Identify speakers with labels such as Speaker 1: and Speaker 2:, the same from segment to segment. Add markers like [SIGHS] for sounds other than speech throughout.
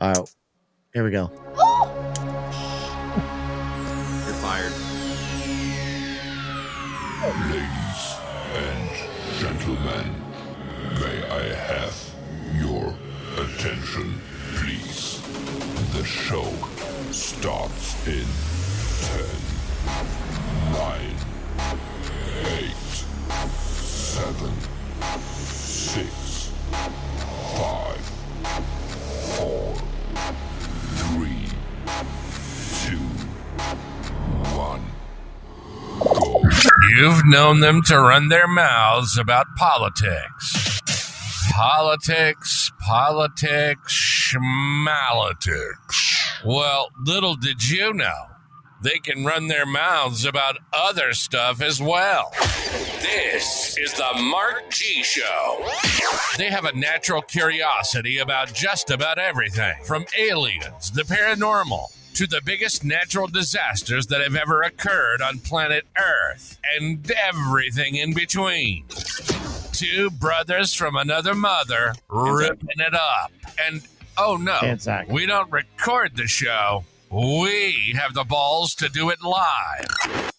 Speaker 1: All right, here we go.
Speaker 2: You're fired.
Speaker 3: Ladies and gentlemen, may I have your attention, please? The show starts in 10, 9, 8, 7, 6, 5, 4, 3, 2, 1.
Speaker 4: You've known them to run their mouths about politics. Politics, politics, schmalitics. Well, little did you know, they can run their mouths about other stuff as well. This is the Mark G Show. They have a natural curiosity about just about everything from aliens, the paranormal, to the biggest natural disasters that have ever occurred on planet Earth, and everything in between. Two brothers from another mother ripping it up. And oh no,
Speaker 1: Exactly.
Speaker 4: we don't record the show. We have the balls to do it live.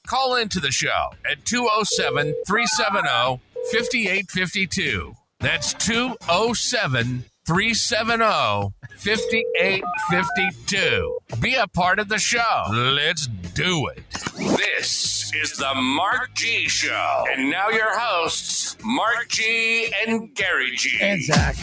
Speaker 4: Call into the show at 207 370 5852. That's 207 370 5852. Be a part of the show. Let's do it. This is the Mark G Show. And now your hosts, Mark G and Gary G.
Speaker 1: And Zach.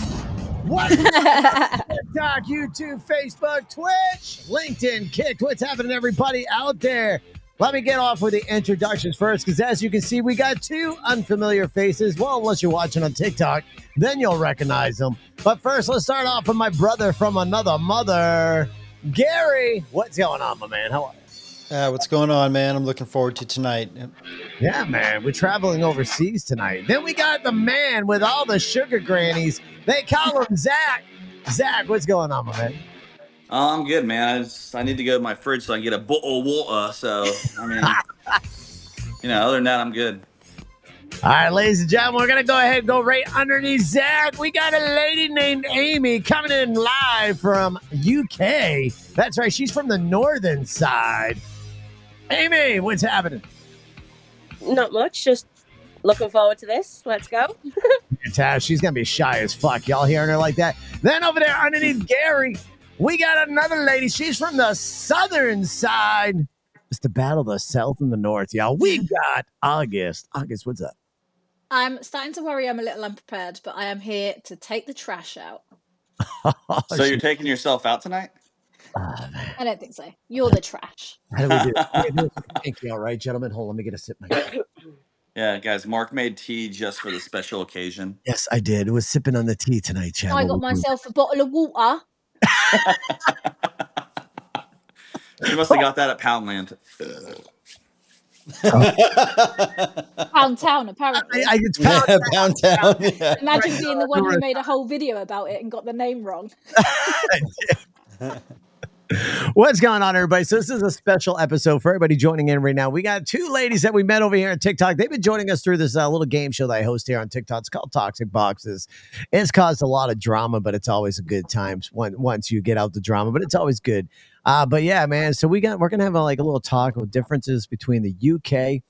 Speaker 1: What? TikTok, YouTube, Facebook, Twitch, LinkedIn, Kick. What's happening, everybody out there? Let me get off with the introductions first, because as you can see, we got two unfamiliar faces. Well, unless you're watching on TikTok, then you'll recognize them. But first, let's start off with my brother from another mother, Gary. What's going on, my man? How are you?
Speaker 5: Uh, what's going on, man? I'm looking forward to tonight.
Speaker 1: Yeah, man, we're traveling overseas tonight. Then we got the man with all the sugar grannies. They call him Zach. Zach, what's going on, my man?
Speaker 2: Oh, I'm good, man. I just I need to go to my fridge so I can get a bottle of water. So I mean, you know, other than that, I'm good.
Speaker 1: All right, ladies and gentlemen, we're gonna go ahead and go right underneath Zach. We got a lady named Amy coming in live from UK. That's right, she's from the northern side. Amy, what's happening?
Speaker 6: Not much. Just looking forward to this. Let's go.
Speaker 1: Tash, she's gonna be shy as fuck. Y'all hearing her like that? Then over there underneath Gary, we got another lady. She's from the southern side. It's the battle of the south and the north, y'all. We got August. August, what's up?
Speaker 7: I'm starting to worry I'm a little unprepared, but I am here to take the trash out.
Speaker 2: So you're taking yourself out tonight?
Speaker 1: Ah, man.
Speaker 7: I don't think so. You're the trash.
Speaker 1: How do we do? We do it. Thank you. All right, gentlemen. Hold on. Let me get a sip. My-
Speaker 2: Yeah, guys. Mark made tea just for the special occasion.
Speaker 1: yes, I did. Was sipping on the tea tonight, Chad.
Speaker 7: Oh, I got myself a bottle of water.
Speaker 2: You must have got that at Poundland.
Speaker 7: Pound town, apparently.
Speaker 1: I, I, it's
Speaker 5: Yeah,
Speaker 1: pound-
Speaker 5: Pound Town. Yeah.
Speaker 7: Imagine being the one who made a whole video about it and got the name wrong.
Speaker 1: What's going on, everybody? So this is a special episode for everybody joining in right now. We got two ladies that we met over here on TikTok. They've been joining us through this uh, little game show that I host here on TikTok. It's called Toxic Boxes. It's caused a lot of drama, but it's always a good time when, once you get out the drama. But it's always good. Uh, but yeah, man. So we got we're gonna have a, like a little talk with differences between the UK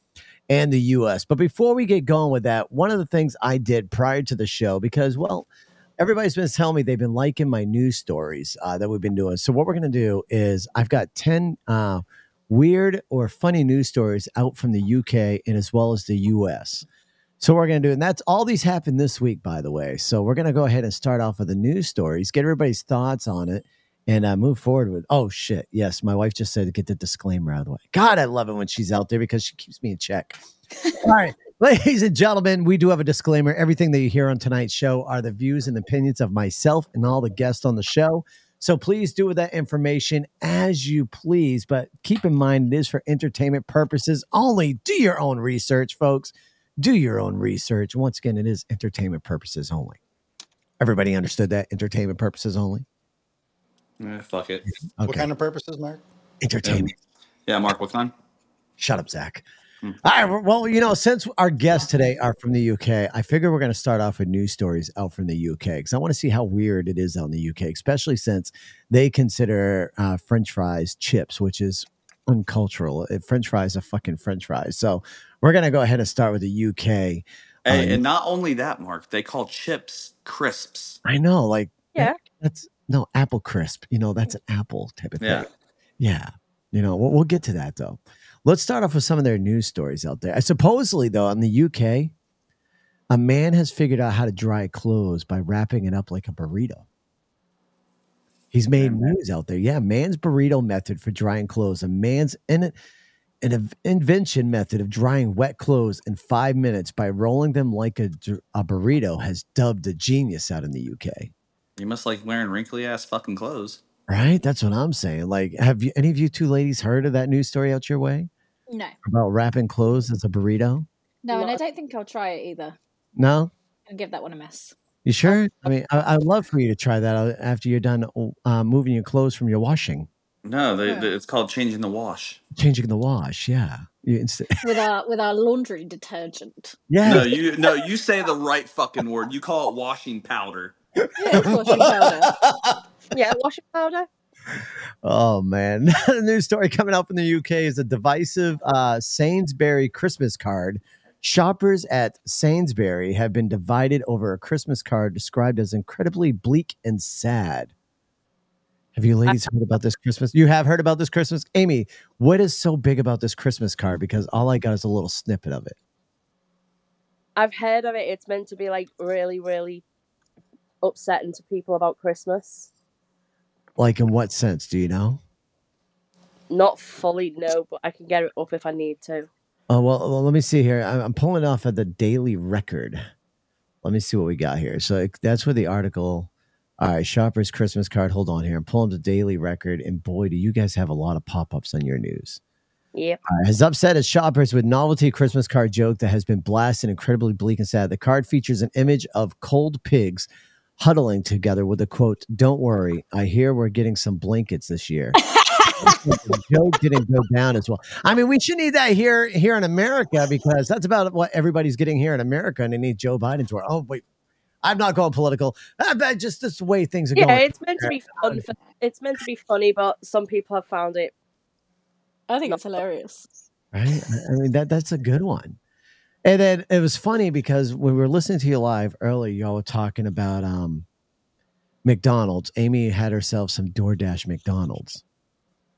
Speaker 1: and the US. But before we get going with that, one of the things I did prior to the show because well, everybody's been telling me they've been liking my news stories uh, that we've been doing. So what we're gonna do is I've got ten uh, weird or funny news stories out from the UK and as well as the US. So we're gonna do, and that's all these happened this week, by the way. So we're gonna go ahead and start off with the news stories, get everybody's thoughts on it, and uh, move forward with. Oh shit, yes, my wife just said to get the disclaimer out of the way. God, I love it when she's out there because she keeps me in check. All right. Ladies and gentlemen, we do have a disclaimer. Everything that you hear on tonight's show are the views and opinions of myself and all the guests on the show. So please do with that information as you please, but keep in mind it is for entertainment purposes only. Do your own research, folks. Do your own research. Once again, it is entertainment purposes only. Everybody understood that entertainment purposes only.
Speaker 2: Eh, fuck it.
Speaker 1: Okay,
Speaker 5: What kind of purposes, Mark?
Speaker 1: entertainment.
Speaker 2: Yeah, Mark, what kind?
Speaker 1: Shut up, Zach.
Speaker 5: All right. Well, you know, since our guests today are from the UK, I figure we're going to start off with news stories out from the UK because I want to see how weird it is out in the UK, especially since they consider uh, French fries chips, which is uncultural. Uh, French fries are fucking French fries. So we're going to go ahead and start with the UK.
Speaker 2: Hey,
Speaker 5: Um,
Speaker 2: and not only that, Mark, they call chips crisps.
Speaker 5: I know, like,
Speaker 6: Yeah.
Speaker 5: that's no apple crisp. You know, that's an apple type of thing.
Speaker 2: Yeah.
Speaker 5: Yeah. You know, we'll, we'll get to that though. Let's start off with some of their news stories out there. Supposedly, though, in the UK, a man has figured out how to dry clothes by wrapping it up like a burrito. He's made news out there. Yeah, man's burrito method for drying clothes. A man's in an inv- invention method of drying wet clothes in five minutes by rolling them like a, dr- a burrito has dubbed a genius out in the UK.
Speaker 2: You must like wearing wrinkly ass fucking clothes.
Speaker 5: Right? That's what I'm saying. Like, have you any of you two ladies heard of that news story out your way?
Speaker 7: No,
Speaker 5: about wrapping clothes as a burrito?
Speaker 7: no, and I
Speaker 6: Not-
Speaker 7: don't think I'll try it either.
Speaker 5: No,
Speaker 7: And give that one a miss.
Speaker 5: you sure? I mean, I, I'd love for you to try that out after you're done uh, moving your clothes from your washing,
Speaker 2: No, they,
Speaker 7: Yeah.
Speaker 2: they- it's called changing the wash.
Speaker 5: changing the wash. Yeah, you inst-
Speaker 7: With our with our laundry detergent.
Speaker 5: yeah.
Speaker 2: No, you no, you say the right fucking word. You call it washing powder.
Speaker 7: Yeah, of course you powder.
Speaker 6: Yeah, washing powder.
Speaker 5: Oh man, [LAUGHS] the news story coming out from the UK is a divisive uh, Sainsbury Christmas card. Shoppers at Sainsbury have been divided over a Christmas card described as incredibly bleak and sad. Have you ladies heard about this Christmas? You have heard about this Christmas, Amy. What is so big about this Christmas card? Because all I got is a little snippet of it.
Speaker 6: I've heard of it. It's meant to be like really, really upsetting to people about Christmas.
Speaker 5: Like, in what sense do you know?
Speaker 6: Not fully, no, but I can get it up if I need to.
Speaker 5: Oh well, well, let me see here. I'm, I'm pulling off of the Daily Record. Let me see what we got here. So like, that's where the article. All right, shoppers Christmas card. Hold on here. I'm pulling the Daily Record, and boy, do you guys have a lot of pop-ups on your news.
Speaker 6: Yep.
Speaker 5: All right, has upset as shoppers with novelty Christmas card joke that has been blasted incredibly bleak and sad. The card features an image of cold pigs huddling together with a quote, "Don't worry, I hear we're getting some blankets this year." the joke didn't go down as well. I mean, we should need that here here in America because that's about what everybody's getting here in America, and they need Joe Biden's word. Oh wait, I'm not going political. I bet just this way things are
Speaker 6: Yeah,
Speaker 5: going.
Speaker 6: it's meant to be fun. For, it's meant to be funny, but some people have found it.
Speaker 7: I think
Speaker 6: No.
Speaker 7: it's hilarious.
Speaker 5: Right? I I mean, that that's a good one. And then it was funny because when we were listening to you live earlier, y'all were talking about um McDonald's. Amy had herself some DoorDash McDonald's.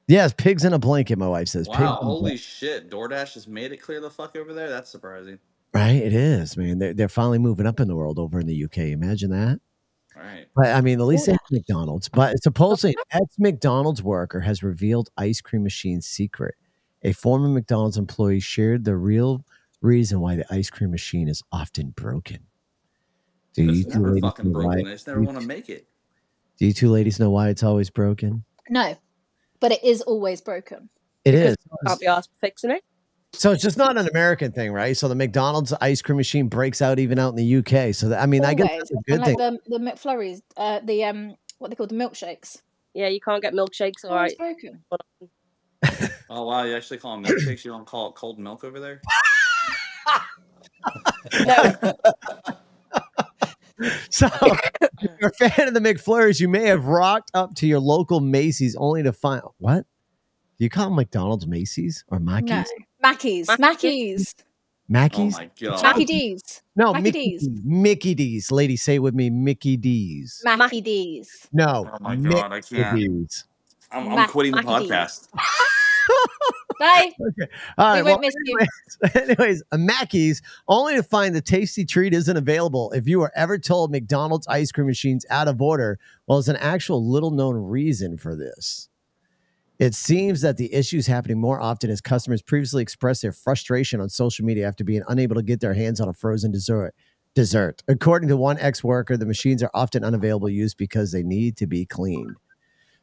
Speaker 5: Yes, pigs in a blanket. My wife says. pigs in a
Speaker 2: Wow,
Speaker 5: blanket.
Speaker 2: holy shit. DoorDash has made it clear the fuck over there. That's surprising.
Speaker 5: Right, it is, man. They're, they're finally moving up in the world over in the UK. Imagine that.
Speaker 2: All right.
Speaker 5: But I mean, at least they have McDonald's. But supposedly, an ex McDonald's worker has revealed ice cream machine's secret. A former McDonald's employee shared the real reason why the ice cream machine is often broken. Do you,
Speaker 2: It's
Speaker 5: two
Speaker 2: never
Speaker 5: ladies
Speaker 2: fucking
Speaker 5: know
Speaker 2: broken. I
Speaker 5: why,
Speaker 2: just never want to make it.
Speaker 5: do you two ladies know why it's always broken?
Speaker 7: No, but it is always broken.
Speaker 5: It
Speaker 6: Because
Speaker 5: is.
Speaker 6: Can't be asked fixing it.
Speaker 5: So it's just not an American thing, right? So the McDonald's ice cream machine breaks out even out in the UK. So that, I mean, I guess
Speaker 7: Always.
Speaker 5: that's a
Speaker 7: And
Speaker 5: good thing.
Speaker 7: like the the McFlurries, uh, the um, what they call the milkshakes.
Speaker 6: Yeah, you can't get milkshakes. All
Speaker 7: Always
Speaker 6: right.
Speaker 7: broken.
Speaker 2: Oh wow, you actually call them milkshakes? You don't call it cold milk over there? Oh [LAUGHS]
Speaker 5: So, if you're a fan of the McFlurries, you may have rocked up to your local Macy's only to find what? Do you call them McDonald's Macy's or Mackey's?
Speaker 7: No, Mackey's,
Speaker 6: Mac-
Speaker 7: Mackey's,
Speaker 2: Oh
Speaker 5: Mackey's?
Speaker 2: my god.
Speaker 7: Mackey D's,
Speaker 5: no,
Speaker 7: Mackey
Speaker 5: Mickey
Speaker 7: D's.
Speaker 5: D's. Mickey D's. Lady, say it with me, Mickey D's.
Speaker 7: Mackey D's.
Speaker 5: no.
Speaker 2: Oh my god, I can't.
Speaker 5: Mickey D's.
Speaker 2: I'm,
Speaker 7: Mac-
Speaker 2: I'm quitting the
Speaker 7: Mac-a-Dee.
Speaker 2: podcast.
Speaker 7: They
Speaker 5: All
Speaker 7: we
Speaker 5: right.
Speaker 7: won't
Speaker 5: well,
Speaker 7: miss you.
Speaker 5: anyways, [LAUGHS] anyways, a Mackey's only to find the tasty treat isn't available. If you are ever told McDonald's ice cream machines out of order, well, it's an actual little known reason for this. It seems that the issue is happening more often as customers previously expressed their frustration on social media after being unable to get their hands on a frozen dessert. Dessert. According to one ex-worker, the machines are often unavailable use because they need to be cleaned.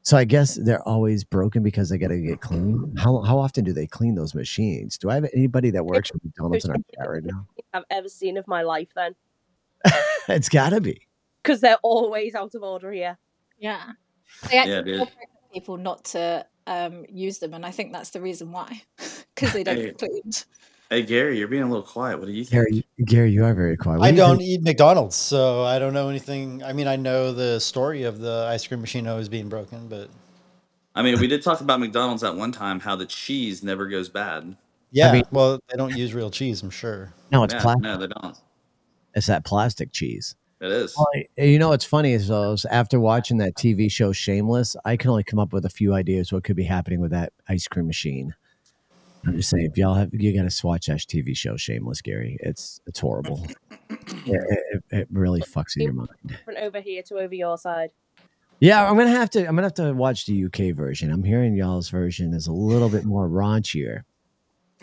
Speaker 5: So I guess they're always broken because they got to get cleaned. How how often do they clean those machines? Do I have anybody that works at McDonald's in our chat right now?
Speaker 6: I've ever seen of my life then,
Speaker 5: [LAUGHS] It's got to be.
Speaker 6: because they're always out of order here.
Speaker 7: Yeah, they
Speaker 2: Yeah,
Speaker 7: actually
Speaker 2: dude.
Speaker 7: tell people not to um, use them, and I think that's the reason why, [LAUGHS] because they don't
Speaker 2: Hey.
Speaker 7: get cleaned.
Speaker 2: Hey Gary, you're being a little quiet. What do you think?
Speaker 5: Gary, Gary, you are very quiet. What
Speaker 8: I
Speaker 5: do you
Speaker 8: don't
Speaker 5: think-
Speaker 8: eat McDonald's, so I don't know anything. I mean, I know the story of the ice cream machine always being broken, but
Speaker 2: I mean, we did talk about McDonald's at one time, how the cheese never goes bad.
Speaker 8: yeah,
Speaker 5: mean-
Speaker 8: well, they don't use real cheese, I'm sure.
Speaker 5: No, it's
Speaker 2: yeah,
Speaker 5: plastic.
Speaker 2: no, they don't.
Speaker 5: It's that plastic cheese.
Speaker 2: It is.
Speaker 5: Well, you know what's funny is though, is after watching that TV show Shameless, I can only come up with a few ideas what could be happening with that ice cream machine. I'm just saying, if y'all have, you got to watch that TV show Shameless, Gary. It's it's
Speaker 8: [LAUGHS]
Speaker 5: horrible. Yeah, it, it, it really fucks in your mind.
Speaker 6: Different over here to over your side.
Speaker 5: Yeah, I'm gonna have to. I'm gonna have to watch the UK version. I'm hearing y'all's version is a little bit more raunchier.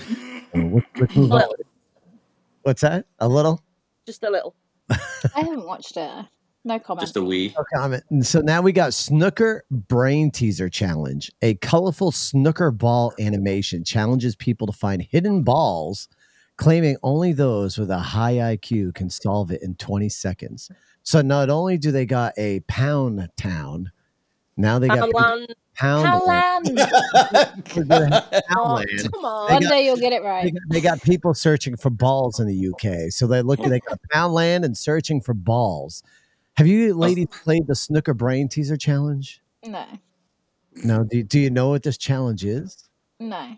Speaker 5: Uh, what- what-
Speaker 6: Little.
Speaker 5: what's that? A little?
Speaker 6: Just a little.
Speaker 7: I haven't watched it. No comment.
Speaker 2: Just a wee.
Speaker 5: No comment. And so now we got Snooker Brain Teaser Challenge. A colorful snooker ball animation challenges people to find hidden balls, claiming only those with a high IQ can solve it in 20 seconds. So not only do they got a pound town, now they got
Speaker 6: Poundland.
Speaker 5: pound, Oh, [LAUGHS]
Speaker 7: Howland.
Speaker 6: oh,
Speaker 5: Poundland.
Speaker 7: Come on.
Speaker 5: They
Speaker 7: One
Speaker 5: got-
Speaker 7: day you'll get it
Speaker 5: They
Speaker 7: right.
Speaker 5: got, they got people searching for balls in the UK. So they look, they got Poundland and searching for balls. Have you ladies played the Snooker Brain Teaser Challenge?
Speaker 7: No.
Speaker 5: No, do, do you know what this challenge is?
Speaker 7: No.
Speaker 2: I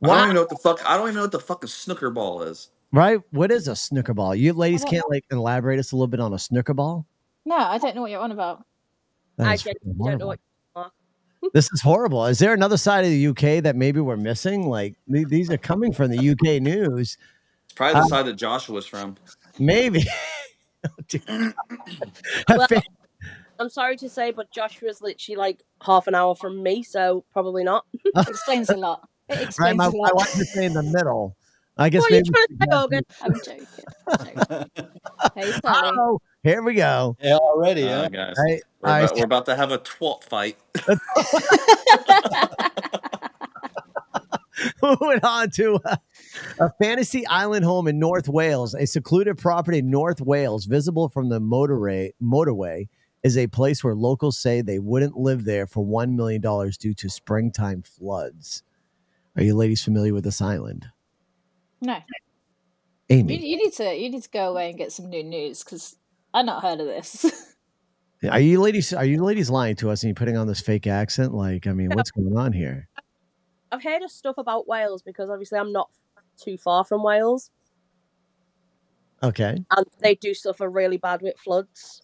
Speaker 2: don't
Speaker 5: Wow.
Speaker 2: even know what the fuck. I don't even know what the fucking snooker ball is.
Speaker 5: Right? What is a snooker ball? You ladies
Speaker 7: I don't
Speaker 5: can't like elaborate us a little bit on a snooker ball?
Speaker 7: No, I don't know what you're on about.
Speaker 5: That
Speaker 6: I
Speaker 5: is
Speaker 6: don't-
Speaker 5: freaking
Speaker 6: don't know
Speaker 5: horrible.
Speaker 6: what-
Speaker 5: This is horrible. Is there another side of the UK that maybe we're missing? Like th- these are coming from the UK news.
Speaker 2: It's probably the
Speaker 5: Um,
Speaker 2: side that Joshua's from.
Speaker 5: Maybe. [LAUGHS] Oh, dear.
Speaker 6: Well- I'm sorry to say, but Joshua's literally like half an hour from me, so probably not.
Speaker 7: explains a lot. It explains
Speaker 5: right? My,
Speaker 7: a
Speaker 5: my
Speaker 7: lot.
Speaker 5: wife is saying the middle. I guess
Speaker 6: What are you
Speaker 5: maybe.
Speaker 6: trying to say, Hogan?
Speaker 7: I'm joking. I'm joking.
Speaker 5: [LAUGHS]
Speaker 7: Hey, sorry.
Speaker 5: Oh, here we go.
Speaker 8: Yeah, already.
Speaker 2: Uh,
Speaker 8: yeah.
Speaker 2: guys,
Speaker 5: Right?
Speaker 2: we're,
Speaker 5: I-
Speaker 2: about, we're about to have a twat fight.
Speaker 5: [LAUGHS] Moving on to uh, a fantasy island home in North Wales, a secluded property in North Wales, visible from the motorway. Motorway is a place where locals say they wouldn't live there for one million dollars due to springtime floods. Are you ladies familiar with this island,
Speaker 7: No, you,
Speaker 5: Amy?
Speaker 7: you need to you need to go away and get some new news because I've not heard of this. [LAUGHS]
Speaker 5: Are you ladies? Are you ladies lying to us and you putting on this fake accent? Like, I mean, what's going on here?
Speaker 6: I've heard of stuff about Wales because obviously I'm not too far from Wales,
Speaker 5: Okay,
Speaker 6: and they do suffer really bad with floods.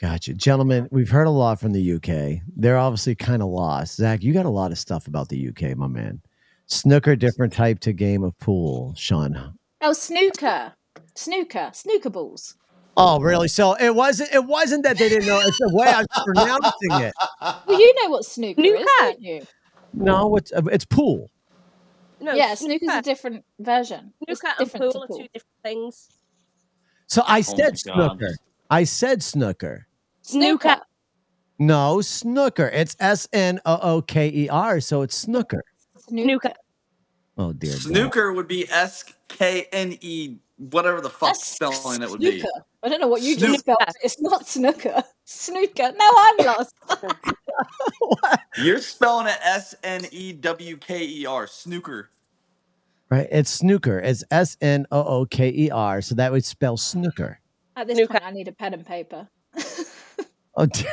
Speaker 5: gotcha, gentlemen. We've heard a lot from the UK. They're obviously kind of lost. Zach, you got a lot of stuff about the UK, my man. Snooker, different type to game of pool, Sean.
Speaker 7: oh, snooker, snooker, snooker balls.
Speaker 5: Oh, really? So it wasn't. It wasn't that they didn't know. It's the [LAUGHS] way I was pronouncing it.
Speaker 7: Well, you know what snooker, is,
Speaker 6: Snooker.
Speaker 7: don't you?
Speaker 5: No, it's it's pool.
Speaker 6: No,
Speaker 7: yeah,
Speaker 6: snooker,
Speaker 7: snooker's a different version. It's
Speaker 6: snooker and
Speaker 7: different to
Speaker 6: pool are
Speaker 7: pool.
Speaker 6: two different things.
Speaker 5: So I
Speaker 2: Oh my
Speaker 5: said
Speaker 2: God.
Speaker 5: snooker. I said snooker.
Speaker 7: Snooker.
Speaker 5: No, snooker. It's S N O O K E R. So it's snooker.
Speaker 7: Snooker.
Speaker 5: Oh dear. God.
Speaker 2: Snooker would be S K N E, whatever the fuck
Speaker 7: That's
Speaker 2: spelling it would
Speaker 7: snooker.
Speaker 2: be.
Speaker 7: I don't know what you just
Speaker 6: Snooker.
Speaker 7: spelled. It's not snooker. [LAUGHS] Snooker. No, I'm lost.
Speaker 5: What?
Speaker 2: You're spelling it S N E W K E R, snooker.
Speaker 5: Right. It's snooker. It's S N O O K E R. So that would spell snooker.
Speaker 7: At this
Speaker 6: Snooker.
Speaker 7: point, I need a pen and paper.
Speaker 5: Oh [LAUGHS] dear.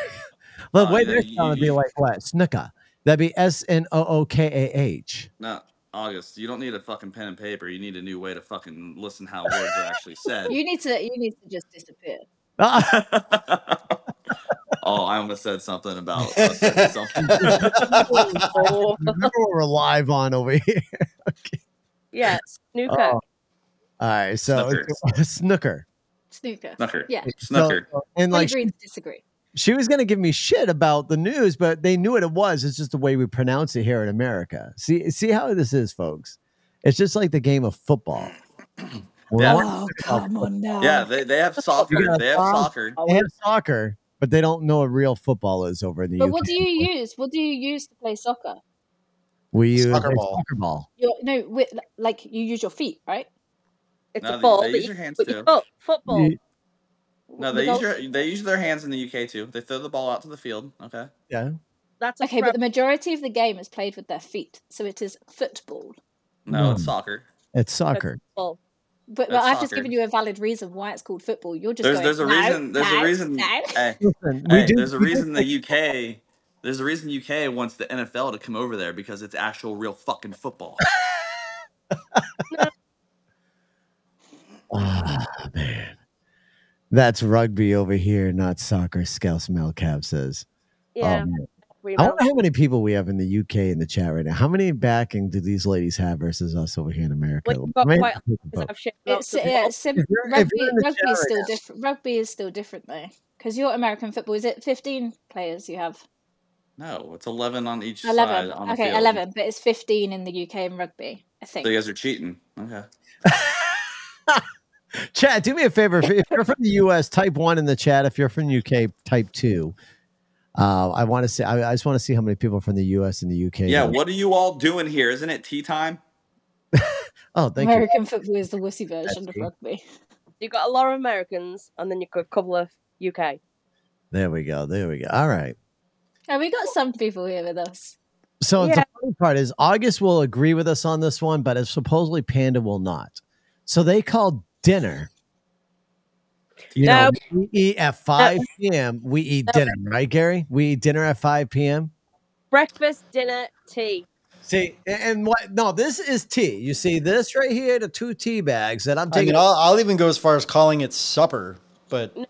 Speaker 5: Look,
Speaker 2: Oh,
Speaker 5: wait.
Speaker 2: yeah,
Speaker 5: They're
Speaker 2: you-
Speaker 5: sounding
Speaker 2: you-
Speaker 5: be like what? Snooker. That'd be S N O O K A H. [LAUGHS]
Speaker 2: No, August, you don't need a fucking pen and paper. You need a new way to fucking listen how words are actually said.
Speaker 7: you need to. You need to just disappear.
Speaker 5: Ah,
Speaker 2: [LAUGHS] oh, I almost said something about us said
Speaker 6: [LAUGHS]
Speaker 2: something. [LAUGHS]
Speaker 6: Oh,
Speaker 5: remember what we're live on over here.
Speaker 6: yeah, snooker.
Speaker 5: Oh. All right. So [LAUGHS] snooker.
Speaker 7: Snooker.
Speaker 2: snooker.
Speaker 7: Yeah.
Speaker 2: Snooker.
Speaker 5: So- and
Speaker 7: I
Speaker 5: like
Speaker 7: agree to disagree.
Speaker 5: she was going to give me shit about the news, but they knew what it was. It's just the way we pronounce it here in America. See, see how this is, folks. It's just like the game of football. We're
Speaker 2: Yeah.
Speaker 5: all-
Speaker 7: Oh, come on now.
Speaker 2: Yeah, they, they have soccer. They have soccer.
Speaker 5: they have soccer, but they don't know what real football is over in the
Speaker 7: But
Speaker 5: UK.
Speaker 7: what do you use? What do you use to play soccer?
Speaker 5: we use
Speaker 8: Soccer
Speaker 5: a
Speaker 8: ball.
Speaker 5: soccer ball.
Speaker 7: Your, no, with, like you use your feet, right?
Speaker 6: It's
Speaker 2: No,
Speaker 6: a
Speaker 2: they-
Speaker 6: ball
Speaker 2: they
Speaker 6: that
Speaker 2: use
Speaker 6: you
Speaker 2: your hands
Speaker 6: put your
Speaker 2: too.
Speaker 6: foot. Football.
Speaker 5: You-
Speaker 2: No,
Speaker 7: The
Speaker 2: they use
Speaker 7: goal-
Speaker 2: your, they use their hands in the UK too. They throw the ball out to the field. Okay.
Speaker 5: yeah.
Speaker 6: That's a
Speaker 7: Okay, but
Speaker 6: throw.
Speaker 7: the majority of the game is played with their feet, so it is football.
Speaker 2: No, it's
Speaker 5: Mm.
Speaker 2: soccer.
Speaker 5: It's soccer.
Speaker 6: Well,
Speaker 7: But, but
Speaker 2: That's
Speaker 7: I've just
Speaker 2: soccer.
Speaker 7: given you a valid reason why it's called football. You're just
Speaker 2: There's
Speaker 7: going,
Speaker 2: there's a
Speaker 7: "No,
Speaker 2: reason there's
Speaker 7: no,
Speaker 2: a reason
Speaker 7: no." [LAUGHS]
Speaker 2: hey,
Speaker 5: Listen, we
Speaker 2: hey,
Speaker 5: do-
Speaker 2: there's a
Speaker 5: we do-
Speaker 2: reason the
Speaker 5: [LAUGHS]
Speaker 2: UK there's a reason UK wants the NFL to come over there because it's actual real fucking football.
Speaker 5: Ah, man. That's rugby over here, not soccer, Scouse Melcab says.
Speaker 6: yeah,
Speaker 5: Um,
Speaker 6: we
Speaker 5: I
Speaker 6: will.
Speaker 5: wonder how many people we have in the UK in the chat right now. How many backing do these ladies have versus us over here in America?
Speaker 6: Well, you've got
Speaker 5: Maybe-
Speaker 6: quite- Because I've shared
Speaker 7: It's,
Speaker 6: lots of
Speaker 7: yeah, it's sim-
Speaker 5: If you're- if
Speaker 7: rugby,
Speaker 5: you're in the
Speaker 7: rugby
Speaker 5: shower
Speaker 7: is still
Speaker 5: now-
Speaker 7: different. Rugby is still different though, because your American football is it 15 players you have?
Speaker 2: No, it's eleven on each
Speaker 7: 11.
Speaker 2: side on the
Speaker 7: okay,
Speaker 2: field.
Speaker 7: 11, but it's 15 in the UK in rugby, I think.
Speaker 2: So you guys are cheating. Okay.
Speaker 5: Chat, do me a favor. If, if you're from the US, type one in the chat. If you're from UK, type two. Uh, I want to see. I, I just want to see how many people from the US and the UK.
Speaker 2: Yeah,
Speaker 5: are-
Speaker 2: what are you all doing here? Isn't it tea time?
Speaker 5: Oh, thank you.
Speaker 7: American football is the wussy version of
Speaker 5: Actually.
Speaker 7: rugby. [LAUGHS]
Speaker 6: you got a lot of Americans, and then you've got a couple of UK.
Speaker 5: There we go. There we go. All right.
Speaker 7: And we got some people here with us.
Speaker 5: So
Speaker 6: Yeah.
Speaker 5: the funny part is August will agree with us on this one, but it's supposedly Panda will not. So they called dinner. You know, we eat at 5 p.m. We eat dinner, right, Gary? We eat dinner at 5 p.m.
Speaker 6: Breakfast, dinner, tea.
Speaker 5: See, a- and what? No, this is tea. You see this right here, the two tea bags that I'm
Speaker 8: I
Speaker 5: taking.
Speaker 8: mean, I'll, I'll even go as far as calling it supper, but
Speaker 6: No,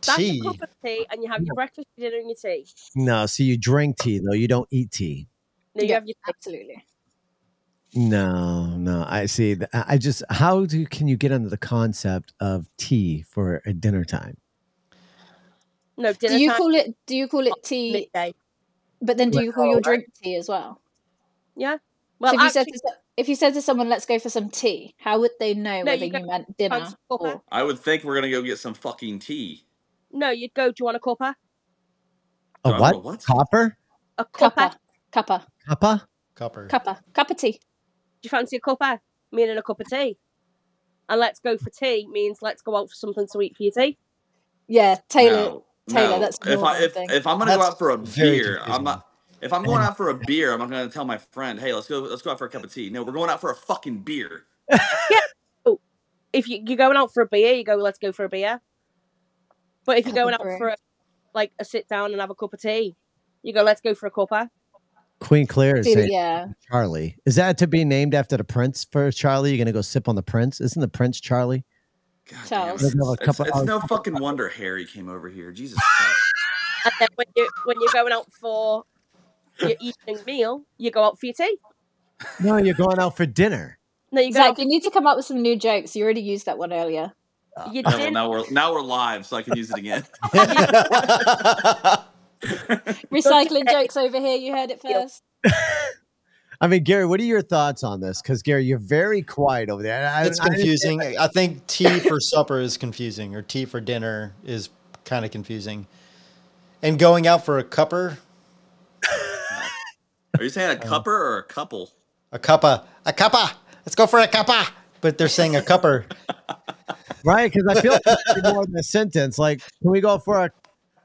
Speaker 6: that's
Speaker 8: tea.
Speaker 6: a cup of tea, and you have your breakfast, your dinner, and your tea.
Speaker 5: no, so you drink tea though. You don't eat tea.
Speaker 6: No, you
Speaker 7: Yeah,
Speaker 6: have your tea.
Speaker 7: absolutely.
Speaker 5: No, no. I see. th- I I just how do can you get under the concept of tea for a dinner time?
Speaker 6: No, dinner
Speaker 7: Do you
Speaker 6: time,
Speaker 7: call it? Do you
Speaker 6: Oh,
Speaker 7: call it tea?
Speaker 6: midday.
Speaker 7: But then, do you call
Speaker 5: Well,
Speaker 7: your
Speaker 5: I-
Speaker 7: drink tea as well?
Speaker 6: Yeah. Well,
Speaker 7: so if you said
Speaker 6: actually,
Speaker 7: to, so- if you said to someone, "Let's go for some tea," how would they know
Speaker 6: No,
Speaker 7: whether
Speaker 6: you
Speaker 7: you,
Speaker 6: go
Speaker 7: meant dinner
Speaker 6: fancy supper.
Speaker 7: or?
Speaker 2: I would think we're gonna go get some fucking tea.
Speaker 6: no, you'd go. Do you want a cuppa?
Speaker 5: A
Speaker 2: So I
Speaker 5: what?
Speaker 2: don't know what's-
Speaker 5: Copper?
Speaker 6: A cuppa.
Speaker 7: Cuppa, cuppa,
Speaker 5: Copper?
Speaker 8: copper.
Speaker 7: cuppa, cup of tea.
Speaker 6: Do you fancy a cuppa? Meaning a cup of tea. And let's go for tea means let's go out for something to eat for your tea.
Speaker 7: Yeah, Taylor.
Speaker 2: No,
Speaker 7: Taylor,
Speaker 2: no.
Speaker 7: that's
Speaker 2: if I
Speaker 7: normal
Speaker 2: if,
Speaker 7: thing.
Speaker 2: if I'm gonna go
Speaker 8: That's
Speaker 2: out for a
Speaker 8: very
Speaker 2: beer, I'm
Speaker 8: confusing.
Speaker 2: not. If I'm going out for a beer, I'm not gonna tell my friend, "Hey, let's go, let's go out for a cup of tea." No, we're going out for a fucking beer.
Speaker 6: If you, you're going out for a beer, you go, let's go for a beer. But if you're
Speaker 7: Have a
Speaker 6: going out
Speaker 7: drink.
Speaker 6: for a, like a sit down and have a cup of tea, you go, let's go for a cuppa.
Speaker 5: Queen Claire is
Speaker 7: See,
Speaker 5: saying
Speaker 7: yeah,
Speaker 5: Charlie. Is that to be named after the prince for Charlie? You're gonna go sip on the prince? Isn't the prince Charlie?
Speaker 2: God damn
Speaker 7: Charles.
Speaker 2: it.
Speaker 5: Let's have a
Speaker 2: It's,
Speaker 5: cup of-
Speaker 2: it's no fucking wonder Harry came over here. Jesus
Speaker 7: [LAUGHS]
Speaker 2: Christ.
Speaker 6: And then when you when you're going out for your evening meal, you go out for your tea.
Speaker 5: No, you're going out for dinner.
Speaker 6: No, you go
Speaker 7: Zach,
Speaker 6: out
Speaker 7: you need to come up with some new jokes. You already used that
Speaker 6: [LAUGHS]
Speaker 7: one earlier.
Speaker 6: for your
Speaker 2: No, well,
Speaker 6: dinner.
Speaker 2: now we're now we're live, so I can use it again.
Speaker 6: [LAUGHS]
Speaker 7: Recycling jokes over here. You heard it
Speaker 6: Yeah.
Speaker 7: first.
Speaker 5: [LAUGHS] I mean, Gary, what are your thoughts on this? Because Gary, you're very quiet over there. I-
Speaker 8: it's
Speaker 5: I-
Speaker 8: confusing. I think tea for supper is confusing, or tea for dinner is kind of confusing. And going out for a cupper,
Speaker 2: Are you saying a
Speaker 5: Uh,
Speaker 2: cupper or a couple? [LAUGHS]
Speaker 8: a cuppa, a cuppa. Let's go for a cuppa. But they're saying a cupper.
Speaker 5: right? Because I feel like it's more than a sentence. Like, can we go for a,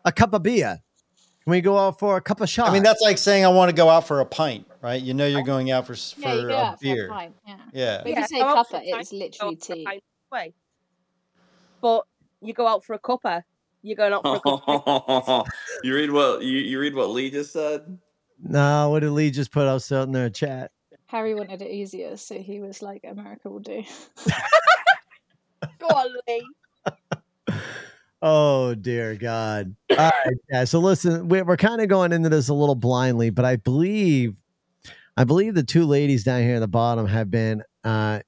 Speaker 5: a cup of beer? Can we go out for a cup of shot?
Speaker 8: I mean, that's like saying I want to go out for a pint, right? You know, you're going out for s- for
Speaker 7: Yeah, you go
Speaker 8: a
Speaker 7: out for
Speaker 8: beer.
Speaker 7: a pint. Yeah.
Speaker 8: Yeah.
Speaker 7: But if
Speaker 6: Yeah,
Speaker 7: you say
Speaker 6: go out for
Speaker 7: cuppa,
Speaker 6: a pint,
Speaker 7: it's
Speaker 6: go
Speaker 7: literally
Speaker 6: out for a
Speaker 7: tea.
Speaker 6: pint anyway. But you go out for a cuppa. You're going out for a cuppa.
Speaker 7: [LAUGHS]
Speaker 2: you read what you, you read what Lee just said.
Speaker 5: no, what did Lee just put us out in their chat?
Speaker 7: Harry wanted it easier, so he was like, "America will do."
Speaker 6: Go on, Lee.
Speaker 5: Oh dear God! All right, yeah. So listen, we're, we're kind of going into this a little blindly, but I believe, I believe the two ladies down here at the bottom have been uh,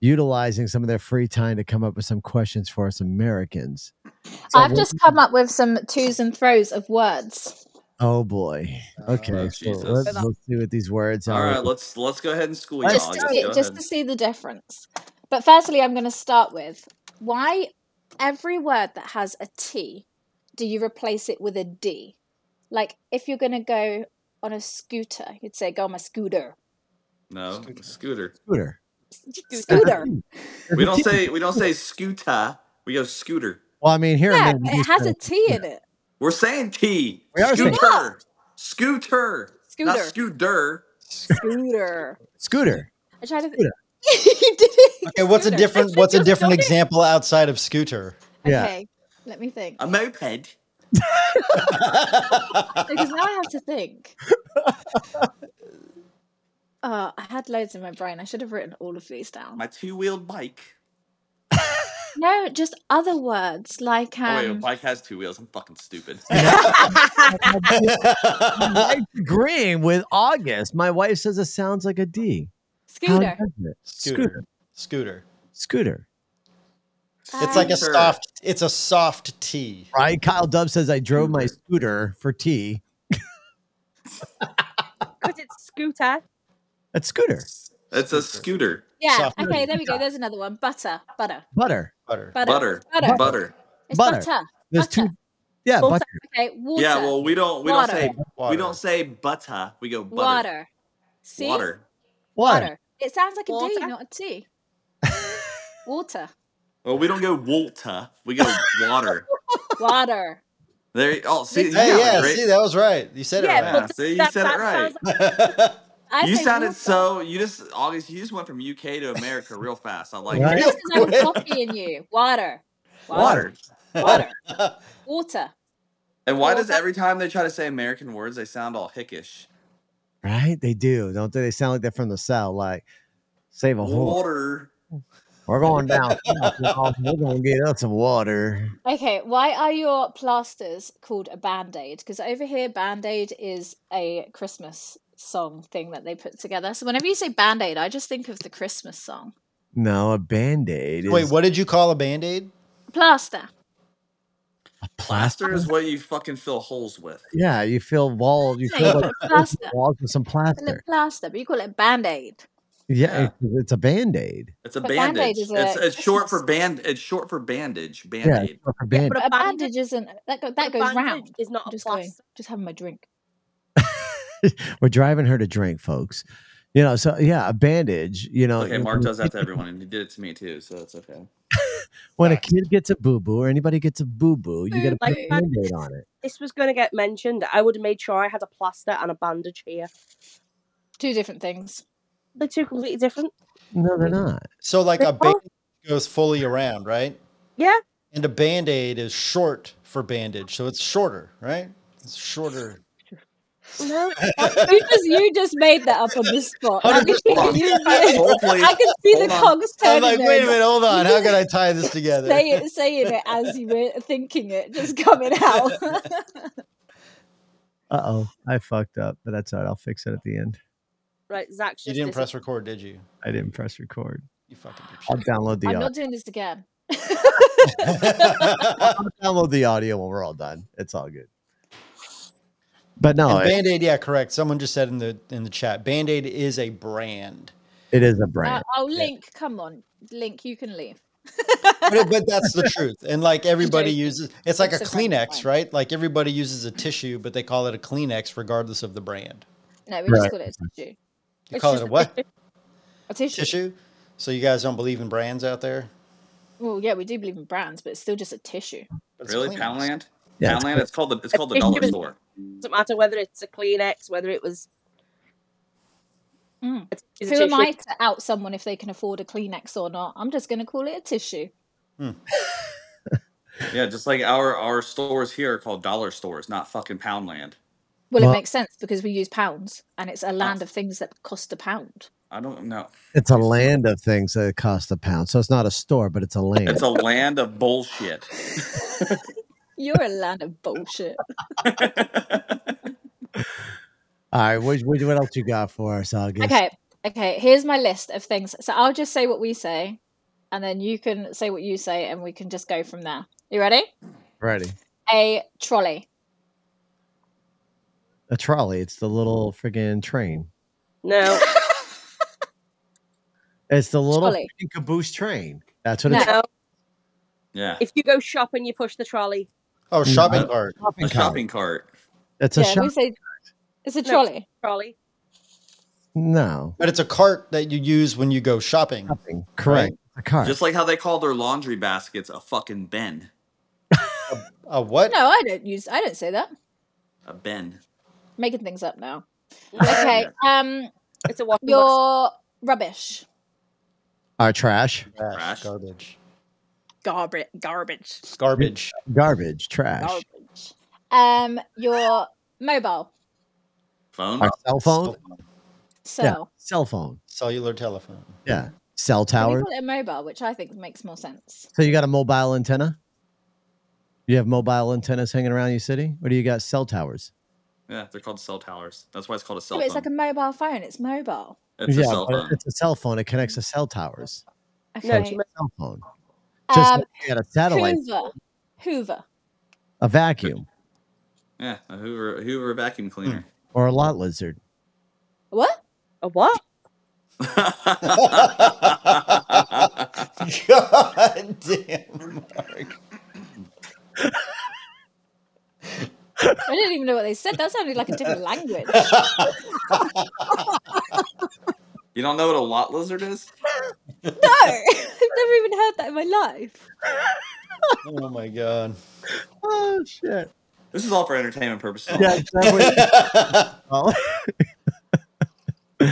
Speaker 5: utilizing some of their free time to come up with some questions for us Americans. So
Speaker 7: I've
Speaker 5: what-
Speaker 7: just come up with some twos and throws of words.
Speaker 5: Oh boy. Okay.
Speaker 2: Oh,
Speaker 5: so let's,
Speaker 2: Jesus.
Speaker 5: let's see what these words
Speaker 2: All
Speaker 5: are.
Speaker 2: right, let's let's go ahead and school y'all. Oh,
Speaker 7: just
Speaker 2: I
Speaker 7: to,
Speaker 2: guess.
Speaker 7: see,
Speaker 2: Go
Speaker 7: just
Speaker 2: ahead.
Speaker 7: to see the difference. But firstly, I'm going to start with why every word that has a T, do you replace it with a D? Like if you're going to go on a scooter, you'd say go on my scooter.
Speaker 2: No,
Speaker 8: Scooter.
Speaker 2: scooter.
Speaker 5: Scooter. [LAUGHS]
Speaker 7: Scooter.
Speaker 2: We don't say we don't say scooter. We go scooter.
Speaker 5: Well, I mean, here
Speaker 7: Yeah,
Speaker 5: in
Speaker 7: but
Speaker 5: Maine,
Speaker 7: it
Speaker 5: we
Speaker 7: has
Speaker 5: say-
Speaker 7: a T in it.
Speaker 2: We're saying T.
Speaker 5: We are saying-
Speaker 2: Scooter. Scooter. Not
Speaker 7: Scooter.
Speaker 2: scooter.
Speaker 7: Scooter.
Speaker 2: [LAUGHS]
Speaker 5: scooter.
Speaker 6: I tried to. Th-
Speaker 5: Scooter.
Speaker 7: [LAUGHS] You did it.
Speaker 8: Okay, what's a
Speaker 7: Scooter.
Speaker 8: different
Speaker 7: I've
Speaker 8: what's a
Speaker 7: just
Speaker 8: different
Speaker 7: done it.
Speaker 8: example outside of scooter?
Speaker 5: Yeah.
Speaker 7: Okay, let me think.
Speaker 2: A moped.
Speaker 7: Because now I have to
Speaker 5: [LAUGHS]
Speaker 7: think. Oh, I had loads in my brain. I should have written all of these down.
Speaker 2: My two-wheeled bike.
Speaker 7: No, just other words like
Speaker 2: oh wait, a
Speaker 7: um.
Speaker 2: bike has two wheels. I'm fucking
Speaker 8: [LAUGHS]
Speaker 2: stupid.
Speaker 5: i agreeing with August. My wife says it sounds like a D. How
Speaker 7: Scooter.
Speaker 5: does it?
Speaker 8: scooter. Scooter.
Speaker 5: Scooter.
Speaker 8: It's like a
Speaker 2: Scooter.
Speaker 8: soft it's a soft T.
Speaker 5: Right? Kyle Dub says I drove my scooter for tea.
Speaker 6: Because it's scooter.
Speaker 5: That's scooter.
Speaker 2: It's a scooter.
Speaker 7: Yeah.
Speaker 8: Soft
Speaker 7: Okay, there we go. There's another one. Butter. Butter.
Speaker 5: Butter.
Speaker 8: Butter.
Speaker 7: Butter.
Speaker 2: Butter.
Speaker 7: Butter.
Speaker 2: Butter.
Speaker 7: It's
Speaker 5: Butter.
Speaker 7: butter.
Speaker 5: There's two.
Speaker 7: Butter.
Speaker 5: Yeah,
Speaker 6: Butter.
Speaker 5: butter.
Speaker 7: Okay. Water.
Speaker 2: Yeah, well, we don't we
Speaker 7: Water.
Speaker 2: don't say
Speaker 8: Water.
Speaker 2: we don't say butter. We go butter.
Speaker 7: water. See?
Speaker 2: Water.
Speaker 5: Water.
Speaker 7: Water. It sounds like a D,
Speaker 6: Water.
Speaker 7: not a T. Water.
Speaker 2: Well, we don't go Walter. We go water.
Speaker 7: Water.
Speaker 2: There. you- Oh, see, you
Speaker 8: Hey,
Speaker 2: got it
Speaker 8: yeah,
Speaker 2: right.
Speaker 8: see, that was right. You said
Speaker 6: Yeah,
Speaker 2: Yeah,
Speaker 8: it right.
Speaker 6: well,
Speaker 2: see, you
Speaker 6: that-
Speaker 2: said it
Speaker 6: that
Speaker 2: right.
Speaker 6: sounds
Speaker 7: I
Speaker 2: you
Speaker 7: say
Speaker 2: sounded
Speaker 7: water.
Speaker 2: so. You just August. You just went from UK to America real fast. I like
Speaker 5: Right?
Speaker 2: it.
Speaker 7: That's because
Speaker 8: [LAUGHS]
Speaker 7: I'm copying you. Water.
Speaker 2: water.
Speaker 7: Water. Water.
Speaker 2: And why does
Speaker 7: Water.
Speaker 2: every time they try to say American words, they sound all hickish?
Speaker 5: Right? They do. Don't they? They sound like they're from the South. Like, save a whole.
Speaker 2: Water.
Speaker 5: We're going
Speaker 2: [LAUGHS]
Speaker 5: down. south, y'all. We're going to get us some water.
Speaker 7: Okay, why are your plasters called a band aid? Because over here, band aid is a Christmas song thing that they put together. So whenever you say band aid, I just think of the Christmas song.
Speaker 5: No, a band aid.
Speaker 8: Wait, what did you call a band aid?
Speaker 7: Plaster.
Speaker 2: Plaster is what you fucking fill holes with.
Speaker 5: Yeah, you feel wall. You
Speaker 7: Yeah, you
Speaker 5: feel
Speaker 7: call
Speaker 5: like
Speaker 7: it plaster.
Speaker 5: walls with some
Speaker 7: You call
Speaker 5: plaster.
Speaker 7: it plaster, but you call it band aid.
Speaker 5: Yeah, it's- it's a band aid.
Speaker 2: It's a
Speaker 7: But Band-Aid
Speaker 2: bandage.
Speaker 7: is a
Speaker 2: it's it's short
Speaker 7: Christmas-
Speaker 2: for band. It's short for bandage.
Speaker 5: Yeah,
Speaker 2: Band aid.
Speaker 5: it's like a
Speaker 6: Yeah,
Speaker 5: band
Speaker 6: but
Speaker 7: A
Speaker 6: a bandage,
Speaker 7: bandage isn't that, go,
Speaker 6: but
Speaker 7: that
Speaker 6: a
Speaker 7: goes
Speaker 6: bandage
Speaker 7: round.
Speaker 6: is not
Speaker 7: I'm
Speaker 6: a
Speaker 7: just going,
Speaker 6: plaster.
Speaker 7: just having my drink.
Speaker 5: [LAUGHS] We're driving her to drink, folks. You know, so yeah, a bandage. You know,
Speaker 2: Okay,
Speaker 5: you-
Speaker 2: Mark does that to everyone, and he did it to me too, so it's okay.
Speaker 5: when a kid gets a boo boo or anybody gets a boo boo, you got to put
Speaker 6: Like
Speaker 5: a
Speaker 6: that.
Speaker 5: band aid on it.
Speaker 6: This was going to get mentioned. I would have made sure I had a plaster and a bandage here.
Speaker 7: Two different things.
Speaker 6: They're two completely different.
Speaker 5: No, they're not.
Speaker 8: So like a
Speaker 6: Oh.
Speaker 8: bandage goes fully around, right?
Speaker 6: Yeah.
Speaker 8: And a band aid is short for bandage, so it's shorter, right? It's shorter.
Speaker 6: [LAUGHS] No.
Speaker 7: you just you just made that up on the spot. Like, you,
Speaker 2: Hold on.
Speaker 7: you didn't-
Speaker 2: Hopefully,
Speaker 7: I can see [LAUGHS] the
Speaker 2: Hold on.
Speaker 7: cogs
Speaker 8: I'm
Speaker 7: turning.
Speaker 8: like,
Speaker 7: there
Speaker 8: wait
Speaker 7: in
Speaker 8: a
Speaker 7: my
Speaker 8: minute, hold on. How can I tie this together?
Speaker 7: Say it, saying it as you were thinking it, just coming out.
Speaker 5: Uh oh, I fucked up, but that's all right. I'll fix it at the end.
Speaker 6: Right, Zach's just.
Speaker 8: You didn't
Speaker 6: dis-
Speaker 8: press record, did you?
Speaker 5: I didn't press record.
Speaker 8: You fucking dipshit.
Speaker 5: I'll download the
Speaker 7: I'm
Speaker 5: audio.
Speaker 7: not doing this again.
Speaker 8: [LAUGHS]
Speaker 5: I'll download the audio when we're all done. It's all good. But no,
Speaker 8: And
Speaker 5: it,
Speaker 8: Band Aid, yeah, correct. Someone just said in the in the chat, Band Aid is a brand,
Speaker 5: it is a
Speaker 7: Uh,
Speaker 5: brand.
Speaker 7: oh, Link, come on, Link, you can leave.
Speaker 8: but, it- but that's the truth. And like everybody
Speaker 7: joking.
Speaker 8: uses, it's like
Speaker 7: It's
Speaker 8: a
Speaker 7: a brand
Speaker 8: Kleenex,
Speaker 7: brand.
Speaker 8: right? Like everybody uses a tissue, but they call it a Kleenex regardless of the brand.
Speaker 7: No, we just
Speaker 5: Right.
Speaker 7: call it a tissue.
Speaker 8: You
Speaker 6: It's
Speaker 8: call
Speaker 6: just
Speaker 8: it a
Speaker 6: a
Speaker 8: what?
Speaker 7: A tissue.
Speaker 8: Tissue. So you guys don't believe in brands out there?
Speaker 7: Well, yeah, we do believe in brands, but it's still just a tissue.
Speaker 8: But it's a
Speaker 2: really
Speaker 8: Kleenex.
Speaker 2: Poundland.
Speaker 5: Yeah, it's
Speaker 2: Poundland. It's called the it's
Speaker 6: A
Speaker 2: called the dollar
Speaker 6: tissue is-
Speaker 2: store.
Speaker 6: doesn't matter whether it's a Kleenex, whether it was.
Speaker 7: Mm.
Speaker 6: a- it's a
Speaker 7: Who am
Speaker 6: tissue.
Speaker 7: I to out someone if they can afford a Kleenex or not? I'm just going to call it a tissue.
Speaker 2: Yeah, just like our our stores here are called dollar stores, not fucking Poundland.
Speaker 7: Well,
Speaker 5: Well-
Speaker 7: it makes sense because we use pounds, and it's a land of things that cost a pound.
Speaker 2: I don't know.
Speaker 5: It's a land of things that cost a pound. So it's not a store, but it's a
Speaker 2: [LAUGHS]
Speaker 5: land. [LAUGHS]
Speaker 2: It's a land of bullshit.
Speaker 7: You're a land of bullshit.
Speaker 5: all right, what, what, what else you got for us, August?
Speaker 7: Okay, okay. Here's my list of things. So I'll just say what we say, and then you can say what you say, and we can just go from there. You ready?
Speaker 5: Ready.
Speaker 7: A trolley.
Speaker 5: A trolley. It's the little friggin' train.
Speaker 6: No,
Speaker 5: It's the little
Speaker 7: Trolley.
Speaker 5: freaking caboose train. That's what
Speaker 7: [LAUGHS] No.
Speaker 5: it's
Speaker 6: no.
Speaker 2: yeah,
Speaker 6: If you go shop and you push the trolley,
Speaker 8: Oh, shopping cart.
Speaker 5: shopping
Speaker 2: a
Speaker 5: cart.
Speaker 2: shopping cart.
Speaker 5: It's a
Speaker 7: yeah, we
Speaker 5: shopping.
Speaker 7: say it's a
Speaker 6: No.
Speaker 7: trolley.
Speaker 6: trolley.
Speaker 5: No,
Speaker 8: But it's a cart that you use when you go shopping.
Speaker 5: shopping. Correct. A cart.
Speaker 2: Just like how they call their laundry baskets a fucking bin.
Speaker 8: A what?
Speaker 7: No, I don't use. I don't say that.
Speaker 2: A bin.
Speaker 7: [LAUGHS] Making things up now.
Speaker 6: No,
Speaker 7: Okay. Um,
Speaker 6: it's a washing box.
Speaker 7: your Rubbish.
Speaker 5: Our trash,
Speaker 8: Trash,
Speaker 2: Trash.
Speaker 8: Garbage.
Speaker 7: Garbage. Garbage.
Speaker 8: Garbage.
Speaker 5: garbage, trash.
Speaker 7: Garbage. Um, your mobile.
Speaker 2: Phone.
Speaker 5: Our cell phone.
Speaker 7: So
Speaker 5: Yeah, cell phone.
Speaker 8: Cellular telephone.
Speaker 5: Yeah, cell
Speaker 7: we
Speaker 5: tower.
Speaker 7: call it a mobile, which I think makes more sense.
Speaker 5: So you got a mobile antenna? You have mobile antennas hanging around your city? Or do you got cell towers?
Speaker 2: Yeah, they're called cell towers. That's why it's called a
Speaker 7: No,
Speaker 2: cell
Speaker 7: but it's
Speaker 2: phone.
Speaker 7: like a mobile phone. It's mobile.
Speaker 2: it's a
Speaker 5: yeah,
Speaker 2: cell
Speaker 5: but
Speaker 2: phone.
Speaker 5: it's a cell phone. It connects to cell towers.
Speaker 7: Okay.
Speaker 6: No,
Speaker 5: So
Speaker 6: she
Speaker 5: it's
Speaker 6: meant-
Speaker 5: a cell phone. Just
Speaker 7: um,
Speaker 5: like you got a satellite,
Speaker 7: Hoover. Hoover.
Speaker 5: a vacuum,
Speaker 2: yeah, a Hoover, a Hoover
Speaker 5: Hmm.
Speaker 2: vacuum cleaner. [LAUGHS]
Speaker 5: or a lot lizard.
Speaker 7: What?
Speaker 6: a what? [LAUGHS]
Speaker 2: Uh.
Speaker 8: [LAUGHS] God damn, Mark.
Speaker 7: I didn't even know what they said. That sounded like a
Speaker 5: [LAUGHS]
Speaker 7: different language. [LAUGHS]
Speaker 2: you
Speaker 8: Oh
Speaker 2: don't know what a lot lizard is?
Speaker 7: No, I've never even heard that in my life.
Speaker 8: Oh my god.
Speaker 5: Oh shit!
Speaker 2: This is all for entertainment purposes.
Speaker 5: Yeah,
Speaker 8: [LAUGHS]
Speaker 5: exactly. oh.
Speaker 7: I'm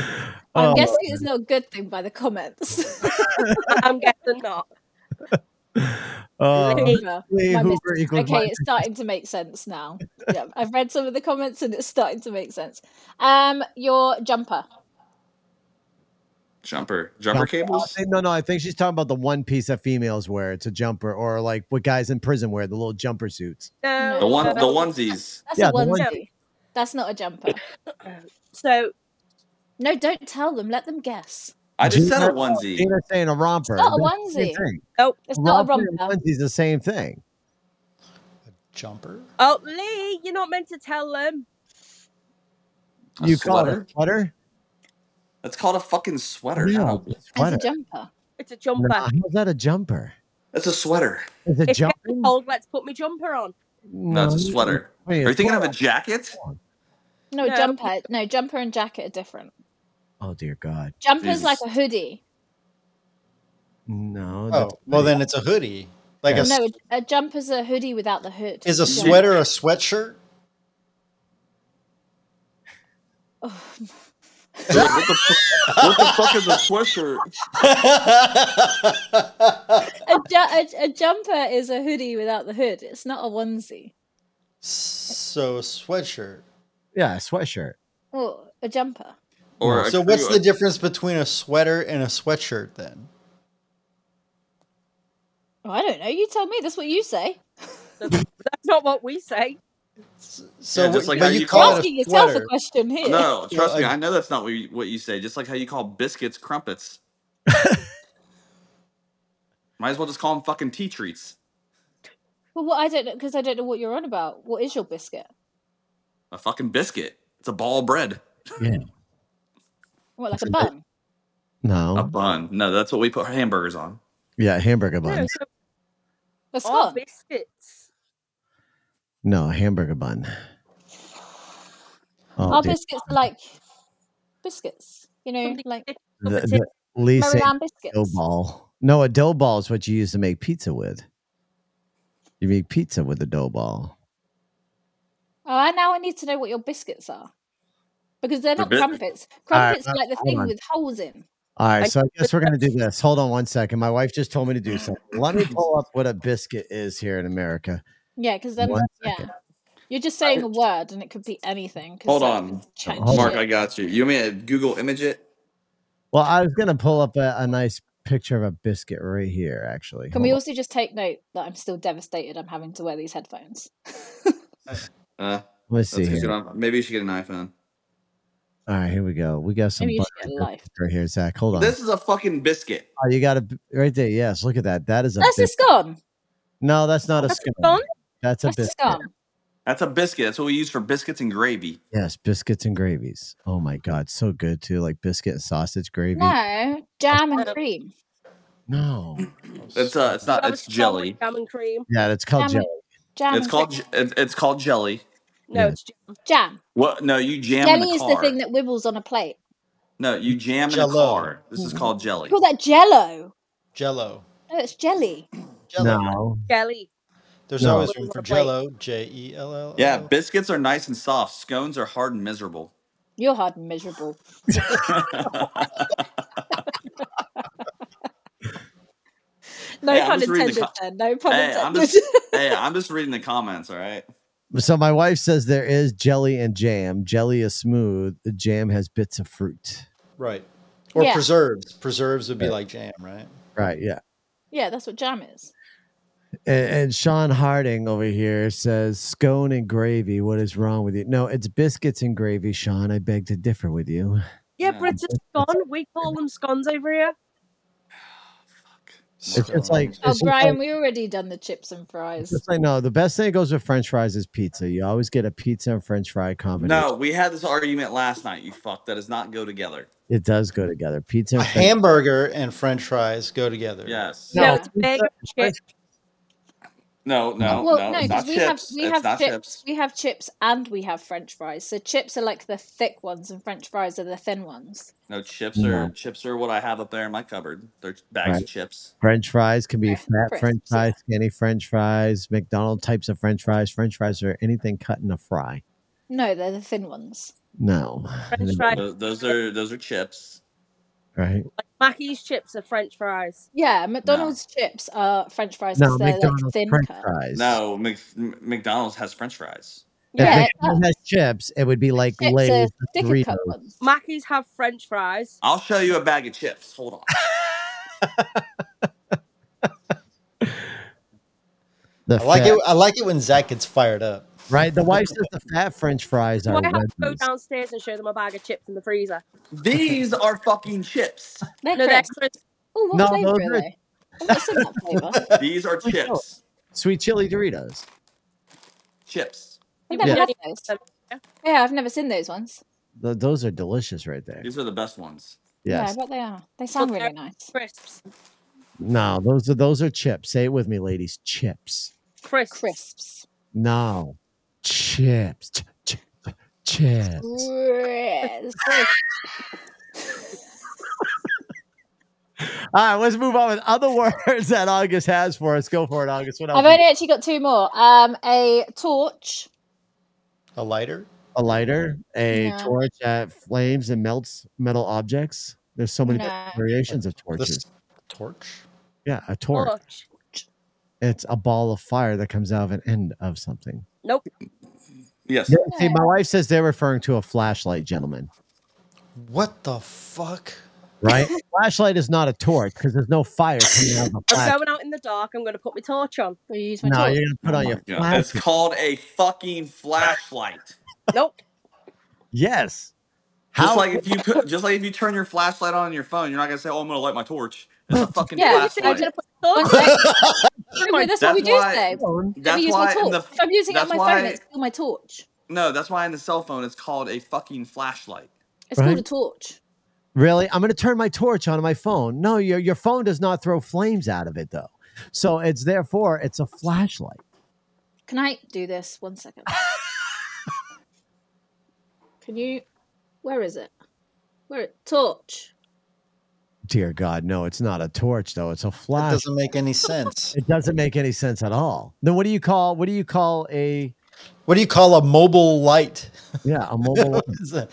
Speaker 5: Oh,
Speaker 7: guessing it's not a good thing by the comments.
Speaker 6: I'm guessing not.
Speaker 7: [LAUGHS]
Speaker 5: oh.
Speaker 7: Hoover.
Speaker 5: Lee
Speaker 7: my
Speaker 5: Hoover equals
Speaker 7: Okay, it's starting to make sense now. Yeah, I've read some of the comments and it's starting to make sense. Um, your jumper.
Speaker 2: Jumper, jumper cables.
Speaker 5: Hey, No, no, I think she's talking about the one piece that females wear. It's a jumper, or like what guys in prison wear, the little jumper suits.
Speaker 6: No,
Speaker 2: The one, the
Speaker 5: [LAUGHS]
Speaker 6: no.
Speaker 2: onesies.
Speaker 7: That's
Speaker 5: Yeah,
Speaker 7: a
Speaker 5: the one-
Speaker 7: onesie. That's not a jumper.
Speaker 6: So
Speaker 7: No, don't tell them. Let them guess.
Speaker 2: I just said a
Speaker 5: Gina-
Speaker 2: onesie.
Speaker 5: Gina's saying a romper.
Speaker 7: It's not a
Speaker 5: That's the same
Speaker 7: onesie.
Speaker 5: thing.
Speaker 6: oh,
Speaker 7: It's not a
Speaker 5: Romper and
Speaker 7: romper.
Speaker 5: onesie is the same thing.
Speaker 8: Jumper.
Speaker 6: Oh, Lee, you're not meant to tell them.
Speaker 2: A
Speaker 5: you call it
Speaker 2: sweater.
Speaker 5: a sweater?
Speaker 2: That's called a fucking sweater.
Speaker 5: No,
Speaker 2: Ow.
Speaker 5: it's a
Speaker 7: It's
Speaker 5: sweater.
Speaker 7: a jumper.
Speaker 6: It's a
Speaker 5: No,
Speaker 6: jumper.
Speaker 5: how's that a jumper?
Speaker 2: That's a sweater.
Speaker 5: Is it
Speaker 6: It's getting
Speaker 5: jumping?
Speaker 6: cold. Let's put my jumper on.
Speaker 2: No, it's a sweater.
Speaker 5: Wait,
Speaker 2: Are you
Speaker 5: it's
Speaker 2: thinking of a
Speaker 5: sweater. [LAUGHS]
Speaker 2: jacket?
Speaker 7: No,
Speaker 6: No.
Speaker 7: jumper. No, jumper and jacket are different.
Speaker 5: Oh dear God.
Speaker 7: Jumper's like a
Speaker 2: Jesus.
Speaker 7: hoodie.
Speaker 5: No.
Speaker 8: Oh,
Speaker 5: that's-
Speaker 8: well then it's a hoodie. Like a,
Speaker 7: No,
Speaker 8: s-
Speaker 7: a, a jumper's a hoodie without the hood.
Speaker 8: is a
Speaker 7: Yeah.
Speaker 8: sweater a sweatshirt? [LAUGHS]
Speaker 7: Oh,
Speaker 2: Dude, what, the fuck, what the fuck is a sweatshirt?
Speaker 7: a, ju- a, a jumper is a hoodie without the hood. It's not a onesie.
Speaker 8: so sweatshirt.
Speaker 5: yeah, a sweatshirt.
Speaker 7: Oh, a jumper.
Speaker 2: Or a
Speaker 8: So what's
Speaker 2: crew-
Speaker 8: the difference between a sweater and a sweatshirt then?
Speaker 7: Oh, I don't know. You tell me. That's what you say.
Speaker 6: That's not what we say.
Speaker 8: So
Speaker 2: Yeah, just
Speaker 8: what-
Speaker 2: like
Speaker 8: but
Speaker 2: how
Speaker 8: you
Speaker 2: you
Speaker 7: You're
Speaker 8: call it
Speaker 7: asking
Speaker 8: a
Speaker 7: yourself a
Speaker 8: sweater.
Speaker 7: question here. [LAUGHS]
Speaker 2: No, trust me.
Speaker 8: I-
Speaker 2: I know that's not what you, what you say. Just like how you call
Speaker 5: [LAUGHS]
Speaker 2: biscuits crumpets. Might as well just call them fucking tea treats.
Speaker 7: Well, what I don't know because I don't know what you're on about. What is your biscuit?
Speaker 2: A fucking biscuit. It's a ball of bread.
Speaker 7: What like a bun?
Speaker 5: No.
Speaker 2: A bun. No, that's what we put hamburgers on.
Speaker 5: yeah, hamburger
Speaker 6: No,
Speaker 5: bun.
Speaker 6: so
Speaker 7: That's
Speaker 6: our
Speaker 7: fun.
Speaker 6: biscuits.
Speaker 5: No, hamburger bun. Oh,
Speaker 7: Our
Speaker 5: dear.
Speaker 7: biscuits are like biscuits. You know,
Speaker 6: Somebody
Speaker 7: like
Speaker 6: did
Speaker 5: The-
Speaker 6: something.
Speaker 5: the- Lisa
Speaker 7: Maryland
Speaker 5: dough
Speaker 7: biscuits.
Speaker 5: ball. No, a dough ball is what you use to make pizza with. You make pizza with a dough ball.
Speaker 7: Oh, I now I need to know what your biscuits are because they're
Speaker 2: The
Speaker 7: not
Speaker 2: bit-
Speaker 7: crumpets. Crumpets
Speaker 5: uh,
Speaker 7: are like the
Speaker 5: hold
Speaker 7: thing
Speaker 5: on.
Speaker 7: with holes in.
Speaker 5: All right,
Speaker 6: I-
Speaker 5: so I guess we're gonna do this. Hold on one second. My wife just told me to do something. Let me pull up what a biscuit is here in America.
Speaker 7: Yeah, because then
Speaker 5: One
Speaker 7: yeah,
Speaker 5: second.
Speaker 7: you're just saying a word and it could be anything. 'cause,
Speaker 2: Hold
Speaker 7: like,
Speaker 2: on.
Speaker 7: it's changed
Speaker 5: Hold
Speaker 2: Mark,
Speaker 7: shit.
Speaker 2: I got you. You mean to Google image it?
Speaker 5: Well, I was gonna pull up a, a nice picture of a biscuit right here, actually.
Speaker 7: Can
Speaker 5: Hold
Speaker 7: we
Speaker 5: on.
Speaker 7: also just take note that I'm still devastated? I'm having to wear these headphones.
Speaker 2: Uh,
Speaker 5: Let's see
Speaker 2: that's 'cause you
Speaker 5: here.
Speaker 2: don't- maybe you should get an iPhone.
Speaker 5: All right, here we go. We got some
Speaker 7: Maybe you should get
Speaker 5: butter
Speaker 7: a life.
Speaker 5: right here, Zach. Hold on.
Speaker 2: This is a fucking biscuit.
Speaker 5: oh, you got a b- right there. Yes, look at that. That is a
Speaker 7: That's Oh, a
Speaker 5: biscuit.
Speaker 7: scone.
Speaker 5: No, that's not a
Speaker 6: That's
Speaker 5: scone.
Speaker 6: fun.
Speaker 5: That's a
Speaker 7: That's a
Speaker 5: biscuit.
Speaker 7: scone.
Speaker 2: That's a biscuit. That's what we use for biscuits and gravy.
Speaker 5: Yes, biscuits and gravies. Oh my god, so good too. Like biscuit and sausage gravy.
Speaker 7: No, jam and
Speaker 6: Uh,
Speaker 7: cream.
Speaker 5: No.
Speaker 2: It's uh, it's not.
Speaker 6: Have a
Speaker 2: It's
Speaker 6: strawberry
Speaker 2: jelly.
Speaker 6: Jam and cream.
Speaker 5: Yeah, it's called
Speaker 7: Jam
Speaker 5: jelly.
Speaker 7: and, jam
Speaker 2: It's
Speaker 7: and
Speaker 2: called.
Speaker 7: cream.
Speaker 2: j- It's it's called jelly.
Speaker 6: No,
Speaker 5: Yeah.
Speaker 6: it's jam.
Speaker 7: jam.
Speaker 2: What? No, you jam in
Speaker 7: Jelly
Speaker 2: the
Speaker 7: is the
Speaker 2: car.
Speaker 7: thing that wibbles on a plate.
Speaker 2: No, you jam in the
Speaker 8: Jell-O.
Speaker 2: car. This is called jelly.
Speaker 7: Call that jello.
Speaker 8: Jello.
Speaker 7: No, it's jelly.
Speaker 8: Jello.
Speaker 5: No.
Speaker 6: jelly.
Speaker 8: There's
Speaker 5: No.
Speaker 8: always room
Speaker 6: What
Speaker 8: for
Speaker 6: a plate.
Speaker 8: Jello. J E L L. O.
Speaker 2: Yeah,
Speaker 7: Oh.
Speaker 2: biscuits are nice and soft.
Speaker 7: [LAUGHS]
Speaker 2: Scones are hard and miserable.
Speaker 7: You're hard and miserable.
Speaker 2: I
Speaker 7: No
Speaker 2: Hey, I'm
Speaker 7: pun
Speaker 2: just reading the
Speaker 7: intended
Speaker 2: co-
Speaker 7: then. No pun
Speaker 2: Hey, I'm
Speaker 7: intended.
Speaker 2: hey, I'm just reading the comments. All right.
Speaker 5: So my wife says there is jelly and jam. Jelly is smooth. The jam has bits of fruit.
Speaker 8: Right. Or
Speaker 7: Yeah.
Speaker 8: preserves. Preserves would be
Speaker 5: Right.
Speaker 8: like jam, right?
Speaker 5: Right. Yeah.
Speaker 7: [LAUGHS] yeah, that's what jam is.
Speaker 5: And, and Sean Harding over here says scone and gravy. What is wrong with you? No, it's biscuits and gravy, Sean. I beg to differ with you.
Speaker 6: Yeah,
Speaker 2: Yeah.
Speaker 6: Britain's scone. We call them scones over here.
Speaker 5: It's just
Speaker 8: So-
Speaker 5: like
Speaker 7: Oh,
Speaker 5: it's just like-
Speaker 7: Brian, we already done the chips and fries.
Speaker 5: Just like no, the best thing that goes with French fries is pizza. You always get a pizza and French fry combination.
Speaker 2: No, we had this argument last night. You fuck. That does not go together.
Speaker 5: it does go together. Pizza
Speaker 8: a
Speaker 5: and French.
Speaker 8: hamburger and french fries go together.
Speaker 2: Yes.
Speaker 7: No.
Speaker 6: No,
Speaker 7: Yeah.
Speaker 6: it's big.
Speaker 5: French-
Speaker 2: No. No.
Speaker 7: Well,
Speaker 2: Oh, no.
Speaker 7: no,
Speaker 2: it's
Speaker 7: because
Speaker 2: not
Speaker 7: we have
Speaker 2: chips.
Speaker 7: we
Speaker 2: it's
Speaker 7: have
Speaker 2: not
Speaker 7: chips.
Speaker 2: chips.
Speaker 7: We have chips and we have French fries. So chips are like the thick ones, and French fries are the thin ones.
Speaker 2: No chips
Speaker 5: No.
Speaker 2: are chips are what I have up there in my cupboard. They're bags
Speaker 5: Right.
Speaker 2: of chips.
Speaker 5: French fries can be
Speaker 7: Yeah,
Speaker 5: fat
Speaker 7: crisps,
Speaker 5: French
Speaker 7: yeah.
Speaker 5: fries, skinny French fries, McDonald types of French fries. French fries are anything cut in a fry.
Speaker 7: No, they're the thin ones.
Speaker 5: No, [LAUGHS]
Speaker 6: French fries.
Speaker 2: Tho- Those are those are chips.
Speaker 5: right?
Speaker 6: Like Mackey's chips are French fries.
Speaker 7: Yeah, McDonald's chips are French fries
Speaker 5: No,
Speaker 7: because they're like
Speaker 5: McDonald's
Speaker 7: thin
Speaker 5: French
Speaker 7: cut.
Speaker 5: fries.
Speaker 2: No, Mc, M- McDonald's has French fries.
Speaker 5: if
Speaker 7: Yeah,
Speaker 5: McDonald's has chips, it would be like
Speaker 7: Chips are
Speaker 5: Lay's
Speaker 7: thicker cut
Speaker 5: Doritos.
Speaker 7: ones.
Speaker 6: Mackey's have French fries.
Speaker 2: I'll show you a bag of chips. Hold
Speaker 5: [LAUGHS]
Speaker 2: on.
Speaker 5: The
Speaker 8: I like
Speaker 5: fat-
Speaker 8: it. I like it when Zach gets fired up.
Speaker 5: right? The
Speaker 8: [LAUGHS]
Speaker 5: wife says the fat French fries
Speaker 6: Do
Speaker 5: are
Speaker 6: I have to go
Speaker 5: wedges.
Speaker 6: downstairs and show them a bag of chips in the freezer?
Speaker 2: These are fucking chips.
Speaker 7: They're
Speaker 6: No, they're
Speaker 7: crisp.
Speaker 6: crisp.
Speaker 7: Oh, what
Speaker 5: No,
Speaker 7: flavor
Speaker 5: those
Speaker 7: are
Speaker 5: are-
Speaker 7: they? Oh, what's in that flavor?
Speaker 5: [LAUGHS]
Speaker 2: These are
Speaker 5: For sure.
Speaker 2: chips.
Speaker 5: sweet chili Doritos.
Speaker 2: Chips.
Speaker 7: I've
Speaker 6: Yeah.
Speaker 7: never had those. Yeah, I've never seen those ones.
Speaker 5: Th- those are delicious right there.
Speaker 2: These are the best ones.
Speaker 5: Yes.
Speaker 7: Yeah, I bet they are. They sound
Speaker 6: they're-
Speaker 7: really nice.
Speaker 6: Crisps.
Speaker 5: No, those are those are chips. Say it with me, ladies. Chips.
Speaker 6: Crisps.
Speaker 7: Crisps.
Speaker 5: No, chips. Ch- ch- chips.
Speaker 7: Crisps.
Speaker 5: All right, let's move on with other [LAUGHS] words that August has for us. Go for it, August. What else?
Speaker 7: I've
Speaker 5: you
Speaker 7: only actually got two more. Um, a torch.
Speaker 8: A lighter.
Speaker 5: got? a lighter, a
Speaker 7: No.
Speaker 5: torch that flames and melts metal objects. There's so many
Speaker 7: No.
Speaker 5: variations of
Speaker 8: The
Speaker 5: torches.
Speaker 8: s- torch.
Speaker 5: Yeah, a torch.
Speaker 6: Torch.
Speaker 5: It's a ball of fire that comes out of an end of something.
Speaker 2: Yes.
Speaker 5: Yeah, See, my wife says they're referring to a flashlight, gentlemen.
Speaker 8: What the fuck?
Speaker 5: Right? flashlight is not a torch because there's no fire coming out of a
Speaker 6: I'm
Speaker 5: flashlight.
Speaker 6: going out in the dark. I'm going to put my torch on.
Speaker 7: Will you use my
Speaker 5: No,
Speaker 7: torch?
Speaker 5: you're gonna put
Speaker 2: Oh
Speaker 5: on
Speaker 2: my
Speaker 5: your
Speaker 2: God.
Speaker 5: flashlight.
Speaker 2: It's called a fucking flashlight.
Speaker 6: Nope.
Speaker 5: Yes.
Speaker 2: Just
Speaker 5: How
Speaker 2: like if you put, just like if you turn your flashlight on your phone, you're not gonna say, "Oh, I'm gonna light my torch." It's a fucking
Speaker 7: Yeah, you
Speaker 6: I'm going
Speaker 2: flashlight.
Speaker 6: to put my
Speaker 7: One
Speaker 6: torch
Speaker 5: [LAUGHS]
Speaker 7: sec. No, but that's what
Speaker 2: That's
Speaker 7: we do
Speaker 2: why-
Speaker 7: say. Let
Speaker 2: That's
Speaker 7: me use my
Speaker 2: why in
Speaker 7: torch.
Speaker 2: the
Speaker 7: if I'm using it on
Speaker 2: that's
Speaker 7: my
Speaker 2: why-
Speaker 7: phone, it's still my torch.
Speaker 2: no, that's why in the cell phone it's called a fucking flashlight.
Speaker 7: It's called
Speaker 5: Right.
Speaker 7: a torch.
Speaker 5: Really? I'm going to turn my torch on my phone. No, your your phone does not throw flames out of it though. So it's therefore it's a flashlight.
Speaker 7: Can I do this?
Speaker 5: [LAUGHS]
Speaker 7: One second. Can you? Where is it? Where it? Torch.
Speaker 5: Dear God, no, it's not a torch though. It's a
Speaker 8: That
Speaker 5: flash.
Speaker 8: doesn't make any sense.
Speaker 5: it doesn't make any sense at all. Then what do you call what do you call a
Speaker 8: What do you call a mobile light? [LAUGHS]
Speaker 5: yeah a
Speaker 2: [LAUGHS]
Speaker 5: mobile? light?
Speaker 8: What is that?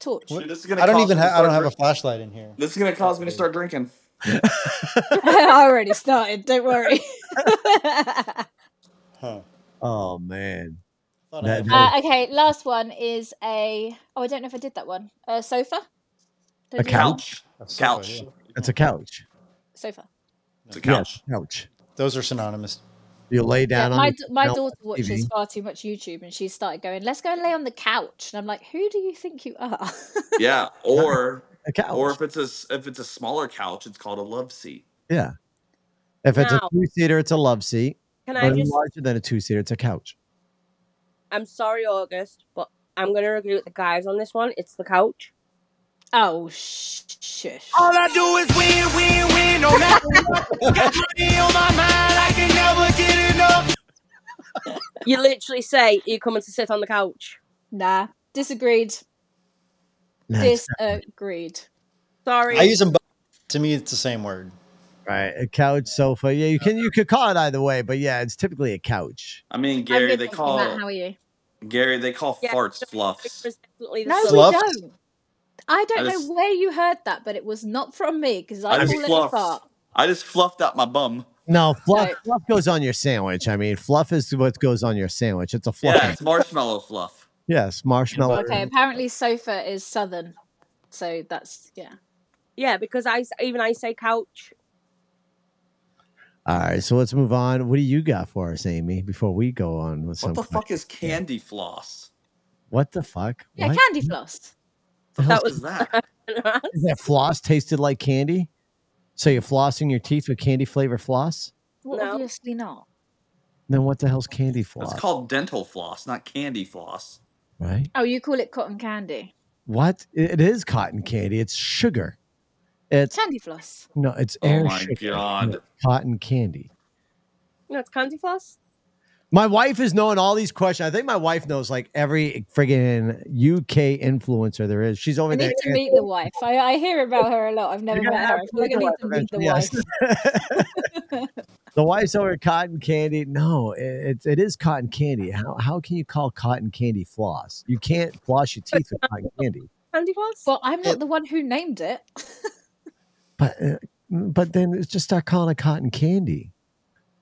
Speaker 7: Torch.
Speaker 8: What?
Speaker 2: This is gonna
Speaker 8: I don't
Speaker 2: cause
Speaker 8: even.
Speaker 2: me to
Speaker 8: Ha- I don't
Speaker 2: start
Speaker 8: have a
Speaker 2: drink-
Speaker 8: flashlight in here.
Speaker 2: [LAUGHS] This is gonna cause me to start drinking.
Speaker 7: [LAUGHS] I already started.
Speaker 5: [LAUGHS]
Speaker 7: Don't worry. uh,
Speaker 8: Huh.
Speaker 5: Oh man,
Speaker 8: Thought I
Speaker 5: That-
Speaker 8: had-
Speaker 5: that-
Speaker 7: Uh, okay, last one is a. Oh, I don't know if I did that one. A sofa. Did I
Speaker 5: A
Speaker 7: do that one?
Speaker 2: Couch.
Speaker 8: a sofa,
Speaker 2: Couch.
Speaker 8: yeah.
Speaker 5: it's a couch.
Speaker 7: Sofa.
Speaker 2: It's a
Speaker 5: Yeah,
Speaker 2: couch.
Speaker 5: couch.
Speaker 8: Those are synonymous.
Speaker 5: You lay
Speaker 7: Yeah,
Speaker 5: down on
Speaker 7: my
Speaker 5: the-
Speaker 7: d- my
Speaker 5: down-
Speaker 7: daughter watches
Speaker 5: TV.
Speaker 7: far too much YouTube, and she started going, "Let's go and lay on the couch." And I'm like, "Who do you think you are?" [LAUGHS]
Speaker 8: [LAUGHS]
Speaker 2: Yeah. Or
Speaker 5: a couch.
Speaker 2: or if it's a s- if it's a smaller couch, it's called a love seat.
Speaker 5: yeah, if it's
Speaker 6: Now-
Speaker 5: a two seater, it's a love seat.
Speaker 6: Can
Speaker 5: But
Speaker 6: I
Speaker 5: if it's
Speaker 6: just?
Speaker 5: larger than a two seater, it's a couch.
Speaker 6: I'm sorry, August, but I'm going to agree with the guys on this one. It's the couch.
Speaker 7: oh sh- shush!
Speaker 4: Oh.
Speaker 9: All I do is win, win, win, no matter what. Got money on my mind, I can never get enough.
Speaker 6: You literally say you're coming to sit on the couch.
Speaker 7: Nah, disagreed.
Speaker 5: That's
Speaker 7: Disagreed.
Speaker 6: Sorry.
Speaker 8: I use them. Both. To me, it's the same word.
Speaker 5: Right, a couch, sofa. Yeah, you can you could call it either way, but yeah, it's typically a couch.
Speaker 2: I mean,
Speaker 7: I'm
Speaker 2: Gary,
Speaker 7: good,
Speaker 2: they
Speaker 7: thank you, Matt.
Speaker 2: call
Speaker 7: How are you?
Speaker 2: Gary, they call
Speaker 6: Yeah,
Speaker 2: farts
Speaker 6: no,
Speaker 2: fluffs.
Speaker 6: It was definitely the
Speaker 7: No,
Speaker 6: sofa.
Speaker 8: Fluff.
Speaker 7: we don't. I don't
Speaker 2: I
Speaker 7: know
Speaker 2: just-
Speaker 7: where you heard that, but it was not from me because I,
Speaker 2: I
Speaker 7: call
Speaker 2: just
Speaker 7: it a
Speaker 2: fluffs.
Speaker 7: fart.
Speaker 2: I just fluffed out my bum.
Speaker 5: No, fluff,
Speaker 7: Right.
Speaker 5: fluff goes on your sandwich. I mean, fluff is what goes on your sandwich. It's a fluff.
Speaker 2: Yeah, it's marshmallow fluff.
Speaker 5: Yes, marshmallow.
Speaker 7: Okay, apparently sofa is southern, so that's yeah.
Speaker 6: Yeah, because I s- even I say couch.
Speaker 5: All right, so let's move on. What do you got for us, Amy? Before we go on with some
Speaker 2: What the
Speaker 5: question?
Speaker 2: fuck is candy floss?
Speaker 5: What the fuck?
Speaker 7: Yeah,
Speaker 5: what?
Speaker 7: candy floss.
Speaker 2: What the
Speaker 6: That
Speaker 2: fuck
Speaker 6: was-
Speaker 2: is
Speaker 6: [LAUGHS]
Speaker 2: that?
Speaker 5: Is that floss tasted like candy? So you're flossing your teeth with candy flavor floss?
Speaker 7: Well,
Speaker 6: No.
Speaker 7: obviously not.
Speaker 5: Then what the hell's candy floss?
Speaker 2: It's called dental floss, not candy floss.
Speaker 5: right?
Speaker 7: Oh, you call it cotton candy?
Speaker 5: What? It it is cotton candy. It's sugar. It's
Speaker 7: Candy floss.
Speaker 5: no, it's
Speaker 2: Oh
Speaker 5: air
Speaker 2: my
Speaker 5: sugar.
Speaker 2: God.
Speaker 5: Cotton candy.
Speaker 6: No, it's candy floss.
Speaker 5: My wife is knowing all these questions. I think my wife knows like every friggin' UK influencer there is. She's over
Speaker 7: I
Speaker 5: there.
Speaker 7: need to meet the wife. I, I hear about her a lot. I've never
Speaker 5: You're gonna
Speaker 7: met her. I
Speaker 5: have to
Speaker 7: feel like I need to meet the
Speaker 5: eventually, yes.
Speaker 7: wife.
Speaker 5: The wife's over cotton candy. No, it, it is cotton candy. How, how can you call cotton candy floss? You can't floss your teeth with cotton candy.
Speaker 6: Candy floss.
Speaker 7: Well, I'm not the one who named it. [LAUGHS]
Speaker 5: But uh, but then it's just start calling it cotton candy.
Speaker 2: Yeah, you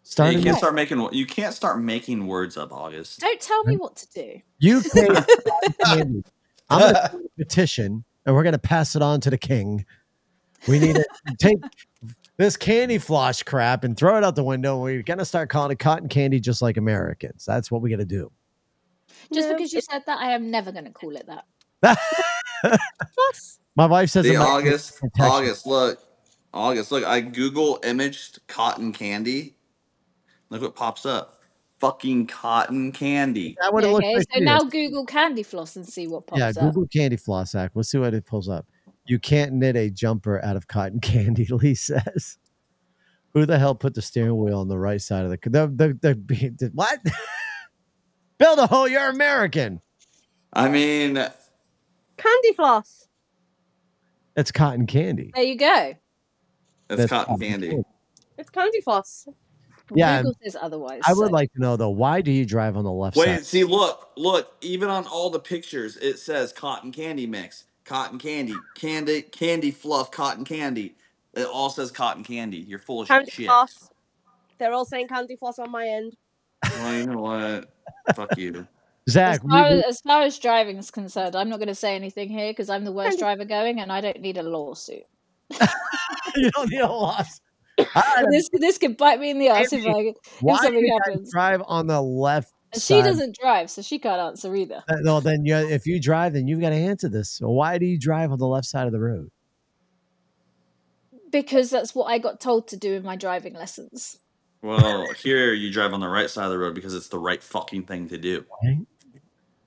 Speaker 5: Starting
Speaker 2: can't
Speaker 5: with
Speaker 2: start making you can't start making words up, August.
Speaker 7: Don't tell me what to do.
Speaker 5: UK cotton candy. I'm gonna start a petition, and we're gonna pass it on to the king. We need
Speaker 7: [LAUGHS]
Speaker 5: to take this candy floss crap and throw it out the window. We're gonna start calling it cotton candy, just like Americans. That's what we gotta do.
Speaker 7: Just
Speaker 6: No,
Speaker 7: because you
Speaker 6: it's
Speaker 7: said that, I am never going to call it that.
Speaker 6: floss.
Speaker 5: My wife says
Speaker 2: See,
Speaker 5: it might be
Speaker 2: August,
Speaker 5: protection.
Speaker 2: August, look, August, look. I Google imaged cotton candy. Look what pops up. Fucking cotton candy.
Speaker 5: That would have looked
Speaker 7: okay,
Speaker 5: like
Speaker 7: so
Speaker 5: this.
Speaker 7: now Google candy floss and see what pops
Speaker 5: yeah,
Speaker 7: up.
Speaker 5: Google Candy Floss Act. Let's see what it pulls up. You can't knit a jumper out of cotton [LAUGHS] candy, Lee says. Who the hell put the steering wheel on the right side of the the the, the, the what? [LAUGHS] Build a hole. You're American.
Speaker 2: I mean,
Speaker 6: Candy floss.
Speaker 5: It's cotton candy.
Speaker 7: There you go.
Speaker 2: it's cotton candy.
Speaker 6: It's candy floss.
Speaker 5: Yeah,
Speaker 7: Google says otherwise.
Speaker 5: I would
Speaker 7: so-
Speaker 5: like to know though. Why do you drive on the left
Speaker 2: Wait,
Speaker 5: side? [LAUGHS]
Speaker 2: see, look, look. Even on all the pictures, it says cotton candy mix, cotton candy, candy, candy fluff, cotton candy. It all says cotton candy. You're full of
Speaker 6: Candy
Speaker 2: shit.
Speaker 6: floss. They're all saying candy floss on my end.
Speaker 2: Well, you know what? Fuck [LAUGHS] you.
Speaker 7: As
Speaker 5: Zach,
Speaker 7: far
Speaker 5: we-
Speaker 7: as, as far as driving is concerned, I'm not going to say anything here because I'm the worst
Speaker 6: Candy-
Speaker 7: driver going, and I don't need a lawsuit.
Speaker 5: you don't need a
Speaker 7: [LAUGHS]
Speaker 5: loss. All right,
Speaker 7: This this could bite me in the ass if,
Speaker 5: Amy,
Speaker 7: I, if
Speaker 5: why do
Speaker 7: something
Speaker 5: you guys
Speaker 7: happens.
Speaker 5: drive on the left?
Speaker 7: And
Speaker 5: side
Speaker 7: she
Speaker 5: of the
Speaker 7: doesn't drive, so she can't answer either.
Speaker 5: Uh, No, then you if you drive, then you've got to answer this. So why do you drive on the left side of the road?
Speaker 7: Because that's what I got told to do in my driving lessons.
Speaker 2: Well, here you drive on the right side of the road because it's the right fucking thing to do.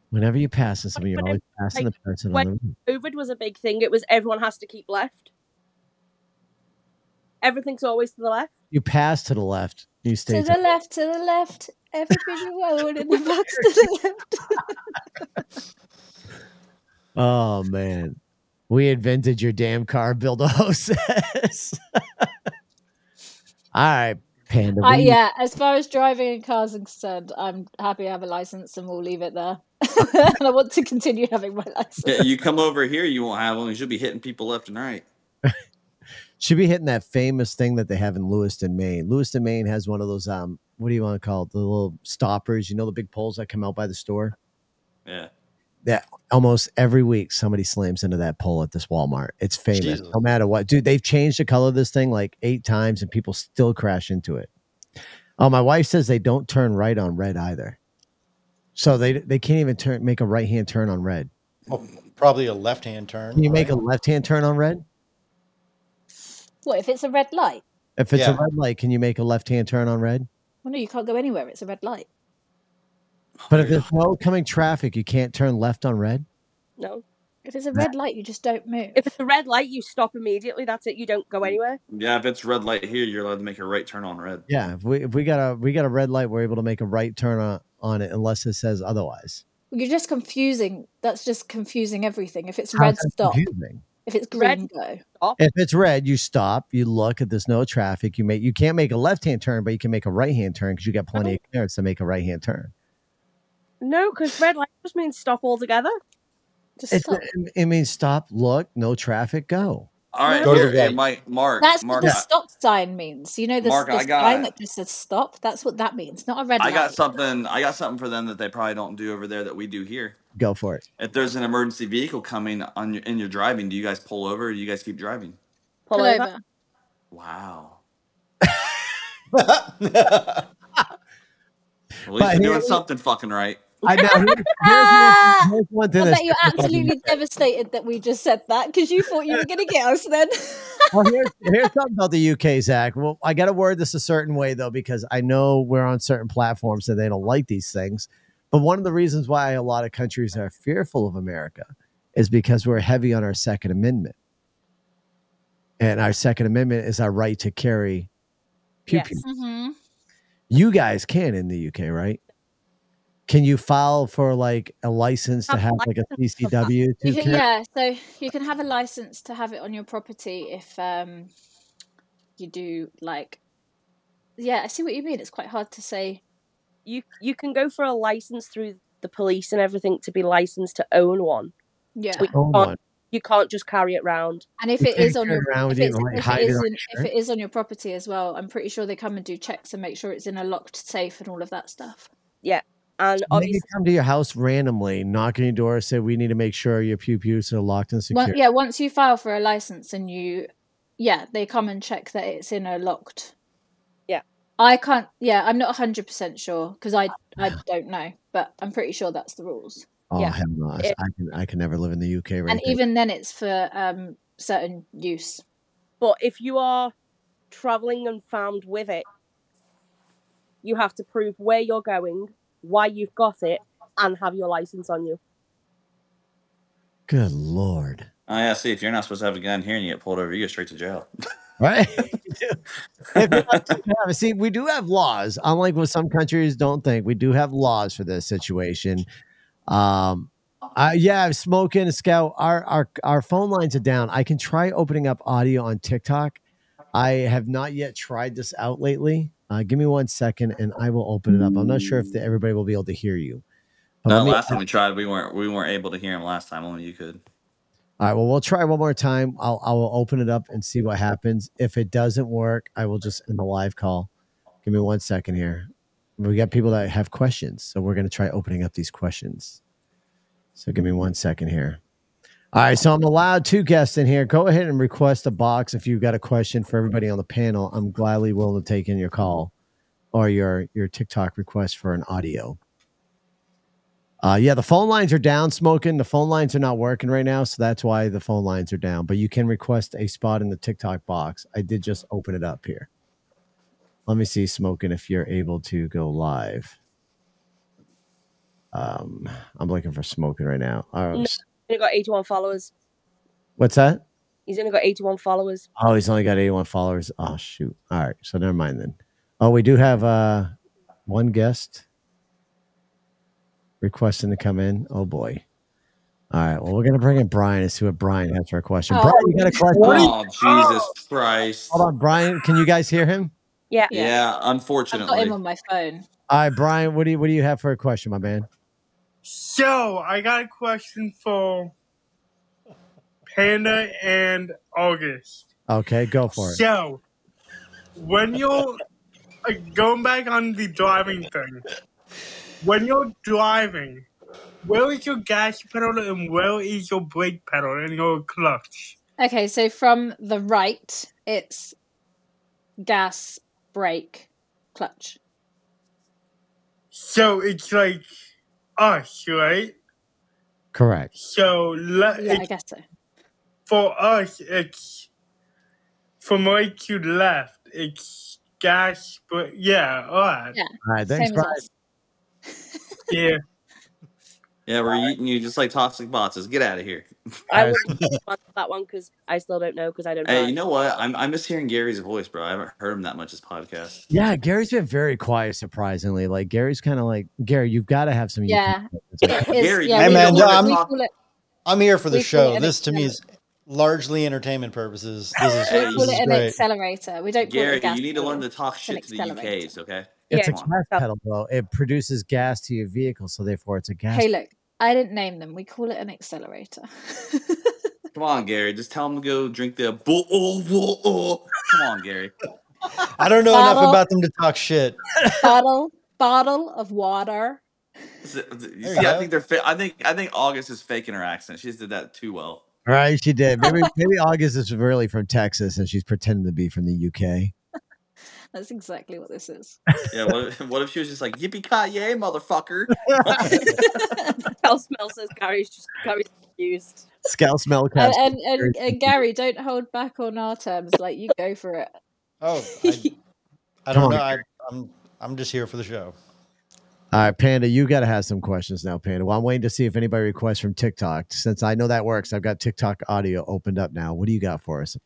Speaker 5: Whenever you pass somebody, you're
Speaker 6: When-
Speaker 5: always passing
Speaker 6: like,
Speaker 5: the person
Speaker 6: when-
Speaker 5: on the road.
Speaker 6: COVID was a big thing. It was everyone has to keep left. Everything's always to the left.
Speaker 5: You pass to the left, you stay.
Speaker 7: To
Speaker 5: To
Speaker 7: the left, to the left,
Speaker 2: [LAUGHS]
Speaker 7: everybody road in the box to the left.
Speaker 5: oh man, we invented your damn car. [LAUGHS] Build a hostess. [LAUGHS] All right, Panda.
Speaker 7: I,
Speaker 5: what do you-
Speaker 7: yeah, as far as driving and cars are concerned, I'm happy I have a license and we'll leave it there. [LAUGHS] and I want to continue having my
Speaker 2: [LAUGHS]
Speaker 7: license.
Speaker 2: Yeah, you come over here, you won't have one. 'cause You'll be hitting people left and right.
Speaker 5: Should be hitting that famous thing that they have in Lewiston, Maine. Lewiston, Maine has one of those um, what do you want to call it? The little stoppers. You know the big poles that come out by the store.
Speaker 2: Yeah.
Speaker 5: almost every week somebody slams into that pole at this Walmart. It's famous.
Speaker 8: Jesus.
Speaker 5: No matter what. Dude, they've changed the color of this thing like eight times and people still crash into it. Oh, my wife says they don't turn right on red either. So they they can't even turn make a right hand turn on red.
Speaker 8: [LAUGHS] Oh, probably a left hand turn.
Speaker 5: Can you make a
Speaker 8: right?
Speaker 5: left hand turn on red?
Speaker 7: What if it's a red light?
Speaker 5: If it's a
Speaker 8: Yeah.
Speaker 5: red light, can you make a left hand turn on red?
Speaker 7: Well, no, you can't go anywhere. It's a red light.
Speaker 5: But if there's no coming traffic, you can't turn left on red.
Speaker 6: No.
Speaker 7: If it's a red light, you just don't move.
Speaker 6: If it's a red light, you stop immediately. That's it. You don't go anywhere.
Speaker 2: Yeah, if it's red light here, you're allowed to make a right turn on red.
Speaker 5: Yeah, if we if we got a we got a red light, we're able to make a right turn on, on it unless it says otherwise.
Speaker 7: You're just confusing. That's just confusing everything. If it's
Speaker 5: How's
Speaker 7: red,
Speaker 5: that
Speaker 7: stop.
Speaker 5: confusing?
Speaker 7: If it's
Speaker 6: Red-
Speaker 7: green, go.
Speaker 5: If it's red, you stop, you look at there's no traffic. You make you can't make a left hand turn, but you can make a right hand turn because you got plenty of clearance to make a right hand turn.
Speaker 6: No, because red light just means stop altogether.
Speaker 7: Just
Speaker 5: It's,
Speaker 7: stop.
Speaker 5: it means stop, look, no traffic, go.
Speaker 2: All right,
Speaker 8: Go to
Speaker 2: here,
Speaker 8: the
Speaker 2: hey,
Speaker 8: right.
Speaker 2: Mike, Mark,
Speaker 7: That's
Speaker 2: Mark,
Speaker 7: what the
Speaker 2: I-
Speaker 7: stop sign means. You know, the,
Speaker 2: Mark,
Speaker 7: the
Speaker 2: I got-
Speaker 7: sign that just says stop. That's what that means, not a red
Speaker 2: I
Speaker 7: light.
Speaker 2: got something. I got something for them that they probably don't do over there that we do here.
Speaker 5: Go for it.
Speaker 2: If there's an emergency vehicle coming on your, in your driving, do you guys pull over? or Do you guys keep driving?
Speaker 7: Pull
Speaker 6: Pull over.
Speaker 7: over.
Speaker 2: Wow.
Speaker 8: That's
Speaker 2: At least
Speaker 5: But
Speaker 2: you're doing
Speaker 5: here-
Speaker 2: something fucking right.
Speaker 5: I know. Here's, here's one-
Speaker 7: [LAUGHS]
Speaker 5: here's one thing
Speaker 7: I
Speaker 5: that's
Speaker 7: bet you're
Speaker 5: fucking-
Speaker 7: absolutely devastated that we just said that because you thought you were going to get us then.
Speaker 5: well, here's, here's something about the UK, Zach. Well, I got to word this a certain way though, because I know we're on certain platforms that they don't like these things. But one of the reasons why a lot of countries are fearful of America is because we're heavy on our Second Amendment, and our Second Amendment is our right to carry. Pew
Speaker 6: Yes.
Speaker 5: pew.
Speaker 7: [LAUGHS] mm-hmm.
Speaker 5: You guys can in the UK, right? Can you file for like a license to
Speaker 6: Have a
Speaker 5: have like a
Speaker 6: license for that.
Speaker 5: CCW? To
Speaker 7: You can,
Speaker 5: carry?
Speaker 7: yeah, so you can have a license to have it on your property if um, you do like. Yeah, I see what you mean. It's quite hard to say.
Speaker 6: You you can go for a license through the police and everything to be licensed to own one.
Speaker 7: Yeah,
Speaker 6: We
Speaker 5: Own
Speaker 6: can't-
Speaker 5: one.
Speaker 6: You can't just carry it round.
Speaker 7: and if
Speaker 5: You
Speaker 7: it
Speaker 5: can't
Speaker 7: is on
Speaker 5: carry
Speaker 7: your
Speaker 5: around
Speaker 7: if,
Speaker 5: with you
Speaker 7: it's,
Speaker 5: and, like,
Speaker 7: if
Speaker 5: hide
Speaker 7: it
Speaker 5: it
Speaker 7: is
Speaker 5: on
Speaker 7: in, if
Speaker 5: your
Speaker 7: it is on your property as well, I'm pretty sure they come and do checks and make sure it's in a locked safe and all of that stuff.
Speaker 6: And
Speaker 5: And they could
Speaker 6: obviously,
Speaker 5: come to your house randomly, knock on your door, say, "We need to make sure your pew pews are locked and
Speaker 7: Well,
Speaker 5: secure."
Speaker 7: yeah, once you file for a license and you, yeah, they come and check that it's in a locked.
Speaker 6: Yeah.
Speaker 7: I can't. Yeah, I'm not hundred percent sure because I
Speaker 2: [SIGHS]
Speaker 7: I don't know, but I'm pretty sure that's the rules.
Speaker 5: oh
Speaker 6: yeah.
Speaker 5: hell no! I s-
Speaker 6: It-
Speaker 5: I can I can never live in the UK right
Speaker 7: And
Speaker 5: there.
Speaker 7: even then, it's for um certain use.
Speaker 6: but if you are traveling and found with it, you have to prove where you're going, why you've got it, and have your license on you.
Speaker 5: Good lord!
Speaker 2: Oh yeah, see, if you're not supposed to have a gun here and you get pulled over, you go straight to jail.
Speaker 5: Right? [LAUGHS] If you're not supposed to have it- See, we do have laws. Unlike what some countries don't think, we do have laws for this situation. Um, I, yeah, I'm smoking. Scout, our our our phone lines are down. I can try opening up audio on TikTok. I have not yet tried this out lately. Uh, give me one second, and I will open it up. I'm not sure if the, everybody will be able to hear you. But
Speaker 2: No,
Speaker 5: let me-
Speaker 2: last time we tried, we weren't we weren't able to hear him last time. Only you could.
Speaker 5: all right. Well, we'll try one more time. I'll I will open it up and see what happens. If it doesn't work, I will just end the live call. Give me one second here. We got people that have questions, so we're gonna try opening up these questions. So give me one second here. All right, so I'm allowed two guests in here. Go ahead and request a box if you've got a question for everybody on the panel. I'm gladly willing to take in your call or your your TikTok request for an audio. Uh, yeah, the phone lines are down, smoking. The phone lines are not working right now, so that's why the phone lines are down. But you can request a spot in the TikTok box. I did just open it up here. Let me see, smoking, if you're able to go live. Um, I'm looking for smoking right now. All right,
Speaker 6: No. He's only got 81 followers.
Speaker 5: what's that?
Speaker 6: He's only got 81 followers.
Speaker 5: Oh, he's only got 81 followers. Oh shoot. All right. So never mind then. Oh, we do have uh one guest requesting to come in. Oh boy. All right. Well, we're gonna bring in Brian and see what Brian has for a question.
Speaker 7: Oh.
Speaker 5: Brian, you got a question?
Speaker 2: Oh Jesus Christ!
Speaker 5: Hold on, Brian. Can you guys hear him?
Speaker 6: Yeah.
Speaker 2: Yeah,
Speaker 7: I've got
Speaker 2: unfortunately.
Speaker 7: him on my phone.
Speaker 5: All right, Brian, what do you what do you have for a question, my man?
Speaker 1: So I got a question for Panda and August.
Speaker 5: Okay, go for it.
Speaker 1: So when you're uh, going back on the driving thing, when you're driving, where is your gas pedal and where is your brake pedal and your clutch?
Speaker 7: Okay, so from the right, it's gas, brake, clutch.
Speaker 1: So it's like us, right?
Speaker 5: Correct.
Speaker 1: So
Speaker 2: Uh,
Speaker 1: le-
Speaker 7: Yeah, I
Speaker 1: it's,
Speaker 7: guess so.
Speaker 1: for us, it's from right to left. It's gas, but yeah, all right,
Speaker 7: Yeah,
Speaker 5: All right, thanks,
Speaker 7: same as
Speaker 5: Brian.
Speaker 7: us.
Speaker 1: yeah.
Speaker 5: [LAUGHS]
Speaker 2: yeah, we're eating you just like toxic bots. Get out of here.
Speaker 6: I
Speaker 5: I-
Speaker 6: wouldn't answer that one because I still don't know because I don't
Speaker 2: Hey,
Speaker 6: drive.
Speaker 2: you know what? I'm I miss hearing Gary's voice, bro. I haven't heard him that much this podcast.
Speaker 5: Yeah, Gary's been very quiet, surprisingly. Like Gary's kind of like Gary. You've got to have some. YouTube
Speaker 7: Yeah,
Speaker 5: questions."
Speaker 7: it
Speaker 2: [LAUGHS]
Speaker 7: is.
Speaker 2: Gary,
Speaker 7: yeah,
Speaker 8: Hey,
Speaker 7: we,
Speaker 8: man,
Speaker 7: we,
Speaker 8: no, I'm-
Speaker 7: we call it
Speaker 8: [LAUGHS] I'm here for the
Speaker 7: We call it
Speaker 8: show.
Speaker 7: an
Speaker 8: This to me is largely entertainment purposes. This is,
Speaker 2: Hey,
Speaker 7: We call
Speaker 8: this
Speaker 7: it
Speaker 8: is
Speaker 7: an
Speaker 8: great.
Speaker 7: accelerator. We don't call it a
Speaker 2: Gary,
Speaker 7: gas.
Speaker 2: you need to learn
Speaker 7: pedal.
Speaker 2: to talk
Speaker 7: an
Speaker 2: shit to the UKs,
Speaker 7: accelerator.
Speaker 2: okay?
Speaker 5: It's
Speaker 6: Yeah,
Speaker 5: a
Speaker 2: Come on.
Speaker 5: gas
Speaker 6: stop.
Speaker 5: pedal, bro. It produces gas to your vehicle, so therefore it's a gas.
Speaker 7: Hey, look, I didn't name them. We call it an accelerator.
Speaker 2: Come on, Gary. Just tell him to go drink the bull. Oh, bull oh. Come on, Gary.
Speaker 8: I don't know enough
Speaker 7: Bottle.
Speaker 8: about them to talk shit.
Speaker 7: [LAUGHS] bottle bottle of water.
Speaker 2: Is it- is it- You
Speaker 8: There you
Speaker 2: see, I
Speaker 8: go.
Speaker 2: think they're. Fa- I think I think August is faking her accent. She just did that too well.
Speaker 5: All right, she did. Maybe maybe August is really from Texas and she's pretending to be from the UK.
Speaker 7: That's exactly what this
Speaker 5: [LAUGHS]
Speaker 7: is.
Speaker 2: Yeah. What if, what if she was just like yippee ki yay, motherfucker?
Speaker 6: Cal Smell says Gary's just Gary's confused.
Speaker 5: Scout smell
Speaker 7: And
Speaker 5: cast.
Speaker 7: and, and, and Gary, don't hold back on our terms. Like you go for it.
Speaker 8: Oh,
Speaker 7: [LAUGHS]
Speaker 8: I, I
Speaker 5: Come
Speaker 8: don't
Speaker 5: on,
Speaker 8: know. I, I'm I'm just here for the show.
Speaker 5: All right, Panda, you got to have some questions now, Panda. Well, I'm waiting to see if anybody requests from TikTok. Since I know that works, I've got TikTok audio opened up now. What do you got for us?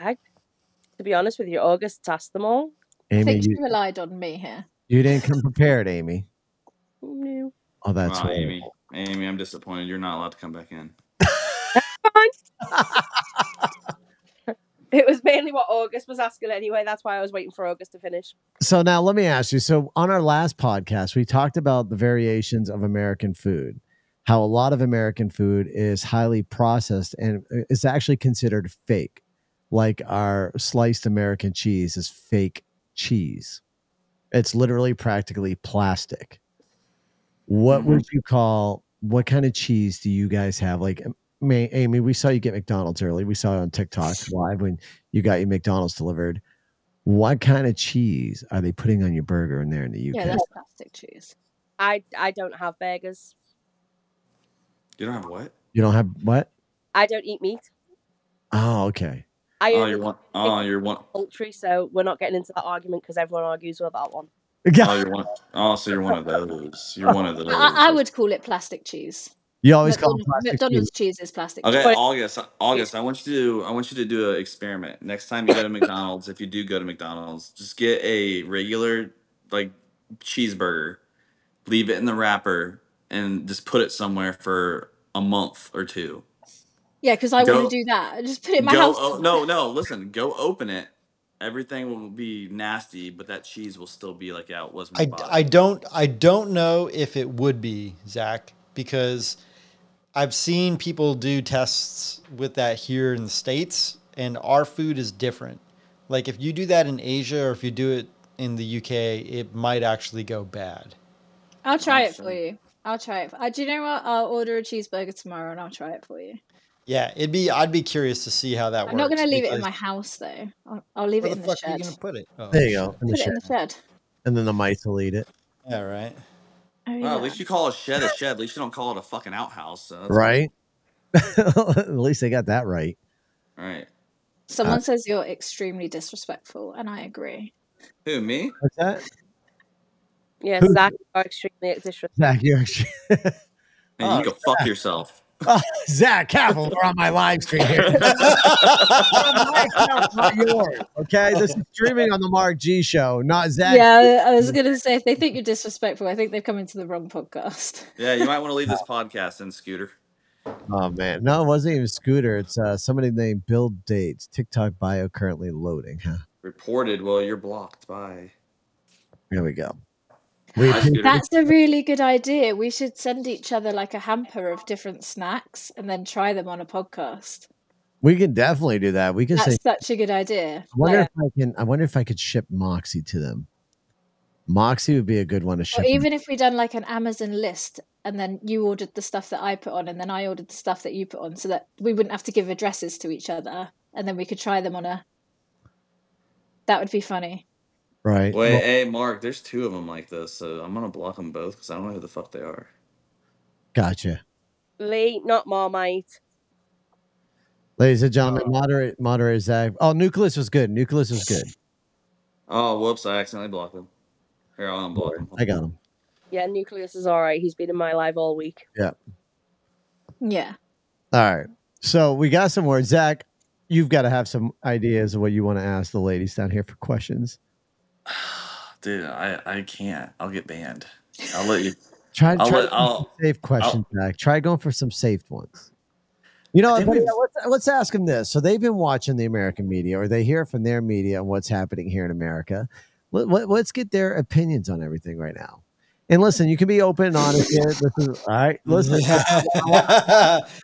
Speaker 6: To be honest with you, August asked them all.
Speaker 7: I
Speaker 5: Amy,
Speaker 7: think she
Speaker 5: you,
Speaker 7: relied on me here.
Speaker 5: you didn't come prepared, Amy.
Speaker 6: No.
Speaker 5: Oh, that's
Speaker 2: Wow,
Speaker 5: horrible.
Speaker 2: Amy. Amy, I'm disappointed. You're not allowed to come back in.
Speaker 6: It was mainly what August was asking anyway. That's why I was waiting for August to finish.
Speaker 5: So now let me ask you. So on our last podcast, we talked about the variations of American food, how a lot of American food is highly processed and it's actually considered fake. Like our sliced American cheese is fake cheese. It's literally practically plastic. What
Speaker 7: Mm-hmm.
Speaker 2: Mhm.
Speaker 5: would you call what kind of cheese do you guys have? Like Ma- Amy, we saw you get McDonald's early. We saw it on
Speaker 7: [LAUGHS]
Speaker 5: TikTok live when you got your McDonald's delivered. What kind of cheese are they putting on your burger in there in the UK?
Speaker 7: Yeah, that's plastic cheese.
Speaker 6: I I don't have burgers.
Speaker 2: You don't have what?
Speaker 5: you don't have what?
Speaker 6: I don't eat meat.
Speaker 5: Oh, okay.
Speaker 6: I
Speaker 2: Oh,
Speaker 6: only
Speaker 2: you're
Speaker 6: eat
Speaker 2: one. Oh, you're one.
Speaker 6: poultry, so we're not getting into that argument because everyone argues with that one.
Speaker 2: Oh, you're one. Oh, so you're one of those. You're one of those.
Speaker 7: [LAUGHS] I, I would call it plastic cheese.
Speaker 5: You always call
Speaker 7: McDonald's,
Speaker 5: it plastic
Speaker 7: McDonald's cheese. is plastic.
Speaker 2: Okay,
Speaker 6: But-
Speaker 2: August. August. I want you to. do- I want you to do an experiment. Next time
Speaker 7: [LAUGHS]
Speaker 2: you go to McDonald's, if you do go to McDonald's, just get a regular like cheeseburger, leave it in the wrapper, and just put it somewhere for a month or two.
Speaker 7: Yeah, because I want
Speaker 2: Go-
Speaker 7: to do that. I just put it in my
Speaker 2: go.
Speaker 7: house.
Speaker 2: Oh, no, no. Listen. Go open it. Everything will be nasty, but that cheese will still be like how it was. in the
Speaker 8: I,
Speaker 2: bottle.
Speaker 8: I don't I don't know if it would be Zach because I've seen people do tests with that here in the states, and our food is different. Like if you do that in Asia or if you do it in the UK, it might actually go bad.
Speaker 7: I'll try it
Speaker 2: Awesome.
Speaker 7: for you. I'll try it. Uh, do you know what? I'll order a cheeseburger tomorrow and I'll try it for you.
Speaker 8: Yeah, it'd be I'd be curious to see how that
Speaker 7: I'm
Speaker 8: works.
Speaker 7: not going to leave it in
Speaker 8: because-
Speaker 7: my house though. I'll, I'll leave
Speaker 8: Where
Speaker 7: it
Speaker 8: the
Speaker 7: in the
Speaker 8: fuck are you
Speaker 7: shed.
Speaker 8: gonna put it? Oh,
Speaker 5: There you go.
Speaker 8: shit.
Speaker 5: In the
Speaker 7: Put it in
Speaker 5: shed.
Speaker 7: the shed.
Speaker 5: And then the mice will eat it.
Speaker 8: Yeah, right.
Speaker 7: Oh
Speaker 2: Well,
Speaker 7: yeah.
Speaker 2: at least you call a shed a shed. At least you don't call it a fucking outhouse. So that's
Speaker 5: Right? [LAUGHS] At least they got that right.
Speaker 2: All right.
Speaker 7: Someone says you're extremely disrespectful, and I agree.
Speaker 2: Who me?
Speaker 5: What's that?
Speaker 6: Yeah,
Speaker 5: Who's-
Speaker 6: Zach are extremely disrespectful.
Speaker 5: Zach, you actually
Speaker 2: Man,
Speaker 8: Oh,
Speaker 2: you go fuck yourself.
Speaker 5: oh, [LAUGHS] Zach Cavill, we're on my live stream [LAUGHS] here. On my account, not yours. Okay. This is streaming on the Mark G show, not Zach.
Speaker 7: Yeah, I I was going to say if they think you're disrespectful, I think they've come into the
Speaker 2: [LAUGHS]
Speaker 7: wrong podcast.
Speaker 2: Yeah, you might want to leave this podcast in, Scooter.
Speaker 5: Oh man. No, it wasn't even Scooter. It's uh, somebody named Bill Dates. TikTok bio currently loading, huh?
Speaker 2: Reported. Well, you're blocked by.
Speaker 5: Here we go. We
Speaker 2: Hi, Scooter.
Speaker 7: That's a really good idea. We should send each other like a hamper of different snacks and then try them on a podcast.
Speaker 5: we can definitely do that. We can say
Speaker 7: That's such a good idea.
Speaker 5: I wonder
Speaker 7: Like,
Speaker 5: if I can. I wonder if I could ship Moxie to them. Moxie would be a good one to
Speaker 7: or
Speaker 5: ship.
Speaker 7: even if we done like an Amazon list and then you ordered the stuff that I put on and then I ordered the stuff that you put on so that we wouldn't have to give addresses to each other and then we could try them on a that would be funny.
Speaker 5: right?
Speaker 2: Wait, hey, Mark. There's two of them like this, so I'm gonna block them both because I don't know who the fuck they are.
Speaker 5: Gotcha,
Speaker 6: Lee, not Marmite.
Speaker 5: ladies and
Speaker 2: Uh,
Speaker 5: gentlemen. Moderate, moderate Zach. Oh, Nucleus was good. Nucleus was good.
Speaker 2: Oh, whoops! I accidentally blocked them. Here, I'll unblock them.
Speaker 5: I got him.
Speaker 6: Yeah, Nucleus is all right. He's been in my live all week. [LAUGHS]
Speaker 7: Yeah.
Speaker 5: All right. So we got some words. Zach, you've got to have some ideas of what you want to ask the ladies down here for questions.
Speaker 2: Dude, I I can't. I'll get banned.
Speaker 5: [LAUGHS]
Speaker 2: I'll let you.
Speaker 5: Try,
Speaker 2: I'll
Speaker 5: try
Speaker 2: let-
Speaker 5: to
Speaker 2: I'll-
Speaker 5: some safe questions, Zach. Try going for some safe ones. You know,
Speaker 2: I think
Speaker 5: but,
Speaker 2: we've-
Speaker 5: uh, let's, let's ask them this. So they've been watching the American media, or they hear from their media on what's happening here in America. Let, let, us get their opinions on everything right now. And [LAUGHS]
Speaker 2: [LAUGHS]
Speaker 8: [LAUGHS]
Speaker 5: listen, you can be open and honest. Here. This is all right. Listen,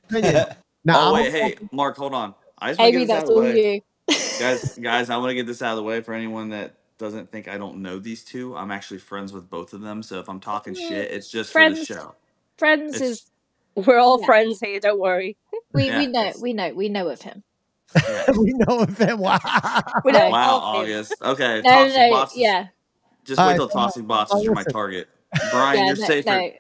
Speaker 5: opinion. Now,
Speaker 2: oh
Speaker 5: I'm-
Speaker 2: wait, hey, Mark, hold on. I just want to get
Speaker 7: Amy,
Speaker 2: this out
Speaker 7: that's
Speaker 2: of the
Speaker 7: all
Speaker 2: way.
Speaker 7: you. [LAUGHS]
Speaker 2: guys guys i want to get this out of the way for anyone that doesn't think i don't know these two i'm actually friends with both of them so if i'm talking shit it's just
Speaker 7: Friends.
Speaker 2: for the
Speaker 7: [LAUGHS]
Speaker 2: show
Speaker 7: Friends
Speaker 2: It's-
Speaker 7: is
Speaker 6: We're all
Speaker 7: Yeah.
Speaker 6: friends here, don't worry.
Speaker 7: we,
Speaker 2: Yeah,
Speaker 7: we know
Speaker 2: it's-
Speaker 7: we know we know
Speaker 2: [LAUGHS]
Speaker 7: of him.
Speaker 2: yeah.
Speaker 5: [LAUGHS] we know of him. Wow.
Speaker 6: We don't
Speaker 2: Oh, wow
Speaker 6: of him.
Speaker 2: august okay
Speaker 7: No, no,
Speaker 2: toxic
Speaker 7: no
Speaker 2: boxes
Speaker 7: yeah,
Speaker 2: just wait
Speaker 5: Alright,
Speaker 2: till toxic boxes you're my
Speaker 5: listen.
Speaker 2: target brian
Speaker 7: yeah,
Speaker 2: you're
Speaker 7: no,
Speaker 2: safer
Speaker 7: no.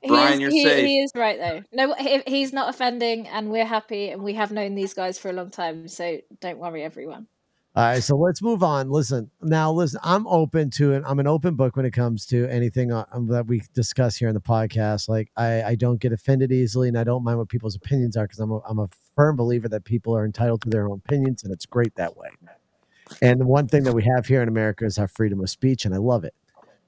Speaker 7: He
Speaker 2: Brian,
Speaker 7: is
Speaker 2: you're
Speaker 7: he,
Speaker 2: safe.
Speaker 7: he is right though. No, he, he's not offending, and we're happy, and we have known these guys for a long time, so don't worry, everyone.
Speaker 2: [LAUGHS]
Speaker 5: All right, so let's move on. Listen, now listen, I'm open to it. I'm an open book when it comes to anything uh, um, that we discuss here in the podcast. Like, I, I don't get offended easily, and I don't mind what people's opinions are because I'm a, I'm a firm believer that people are entitled to their own opinions, and it's great that way. And the one thing that we have here in America is our freedom of speech, and I love it.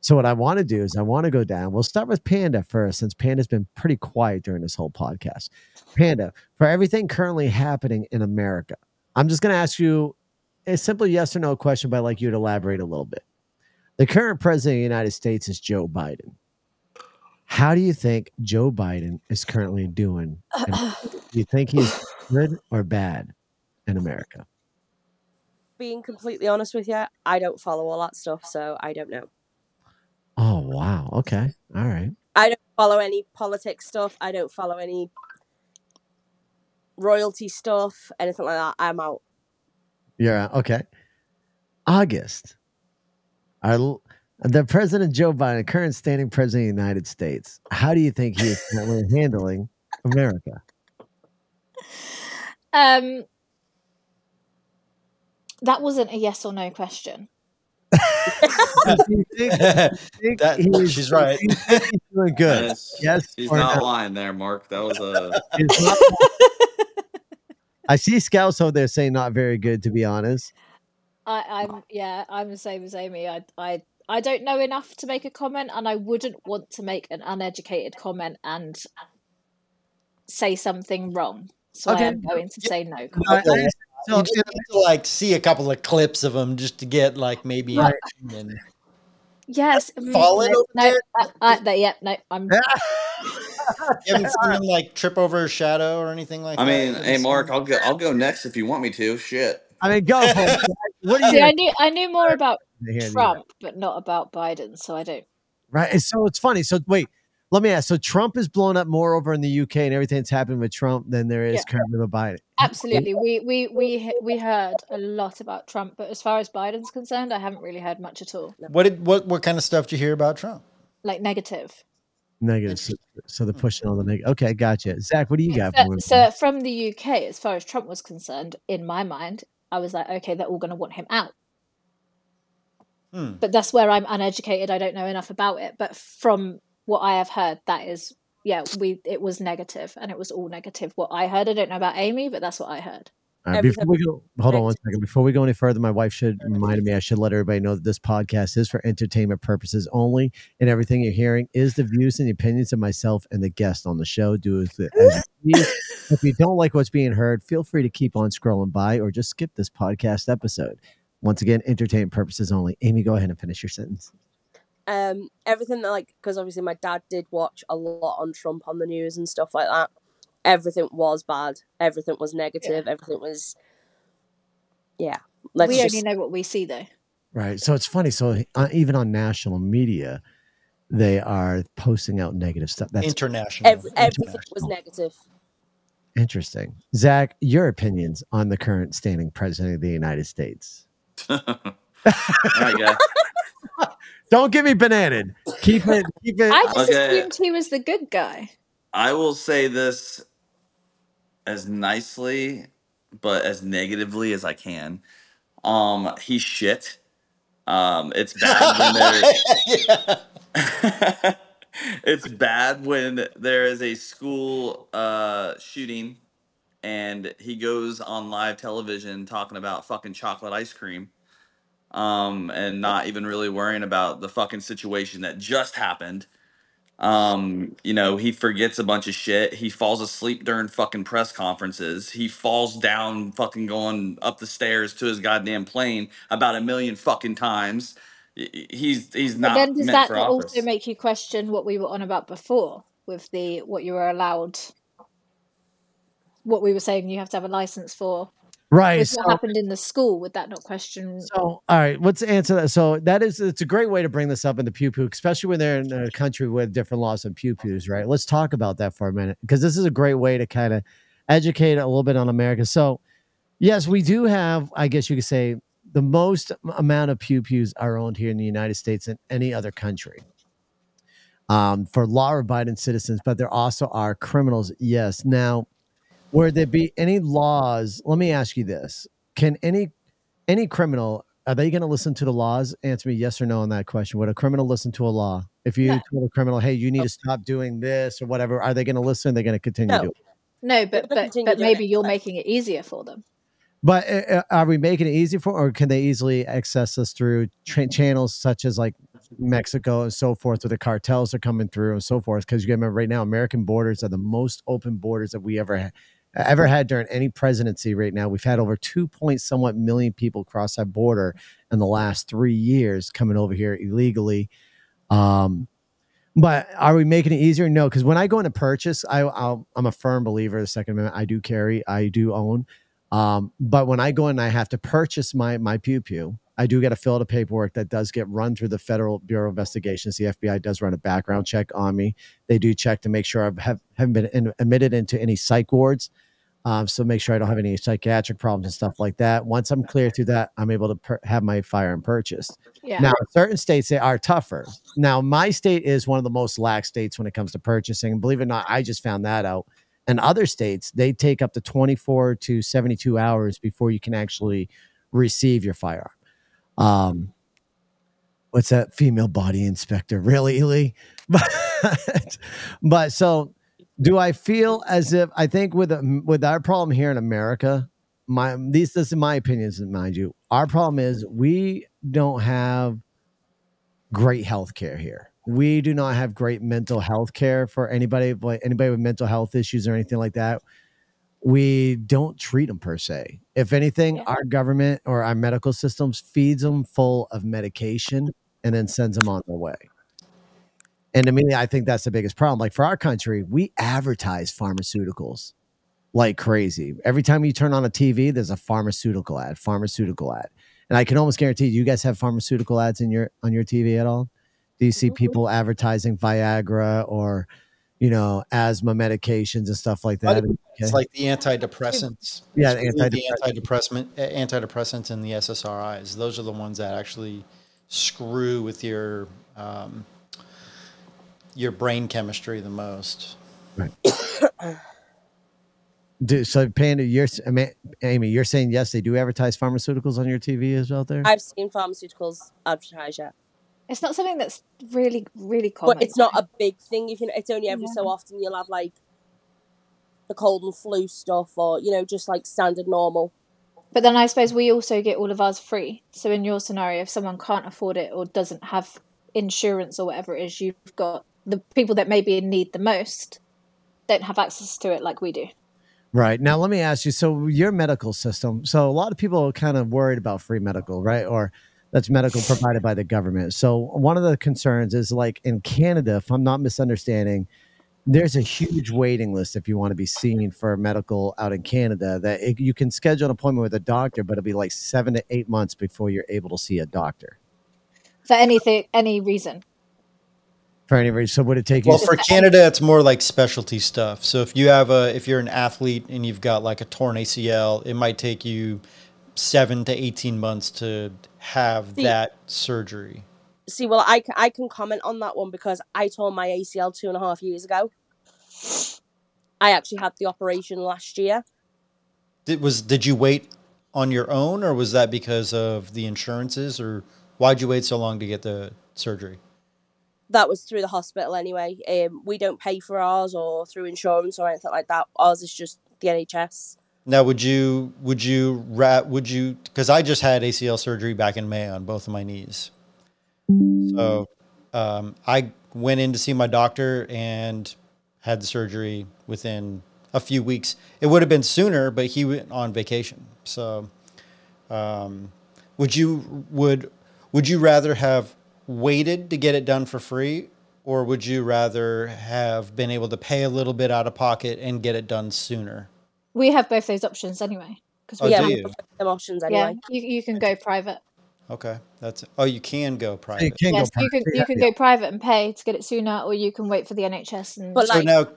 Speaker 5: So what I want to do is I want to go down. We'll start with Panda first, since Panda's been pretty quiet during this whole podcast. Panda, for everything currently happening in America, I'm just going to ask you a simple yes or no question, but I'd like you to elaborate a little bit. The current president of the United States is Joe Biden. How do you think Joe Biden is currently doing? And do you think he's good or bad in America?
Speaker 6: Being completely honest with you, I don't follow all that stuff, so I don't know.
Speaker 5: Oh wow. Okay. All right.
Speaker 6: I don't follow any politics stuff. I don't follow any royalty stuff, anything like that. I'm out.
Speaker 5: Yeah. Okay. August. Our, l- the president Joe Biden, current standing president of the United States. How do you think he is currently handling
Speaker 8: [LAUGHS]
Speaker 5: America?
Speaker 7: Um, that wasn't a yes or no question.
Speaker 5: Do you think, think
Speaker 8: that
Speaker 5: he is-
Speaker 8: she's right.
Speaker 5: do you think he's doing good?
Speaker 2: Yes.
Speaker 5: Yes
Speaker 2: He's
Speaker 5: or
Speaker 2: not
Speaker 5: no?
Speaker 2: lying there, Mark. That was uh, a [LAUGHS]
Speaker 5: It's not- I see scouts over there saying not very good, to be honest.
Speaker 7: I, I'm yeah, I'm the same as Amy. I I I don't know enough to make a comment, and I wouldn't want to make an uneducated comment and say something wrong. So
Speaker 5: Okay.
Speaker 7: I am going to say no.
Speaker 5: No, I- I
Speaker 8: Okay.
Speaker 5: just- so-
Speaker 8: you just need to like see a couple of clips of them just to get like maybe an
Speaker 5: Right.
Speaker 8: opinion.
Speaker 7: Yes, mm,
Speaker 8: Fallen
Speaker 7: no,
Speaker 8: over
Speaker 7: no,
Speaker 8: there?
Speaker 7: uh, uh, no, yep, no. I'm
Speaker 8: You haven't seen him like trip over a shadow or anything [LAUGHS] like
Speaker 2: I
Speaker 8: that.
Speaker 2: mean,
Speaker 8: You haven't
Speaker 2: hey Mark,
Speaker 8: seen-
Speaker 2: I'll go I'll go next if you want me to. Shit.
Speaker 5: I mean, go for
Speaker 7: [LAUGHS]
Speaker 5: it. What are
Speaker 7: see.
Speaker 5: you
Speaker 7: I knew I knew more about
Speaker 5: here in the
Speaker 7: Trump, but not about Biden. So I don't.
Speaker 5: Right. And so it's funny. So wait, let me ask. So Trump is blown up more over in the UK and everything that's happened with Trump than there is
Speaker 7: Yeah,
Speaker 5: currently with Biden.
Speaker 7: absolutely. We we we he- we heard a lot about Trump, but as far as Biden's concerned, I haven't really heard much at all.
Speaker 8: What did what what kind of stuff did you hear about Trump?
Speaker 7: Like negative.
Speaker 5: Negative. So, so
Speaker 7: Mm.
Speaker 5: they're pushing all the negative. Okay, gotcha. Zach, what do you got
Speaker 7: So,
Speaker 5: for him?
Speaker 7: so from the UK, as far as Trump was concerned, in my mind, I was like, okay, they're all going to want him out.
Speaker 8: Hmm.
Speaker 7: But that's where I'm uneducated. I don't know enough about it. But from what I have heard, that is, yeah, we it was negative, and it was all negative. What I heard, I don't know about Amy, but that's what I heard.
Speaker 5: All right, Uh, before
Speaker 6: Everything
Speaker 5: we go, hold on one
Speaker 6: connected.
Speaker 5: second. Before we go any further, my wife should remind me. I should let everybody know that this podcast is for entertainment purposes only, and everything you're hearing is the views and opinions of myself and the guest on the show. Do as, as you please. If you don't like what's being heard, feel free to keep on scrolling by or just skip this podcast episode. Once again, entertainment purposes only. Amy, go ahead and finish your sentence.
Speaker 6: um everything that like because obviously my dad did watch a lot on trump on the news and stuff like that everything was bad everything was negative everything was yeah let's
Speaker 7: we only
Speaker 6: just
Speaker 7: know what we see, though.
Speaker 5: Right. So it's funny. So uh, even on national media, they are posting out negative stuff. That's
Speaker 8: International.
Speaker 6: every, everything was
Speaker 5: international.
Speaker 6: negative
Speaker 5: Interesting. Zach, your opinions on the current standing president of the United States.
Speaker 2: All right, guys.
Speaker 5: Don't get me bananas. Keep it, keep it.
Speaker 7: I just
Speaker 2: Okay.
Speaker 7: assumed he was the good guy.
Speaker 2: I will say this as nicely but as negatively as I can. Um, he's shit. Um, it's bad when there
Speaker 8: [LAUGHS] yeah.
Speaker 2: [LAUGHS] it's bad when there is a school uh, shooting and he goes on live television talking about fucking chocolate ice cream um, and not even really worrying about the fucking situation that just happened. Um, you know, he forgets a bunch of shit. He falls asleep during fucking press conferences. He falls down fucking going up the stairs to his goddamn plane about a million fucking times. Y- y- He's he's
Speaker 7: But then
Speaker 2: not
Speaker 7: does
Speaker 2: meant
Speaker 7: that
Speaker 2: for
Speaker 7: not also
Speaker 2: office.
Speaker 7: make you question what we were on about before with the what you were allowed? what we were saying you have to have a license for
Speaker 5: Right.
Speaker 7: with
Speaker 5: So,
Speaker 7: what happened in the school would that not question
Speaker 5: so, all right, let's answer that. So, that is, it's a great way to bring this up into pew pew, especially when they're in a country with different laws and pew pews, right? Let's talk about that for a minute because this is a great way to kind of educate a little bit on America. So, yes, we do have, I guess you could say, the most amount of pew pews are owned here in the United States than any other country. um, for law-abiding citizens, but there also are criminals. Yes. Now, were there be any laws? Let me ask you this: Can any any criminal are they going to listen to the laws? Answer me yes or no on that question. Would a criminal listen to a law? If you
Speaker 7: No.
Speaker 5: told a criminal, "Hey, you need
Speaker 6: No.
Speaker 5: to stop doing this" or whatever, are they going to listen? They're going to continue
Speaker 6: No.
Speaker 5: to do it.
Speaker 7: no
Speaker 6: They're gonna
Speaker 7: but but
Speaker 6: continue
Speaker 7: but
Speaker 6: doing
Speaker 7: maybe
Speaker 6: it
Speaker 7: you're
Speaker 6: anyway.
Speaker 7: making it easier for them
Speaker 5: But uh, uh, are we making it easy for, or can they easily access us through tra- channels such as like Mexico and so forth, where the cartels are coming through and so forth? Because you remember, right now, American borders are the most open borders that we ever ha- ever had during any presidency. Right now, we've had over two point somewhat million people cross that border in the last three years coming over here illegally. Um, but are we making it easier? No, because when I go into purchase, I I'll, I'm a firm believer. of The Second Amendment, I do carry, I do own. Um, but when I go in, and I have to purchase my my pew pew. I do got to fill out a paperwork that does get run through the Federal Bureau of Investigations. The FBI does run a background check on me. They do check to make sure I have haven't been in, admitted into any psych wards. Um, so make sure I don't have any psychiatric problems and stuff like that. Once I'm clear through that, I'm able to per- have my firearm purchased.
Speaker 7: yeah
Speaker 5: Now, certain states they are tougher. Now, my state is one of the most lax states when it comes to purchasing. And believe it or not, I just found that out. And other states, they take up to 24 to 72 hours before you can actually receive your firearm. Um, what's that? Female body inspector. Really, Lee? [LAUGHS] But, but so do I feel as if I think with um, with our problem here in America, my these this is my opinions, mind you. Our problem is we don't have great health care here. We do not have great mental health care for anybody like anybody with mental health issues or anything like that. We don't treat them per se. If anything,
Speaker 7: yeah
Speaker 5: our government or our medical systems feeds them full of medication and then sends them on their way. And to me, I think that's the biggest problem. Like for our country, we advertise pharmaceuticals like crazy. Every time you turn on a TV, there's a pharmaceutical ad, pharmaceutical ad. And I can almost guarantee you guys have pharmaceutical ads in your on your TV at all? Do you see people advertising Viagra or, you know, asthma medications and stuff like
Speaker 8: Other
Speaker 5: that? Okay.
Speaker 8: It's like the antidepressants.
Speaker 5: Yeah,
Speaker 8: It's
Speaker 5: the
Speaker 8: really the
Speaker 5: antidepressant.
Speaker 8: antidepressant, a- antidepressants and the SSRIs. Those are the ones that actually screw with your um, your brain chemistry the most.
Speaker 5: Right. Do so Panda, you're s- I mean, Amy, you're saying yes, they do advertise pharmaceuticals on your TV as well there?
Speaker 6: I've seen pharmaceuticals advertised yet,
Speaker 7: it's not something that's really really
Speaker 6: but
Speaker 7: common
Speaker 6: it's not
Speaker 7: though
Speaker 6: a big thing. If you know, it's only every
Speaker 7: Oh yeah
Speaker 6: so often you'll have like the cold and flu stuff, or you know, just like standard normal.
Speaker 7: But then I suppose we also get all of ours free. So in your scenario, if someone can't afford it or doesn't have insurance or whatever it is, you've got the people that may be in need the most don't have access to it like we do.
Speaker 5: Right. Now, let me ask you. So, your medical system. So, a lot of people are kind of worried about free medical, right? Or that's medical provided by the government. So, one of the concerns is like in Canada, if I'm not misunderstanding, there's a huge waiting list if you want to be seen for medical out in Canada that it, you can schedule an appointment with a doctor, but it'll be like seven to eight months before you're able to see a doctor
Speaker 7: For anything any reason.
Speaker 5: for any reason. So, would it take you?
Speaker 8: Well,
Speaker 5: s-
Speaker 7: Just
Speaker 8: for
Speaker 7: for any
Speaker 8: Canada, it's more like specialty stuff. So if you have a if you're an athlete and you've got like a torn ACL, it might take you seven to eighteen months to have
Speaker 6: See,
Speaker 8: that surgery.
Speaker 6: see, well, I, c- I can comment on that one because I tore my ACL two and a half years ago. I actually had the operation last year.
Speaker 8: Did was did you wait on your own, or was that because of the insurances, or why'd you wait so long to get the surgery?
Speaker 6: That was through the hospital anyway. Um, we don't pay for ours or through insurance or anything like that. Ours is just the NHS.
Speaker 8: Now, would you would you ra- would you because I just had ACL surgery back in May on both of my knees, so um, I went in to see my doctor and had the surgery within a few weeks. It would have been sooner, but he went on vacation. So, um, would you would would you rather have waited to get it done for free, or would you rather have been able to pay a little bit out of pocket and get it done sooner?
Speaker 7: We have both those options anyway. Because
Speaker 8: Oh,
Speaker 7: we
Speaker 6: yeah,
Speaker 8: do
Speaker 6: we
Speaker 8: you?
Speaker 6: have them options
Speaker 7: yeah,
Speaker 6: anyway.
Speaker 7: you, you can go private.
Speaker 8: Okay, that's oh, you can go private.
Speaker 5: You can
Speaker 7: Yes,
Speaker 5: go
Speaker 7: you can
Speaker 5: private.
Speaker 7: you can go private and pay to get it sooner, or you can wait for the NHS and
Speaker 6: But
Speaker 8: so
Speaker 6: like,
Speaker 8: now,
Speaker 5: I'd be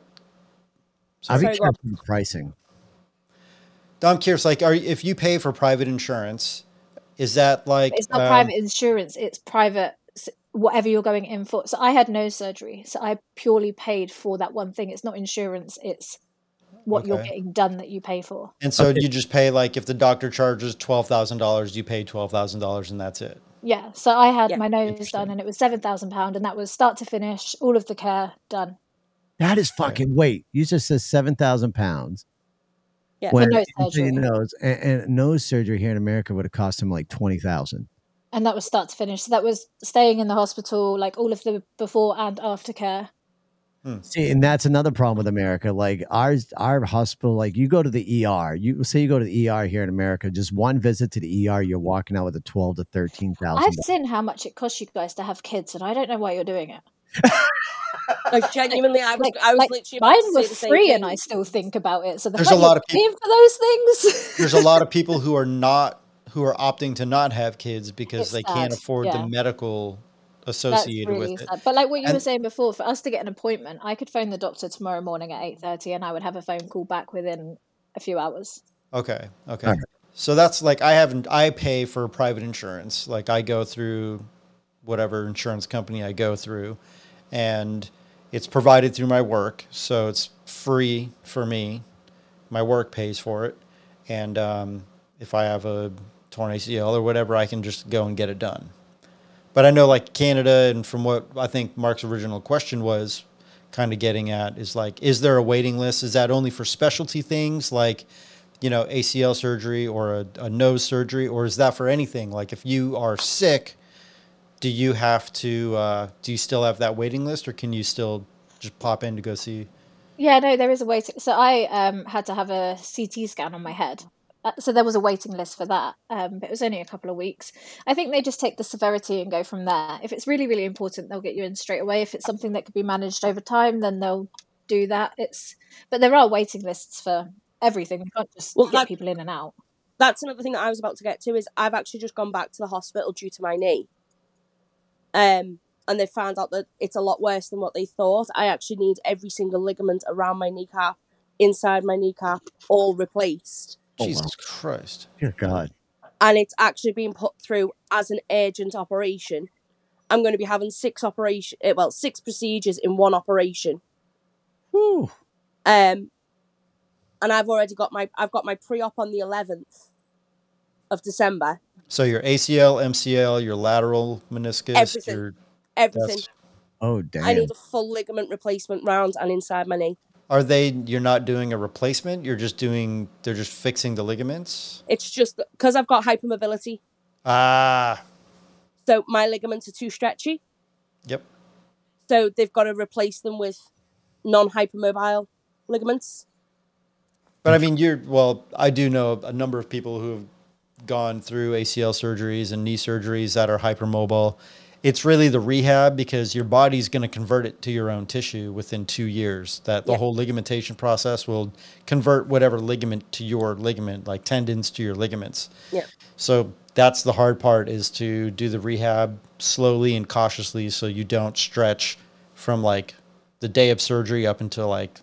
Speaker 6: Sorry, go on.
Speaker 5: careful with pricing.
Speaker 8: I'm curious. Like, are if you pay for private insurance, is that like
Speaker 7: it's not
Speaker 8: um,
Speaker 7: private insurance; it's private s- whatever you're going in for. So I had no surgery, so I purely paid for that one thing. It's not insurance; it's what you're
Speaker 8: Okay.
Speaker 7: getting done that you pay for.
Speaker 8: And so
Speaker 5: Okay.
Speaker 8: you just pay like if the doctor charges twelve thousand dollars, you pay twelve thousand dollars, and that's it.
Speaker 7: Yeah, so I had
Speaker 6: Yeah.
Speaker 7: my nose
Speaker 8: Interesting.
Speaker 7: done, and it was seven thousand pound, and that was start to finish, all of the care done.
Speaker 5: That is fucking weight. You just said seven thousand pounds.
Speaker 6: Yeah. For
Speaker 5: when
Speaker 7: nose
Speaker 5: he did
Speaker 7: surgery.
Speaker 5: nose and, and nose surgery here in America would have cost him like twenty thousand.
Speaker 7: and that was start to finish. So that was staying in the hospital, like all of the before and after care.
Speaker 5: See, and that's another problem with America. Like ours, our hospital, like you go to the ER. You say you go to the ER here in America, just one visit to the ER, you're walking out with a twelve to thirteen
Speaker 7: I've
Speaker 5: thousand.
Speaker 7: seen how much it costs you guys to have kids, and I don't know why you're doing it.
Speaker 6: Like genuinely, I was
Speaker 7: Like,
Speaker 6: I was
Speaker 7: like
Speaker 6: literally about
Speaker 7: mine
Speaker 6: to
Speaker 7: were
Speaker 6: say the same
Speaker 7: free, and I
Speaker 6: thing.
Speaker 7: still think about it. So the
Speaker 8: There's
Speaker 7: fact
Speaker 8: a
Speaker 7: you're
Speaker 8: lot of peop-
Speaker 7: paying for those
Speaker 8: [LAUGHS]
Speaker 7: things,
Speaker 8: There's a lot of people who are not who are opting to not have kids because
Speaker 7: it's
Speaker 8: they
Speaker 7: sad.
Speaker 8: can't afford the
Speaker 7: Yeah,
Speaker 8: medical
Speaker 7: that's
Speaker 8: associated
Speaker 7: really
Speaker 8: with it.
Speaker 7: sad. But like what you were
Speaker 8: And
Speaker 7: saying before, for us to get an appointment, I could phone the doctor tomorrow morning at eight thirty, and I would have a phone call back within a few hours.
Speaker 8: okay, okay.
Speaker 5: All right.
Speaker 8: So that's like I haven't I pay for private insurance. Like I go through whatever insurance company I go through and it's provided through my work, so it's free for me. my work pays for it and um, if i have a torn acl or whatever i can just go and get it done but i know like canada and from what i think mark's original question was kind of getting at is like is there a waiting list is that only for specialty things like you know acl surgery or a, a nose surgery or is that for anything like if you are sick do you have to uh, do you still have that waiting list or can you still just pop in to go see
Speaker 7: Yeah, no, there is a waiting. So I um had to have a CT scan on my head. Uh, So there was a waiting list for that, um, but it was only a couple of weeks. I think they just take the severity and go from there. If it's really, really important, they'll get you in straight away. If it's something that could be managed over time, then they'll do that. It's but there are waiting lists for everything. You can't just
Speaker 6: Well,
Speaker 7: get
Speaker 6: that
Speaker 7: people in and out.
Speaker 6: that's another thing that I was about to get to is I've actually just gone back to the hospital due to my knee. Um, and they found out that it's a lot worse than what they thought. I actually need every single ligament around my kneecap, inside my kneecap, all replaced.
Speaker 5: Oh wow,
Speaker 8: jesus christ
Speaker 5: dear God.
Speaker 6: And it's actually been put through as an urgent operation. I'm going to be having six operation, eh, well, six procedures in one operation.
Speaker 5: Whew.
Speaker 6: Um, and I've already got my I've got my pre-op on the 11th of December.
Speaker 8: So your ACL, MCL, your lateral meniscus,
Speaker 6: Everything,
Speaker 8: your
Speaker 6: everything.
Speaker 8: that's
Speaker 5: Oh
Speaker 6: I
Speaker 5: damn.
Speaker 6: need a full ligament replacement round and inside my knee.
Speaker 8: are they you're not doing a replacement, you're just doing they're just fixing the ligaments?
Speaker 6: It's just because I've got hypermobility,
Speaker 8: Ah,
Speaker 6: so my ligaments are too stretchy.
Speaker 8: yep.
Speaker 6: So they've got to replace them with non-hypermobile ligaments.
Speaker 8: But I mean, you're well, I do know a number of people who have gone through ACL surgeries and knee surgeries that are hypermobile. It's really the rehab because your body's going to convert it to your own tissue within 2 years. That the
Speaker 6: Yeah,
Speaker 8: whole ligamentation process will convert whatever ligament to your ligament, like tendons to your ligaments.
Speaker 6: yeah,
Speaker 8: So that's the hard part is to do the rehab slowly and cautiously so you don't stretch from like the day of surgery up until like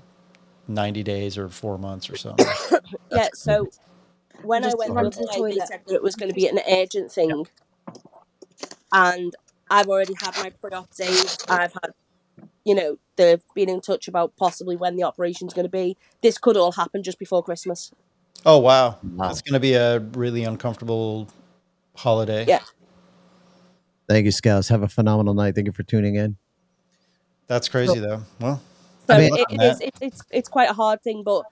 Speaker 8: 90 days or 4 months or something.
Speaker 6: yeah.
Speaker 8: That's
Speaker 6: So
Speaker 7: I'm
Speaker 6: when I
Speaker 7: just
Speaker 8: the
Speaker 6: went the
Speaker 7: run
Speaker 8: hard
Speaker 7: to
Speaker 6: other day,
Speaker 7: the
Speaker 8: part.
Speaker 6: they
Speaker 7: toilet.
Speaker 6: said that it was going to be an urgent thing, and I've already had my pre-op days. I've had, you know, they've been in touch about possibly when the operation's going to be. This could all happen just before Christmas.
Speaker 8: Oh wow. That's
Speaker 5: Wow.
Speaker 8: going to be a really uncomfortable holiday.
Speaker 6: Yeah,
Speaker 5: Thank you, Scouts. Have a phenomenal night. Thank you for tuning in.
Speaker 8: That's
Speaker 6: so
Speaker 8: crazy though. Well,
Speaker 5: I
Speaker 8: good
Speaker 6: so
Speaker 5: mean,
Speaker 8: luck
Speaker 6: it,
Speaker 8: on
Speaker 6: it is.
Speaker 8: that.
Speaker 6: It, it's it's quite a hard thing, but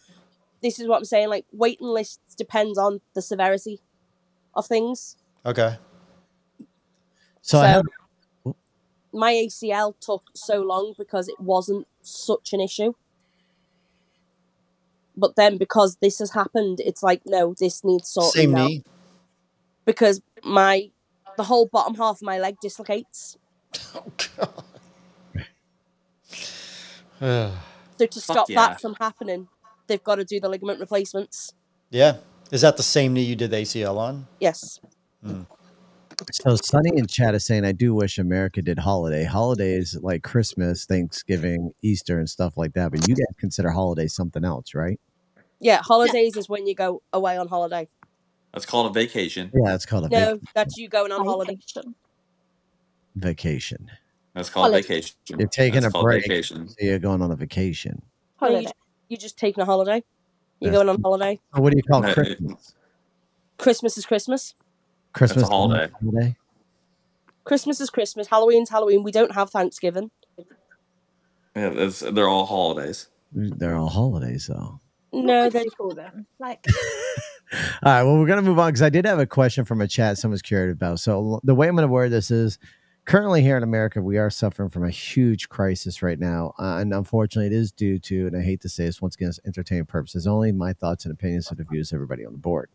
Speaker 6: this is what I'm saying. Like waiting lists depends on the severity of things.
Speaker 8: Okay.
Speaker 5: so I have
Speaker 6: So my ACL took so long because it wasn't such an issue. But then because this has happened, it's like, no, this needs sorting
Speaker 8: Same
Speaker 6: now.
Speaker 8: knee.
Speaker 6: Because my the whole bottom half of my leg dislocates.
Speaker 8: Oh god.
Speaker 6: So to
Speaker 2: Fuck
Speaker 6: stop
Speaker 2: yeah.
Speaker 6: that from happening they've got to do the ligament replacements.
Speaker 8: [SIGHS] Yeah. Is that the same knee you did the ACL on?
Speaker 6: Yes.
Speaker 5: So Sunny and Chad is saying, I do wish America did holiday. Holidays like Christmas, Thanksgiving, Easter, and stuff like that. But you guys consider holiday something else, right?
Speaker 6: Yeah, holidays is when you go away on holiday.
Speaker 2: That's called a vacation.
Speaker 5: Yeah, it's called a vac-
Speaker 6: No, that's you going on holiday.
Speaker 7: Vacation.
Speaker 5: vacation.
Speaker 2: That's called
Speaker 7: Holiday.
Speaker 2: vacation.
Speaker 5: You're taking
Speaker 2: That's
Speaker 5: a
Speaker 2: called
Speaker 5: break.
Speaker 2: Vacation.
Speaker 5: So you're going on a vacation.
Speaker 6: No, you
Speaker 7: Holiday.
Speaker 6: ju- You're just taking a holiday. You're
Speaker 5: That's-
Speaker 6: going on holiday.
Speaker 5: So what do you call
Speaker 2: No, it-
Speaker 5: Christmas?
Speaker 6: Christmas is Christmas.
Speaker 5: Christmas is not
Speaker 2: holiday.
Speaker 5: a holiday?
Speaker 6: Christmas is Christmas. Halloween's Halloween. We don't have Thanksgiving.
Speaker 2: Yeah, that's, they're all holidays.
Speaker 5: Mm, They're all holidays, though.
Speaker 6: No,
Speaker 7: What do
Speaker 6: they
Speaker 7: you call them? Like
Speaker 5: All right. Well, we're going to move on because I did have a question from a chat someone's curious about. So the way I'm going to word this is currently here in America, we are suffering from a huge crisis right now. Uh, and unfortunately, it is due to, and I hate to say this once again, it's entertainment purposes only, my thoughts and opinions and the views of everybody on the board.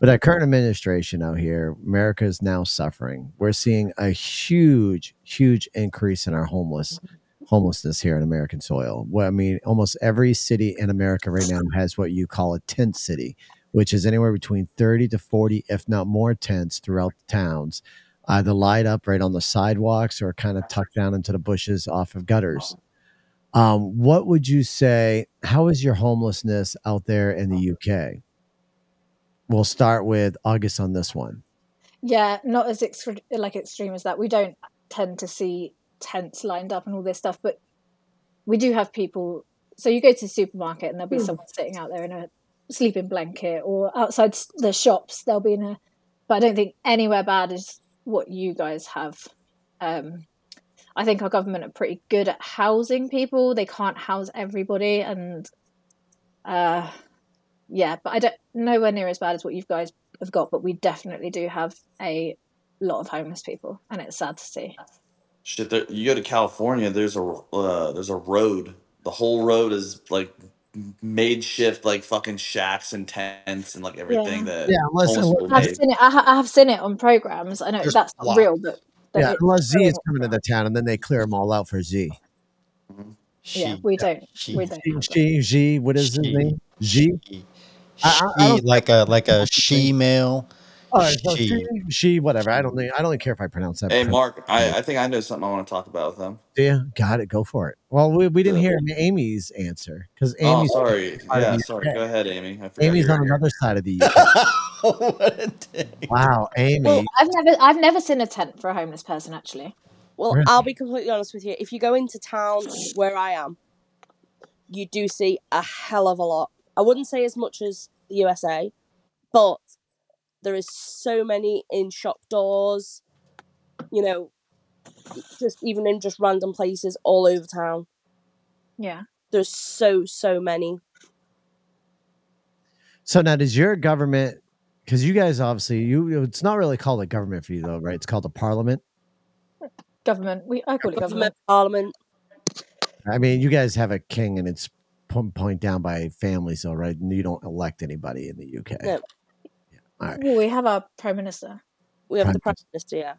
Speaker 5: But our current administration out here, America is now suffering. We're seeing a huge, huge increase in our homeless homelessness here in American soil. Well, I mean, almost every city in America right now has what you call a tent city which is anywhere between 30 to 40, if not more, tents throughout the towns, either light up right on the sidewalks or kind of tucked down into the bushes off of gutters. Um, what would you say? How is your homelessness out there in the UK? We'll start with August on this one.
Speaker 7: Yeah, not as extre- like extreme as that. We don't tend to see tents lined up and all this stuff, but we do have people. So you go to the supermarket and there'll be someone sitting out there in a sleeping blanket, or outside s- the shops they'll be in a. But I don't think anywhere bad is what you guys have. Um, I think our government are pretty good at housing people. They can't house everybody, and uh, yeah, but I don't nowhere near as bad as what you guys have got, but we definitely do have a lot of homeless people, and it's sad to see.
Speaker 2: Shit, there, you go to California. There's a uh, there's a road. The whole road is like makeshift, like fucking shacks and tents and like everything that
Speaker 5: Yeah, unless,
Speaker 2: homeless
Speaker 5: unless,
Speaker 2: people
Speaker 7: I've
Speaker 2: made.
Speaker 7: seen it. I, ha- I have seen it on programs. I know
Speaker 8: There's
Speaker 7: that's not real, but,
Speaker 8: blocks.
Speaker 7: but
Speaker 5: yeah,
Speaker 7: it's
Speaker 5: unless Z
Speaker 7: showing
Speaker 5: is
Speaker 7: what's
Speaker 5: coming to
Speaker 7: around.
Speaker 5: the town and then they clear them all out for Z.
Speaker 7: Yeah,
Speaker 8: She,
Speaker 7: we don't. We
Speaker 8: she,
Speaker 7: don't
Speaker 5: She,
Speaker 7: have that.
Speaker 5: she, G, what is his
Speaker 8: she,
Speaker 5: name? G?
Speaker 8: she,
Speaker 5: I, I, I
Speaker 8: she,
Speaker 5: don't
Speaker 8: like a like a she male.
Speaker 5: All right, Oh, so she,
Speaker 8: She.
Speaker 5: she, whatever. I don't think I don't care if I pronounce that.
Speaker 2: Hey,
Speaker 5: pro-
Speaker 2: Mark, I, I think I know something I want to talk about with them.
Speaker 5: Do you? Got it. Go for it. Well, we, we didn't
Speaker 2: Yeah.
Speaker 5: hear Amy's answer because
Speaker 2: Oh,
Speaker 5: Amy's
Speaker 2: sorry.
Speaker 5: part of
Speaker 2: Yeah,
Speaker 5: the
Speaker 2: sorry.
Speaker 5: UK.
Speaker 2: Go ahead, Amy. I forgot
Speaker 5: Amy's
Speaker 2: you were
Speaker 5: on
Speaker 2: here.
Speaker 5: another side of
Speaker 2: [LAUGHS]
Speaker 5: the UK.
Speaker 8: [LAUGHS] what a dick.
Speaker 5: Wow,
Speaker 7: Well,
Speaker 5: Amy.
Speaker 7: I've never, I've never seen a tent for a homeless person actually.
Speaker 6: Well,
Speaker 5: Really?
Speaker 6: I'll be completely honest with you. If you go into town where I am, you do see a hell of a lot. I wouldn't say as much as the USA, but there is so many in shop doors, you know, just even in just random places all over town.
Speaker 7: Yeah.
Speaker 6: There's so, so many.
Speaker 5: So now, does your government? Because you guys obviously you, it's not really called a government for you though, right? It's called a parliament.
Speaker 7: Government. We, I call it
Speaker 6: Government,
Speaker 7: government.
Speaker 6: parliament.
Speaker 5: I mean, you guys have a king, and it's point point down by families, though, right? And you don't elect anybody in the UK.
Speaker 6: No,
Speaker 5: All right,
Speaker 7: Well, we have our prime minister.
Speaker 6: we have
Speaker 5: Prime
Speaker 6: the prime minister, yeah.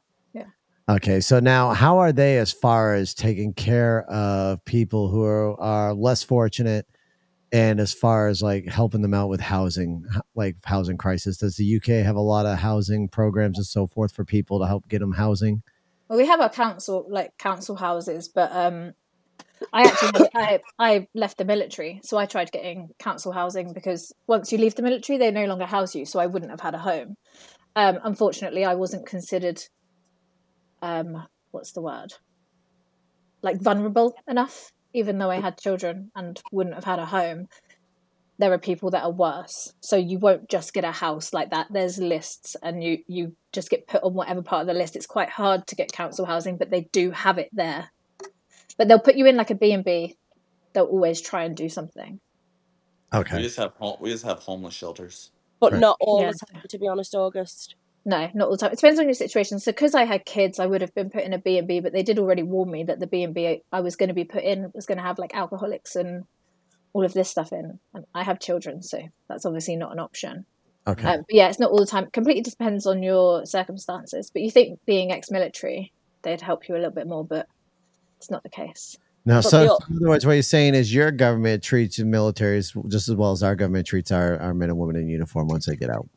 Speaker 5: Okay, so now how are they as far as taking care of people who are, are less fortunate and as far as like helping them out with housing, h- like housing crisis? Does the UK have a lot of housing programs and so forth for people to help get them housing?
Speaker 7: Well, we have our council, like council houses, but um, I actually had, I I left the military, so I tried getting council housing because once you leave the military, they no longer house you. So I wouldn't have had a home. Um, unfortunately, I wasn't considered um, what's the word like vulnerable enough, even though I had children and wouldn't have had a home. There are people that are worse, so you won't just get a house like that. There's lists, and you you just get put on whatever part of the list. It's quite hard to get council housing, but they do have it there. But they'll put you in like a B and B. They'll always try and do something.
Speaker 2: We
Speaker 5: Okay.
Speaker 2: just have hom- we just have homeless shelters.
Speaker 6: But
Speaker 5: Right.
Speaker 6: not all
Speaker 7: Yeah.
Speaker 6: the time, to be honest, August.
Speaker 7: No, not all the time. It depends on your situation. So, because I had kids, I would have been put in a B and B, but they did already warn me that the B and B I was going to be put in was going to have like alcoholics and all of this stuff in. And I have children, so that's obviously not an option.
Speaker 5: Okay.
Speaker 7: Um, but yeah, it's not all the time. It completely depends on your circumstances. But you think being ex-military, they'd help you a little bit more, but it's not the case.
Speaker 5: Now,
Speaker 6: But
Speaker 5: so
Speaker 6: Bill-
Speaker 5: in other words, what you're saying is your government treats the militaries just as well as our government treats our, our men and women in uniform once they get out.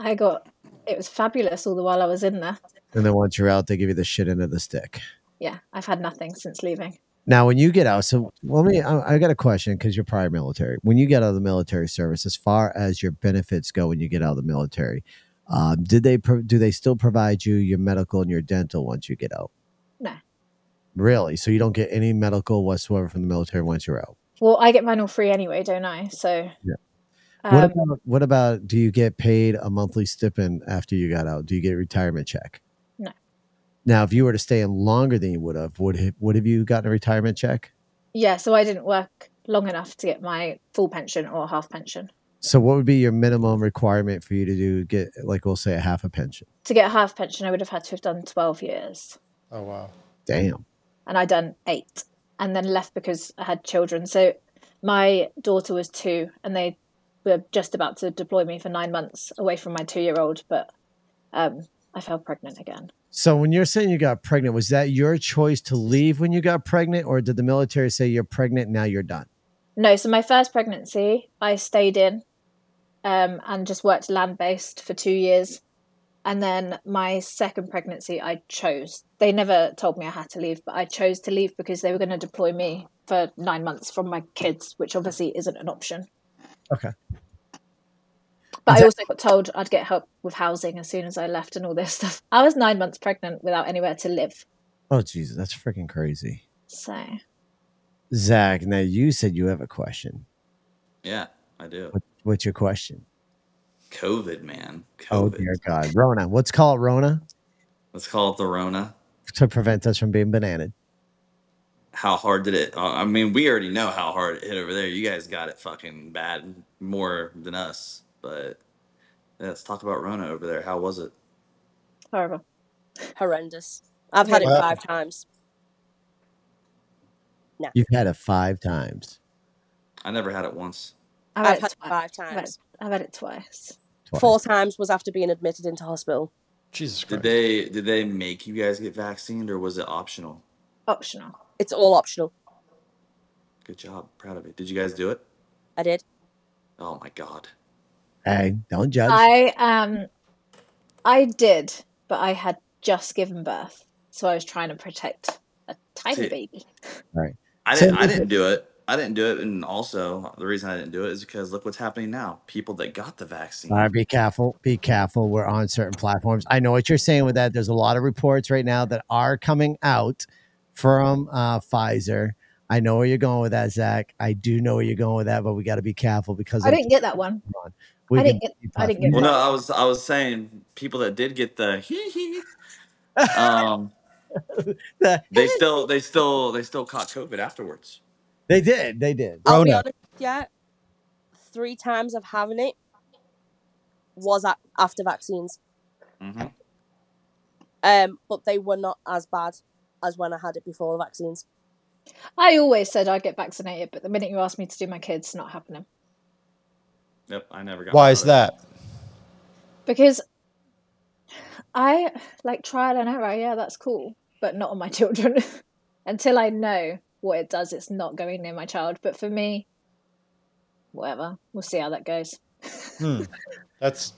Speaker 7: I got it was fabulous all the while I was in there.
Speaker 5: And then once you're out, they give you the shit end of the stick.
Speaker 7: Yeah, I've had nothing since leaving.
Speaker 5: Now, when you get out, so well, let me, I, I got a question because you're prior military. When you get out of the military service, as far as your benefits go, when you get out of the military, um, did they pro- do they still provide you your medical and your dental once you get out?
Speaker 7: No.
Speaker 5: Really? So you don't get any medical whatsoever from the military once you're out.
Speaker 7: Well, I get mine all free anyway, don't I? So
Speaker 5: Yeah. What
Speaker 7: um,
Speaker 5: about what about do you get paid a monthly stipend after you got out? Do you get a retirement check?
Speaker 7: No.
Speaker 5: Now, if you were to stay in longer than you would have, would have, would have you gotten a retirement check?
Speaker 7: yeah, so I didn't work long enough to get my full pension or half pension.
Speaker 5: So, what would be your minimum requirement for you to do get like we'll say a half a pension?
Speaker 7: To get a half pension, I would have had to have done twelve years.
Speaker 8: Oh wow.
Speaker 5: Damn.
Speaker 7: and I done eight, and then left because I had children. So my daughter was two, and they were just about to deploy me for nine months away from my two-year-old, but um, I fell pregnant again.
Speaker 5: So, when you're saying you got pregnant, was that your choice to leave when you got pregnant, or did the military say you're pregnant now you're done?
Speaker 7: No, so my first pregnancy, I stayed in um, and just worked land-based for two years, and then my second pregnancy, I chose. They never told me I had to leave, but I chose to leave because they were going to deploy me for nine months from my kids, which obviously isn't an option.
Speaker 5: Okay.
Speaker 7: But
Speaker 5: Is
Speaker 7: I
Speaker 5: that-
Speaker 7: also got told I'd get help with housing as soon as I left and all this [LAUGHS] stuff. I was nine months pregnant without anywhere to live.
Speaker 5: Oh Jesus, that's freaking crazy,
Speaker 7: So
Speaker 5: Zach. Now you said you have a question.
Speaker 2: Yeah, I do.
Speaker 5: What, what's your question?
Speaker 2: COVID, man.
Speaker 5: Oh
Speaker 2: COVID.
Speaker 5: dear God, Rona. Let's call it Rona
Speaker 2: Let's call it the Rona.
Speaker 5: to prevent us from being bananaed.
Speaker 2: How hard did it? Uh, I mean, we already know how hard it hit over there. You guys got it fucking bad, more than us. But let's talk about Rona over there. How was it?
Speaker 7: horrible.
Speaker 6: horrendous. I've had it
Speaker 8: Well-
Speaker 6: five times.
Speaker 5: You've had it five times.
Speaker 2: I never had it once.
Speaker 7: I've had,
Speaker 6: I've
Speaker 7: it
Speaker 6: had it
Speaker 7: twi-
Speaker 6: five
Speaker 7: I've had it-
Speaker 6: times.
Speaker 7: I've had it twice.
Speaker 5: Twice.
Speaker 6: Four times was after being admitted into hospital.
Speaker 8: Jesus Christ.
Speaker 2: Did they did they make you guys get vaccinated or was it optional?
Speaker 7: Optional.
Speaker 6: It's all optional.
Speaker 2: Good job. Proud of you. Did you guys do it?
Speaker 6: I did.
Speaker 2: Oh my god.
Speaker 5: Hey, don't judge.
Speaker 7: I um I did, but I had just given birth. So I was trying to protect a tiny
Speaker 2: See-
Speaker 7: baby.
Speaker 2: I
Speaker 5: So
Speaker 2: didn't I
Speaker 5: is
Speaker 2: didn't do it. I didn't do it and also the reason I didn't do it is because look what's happening now. People that got the vaccine.
Speaker 5: All right, be careful. Be careful. We're on certain platforms. I know what you're saying with that. There's a lot of reports right now that are coming out from uh, Pfizer. I know where you're going with that, Zach. I do know where you're going with that, but we got to be careful because
Speaker 7: I
Speaker 5: of-
Speaker 7: didn't get that one.
Speaker 5: we
Speaker 7: I
Speaker 5: can
Speaker 7: didn't get I didn't get
Speaker 2: Well, no,
Speaker 7: that
Speaker 2: I
Speaker 7: one.
Speaker 2: was I was saying people that did get the [LAUGHS] hee hee, um, they still they still they still caught COVID afterwards.
Speaker 5: [LAUGHS] they did. They did.
Speaker 6: I'll be
Speaker 8: Rona.
Speaker 6: honest, yeah. Three times of having it was a after vaccines.
Speaker 2: hmm
Speaker 6: Um, but they were not as bad as when I had it before the vaccines.
Speaker 7: I always said I'd get vaccinated, but the minute you asked me to do my kids, not happening.
Speaker 2: Yep, I never got.
Speaker 8: Why
Speaker 2: my
Speaker 8: is
Speaker 2: brother.
Speaker 8: that?
Speaker 7: Because I like trial and error. Yeah, that's cool, but not on my [LAUGHS] children. Until I know what it does, it's not going near my child. But for me, whatever. We'll see how that goes.
Speaker 8: Hmm. That's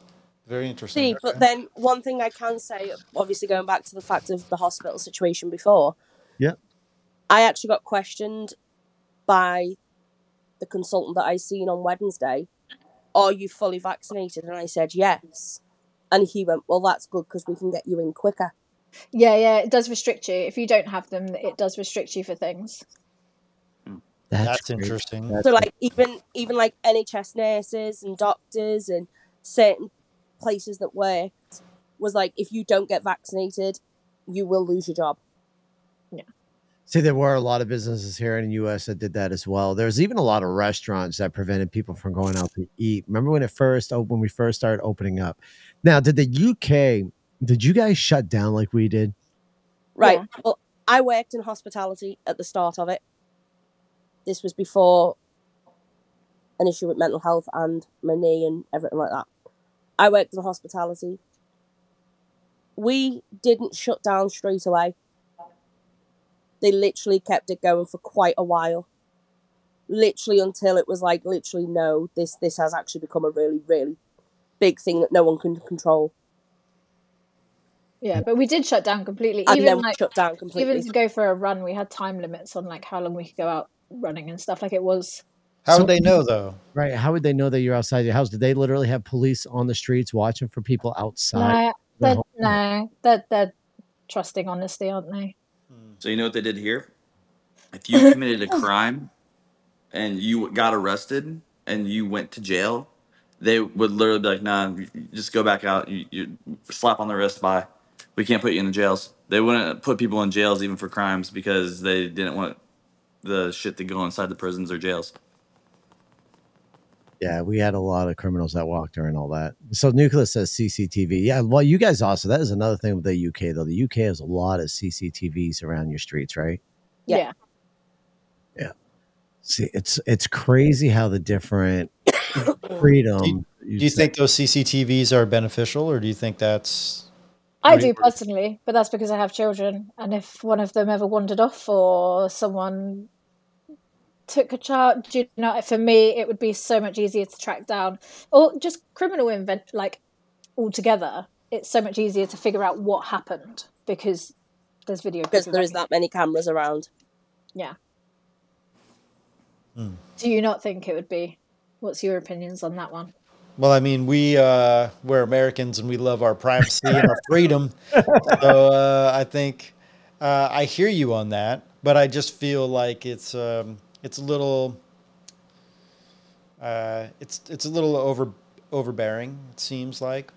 Speaker 8: very interesting.
Speaker 6: See, but then one thing I can say, obviously going back to the fact of the hospital situation before,
Speaker 5: Yeah.
Speaker 6: I actually got questioned by the consultant that I seen on Wednesday, "Are you fully vaccinated?" And I said, "Yes." And he went, "Well, that's good because we can get you in quicker."
Speaker 7: Yeah, yeah, it does restrict you. If you don't have them, it does restrict you for things.
Speaker 5: That's,
Speaker 8: That's
Speaker 5: crazy.
Speaker 8: interesting.
Speaker 5: That's
Speaker 6: So, like, even even like NHS nurses and doctors and certain places that worked was like, if you don't get vaccinated, you will lose your job.
Speaker 5: See, there were a lot of businesses here in the U.S. that did that as well. There's even a lot of restaurants that prevented people from going out to eat. Remember when it first oh, when we first started opening up? Now, did the U.K. Did you guys shut down like we did?
Speaker 6: Right.
Speaker 7: Yeah.
Speaker 6: Well, I worked in hospitality at the start of it. This was before an issue with mental health and my knee and everything like that. I worked in hospitality. We didn't shut down straight away. they literally kept it going for quite a while. Literally until it was like, literally, no, this this has actually become a really, really big thing that no one can control.
Speaker 7: Yeah, but we did shut down completely.
Speaker 6: And
Speaker 7: even
Speaker 6: then
Speaker 7: like
Speaker 6: shut down completely.
Speaker 7: even to go for a run, we had time limits on like how long we could go out running and stuff. Like it was
Speaker 8: How
Speaker 5: So-
Speaker 8: would they know though?
Speaker 5: Right. How would they know that you're outside your house? Did they literally have police on the streets watching for people outside?
Speaker 7: no,
Speaker 5: their
Speaker 7: they're,
Speaker 5: home?
Speaker 7: no, they're, they're trusting honesty, aren't they?
Speaker 2: So you know what they did here? If you committed a crime and you got arrested and you went to jail, they would literally be like, "Nah, you- you just go back out. You, you slap on the wrist, bye. We can't put you in the jails." They wouldn't put people in jails even for crimes because they didn't want the shit to go inside the prisons or jails.
Speaker 5: Yeah, we had a lot of criminals that walked during all that. So Nucleus says CCTV. Yeah, well, you guys also that is another thing with the UK though. The UK has a lot of CCTVs around your streets, right?
Speaker 6: Yeah.
Speaker 5: See, it's it's crazy how the different freedom.
Speaker 8: Do you think those CCTVs are beneficial, or do you think that's
Speaker 7: I
Speaker 8: Right.
Speaker 7: do personally, but that's because I have children. And if one of them ever wandered off or someone took a child, do you know, for me, it would be so much easier to track down or just criminal invent, like altogether, it's so much easier to figure out what happened because there's video
Speaker 6: Because
Speaker 7: proof of
Speaker 6: there is
Speaker 7: everything.
Speaker 6: that many cameras around.
Speaker 7: Do you not think it would be? What's your opinions on that one?
Speaker 8: Well, I mean, we uh, we're Americans and we love our privacy and [LAUGHS] our freedom. So uh, I think uh, I hear you on that, but I just feel like it's um, it's a little uh, it's it's a little over overbearing. It seems like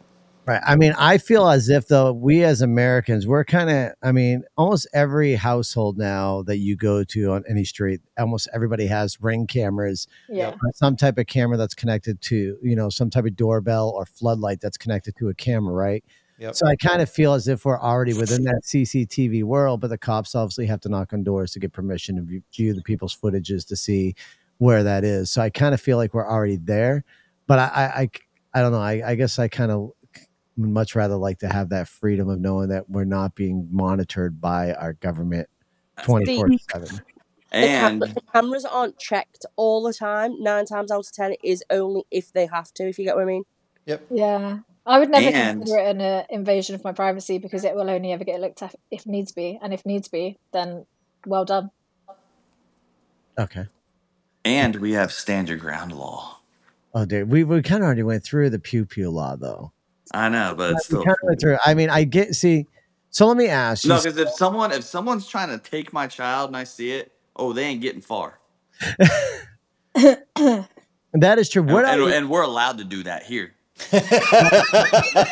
Speaker 5: Right. I mean, I feel as if though we as Americans, we're kind of. I mean, almost every household now that you go to on any street, almost everybody has ring cameras,
Speaker 7: Yeah.
Speaker 5: or some type of camera that's connected to you know some type of doorbell or floodlight that's connected to a camera, right?
Speaker 8: Yep.
Speaker 5: So I kind of feel as if we're already within that CCTV world, but the cops obviously have to knock on doors to get permission to view- view the people's footages to see where that is. So I kind of feel like we're already there, but I I, I, I don't know. I, I guess I kind of would much rather like to have that freedom of knowing that we're not being monitored by our government 24 7.
Speaker 6: The, cam-
Speaker 2: And
Speaker 6: the cameras aren't checked all the time. Nine times out of ten, it is only if they have to, if you get what I mean.
Speaker 7: Yeah. I would never
Speaker 2: and
Speaker 7: consider it an uh, invasion of my privacy because it will only ever get looked at if needs be. And if needs be, then well done.
Speaker 5: Okay.
Speaker 2: and we have stand your ground law.
Speaker 5: Oh, dude. We, we kind of already went through the pew pew law, though.
Speaker 2: I know, but it's
Speaker 5: We
Speaker 2: still
Speaker 5: kind of went through. I mean, I get, see, so let me ask you.
Speaker 2: no. Because if someone if someone's trying to take my child and I see it, oh, they ain't getting far.
Speaker 5: That is true.
Speaker 2: And,
Speaker 5: What
Speaker 2: and,
Speaker 5: I,
Speaker 2: and we're allowed to do that here.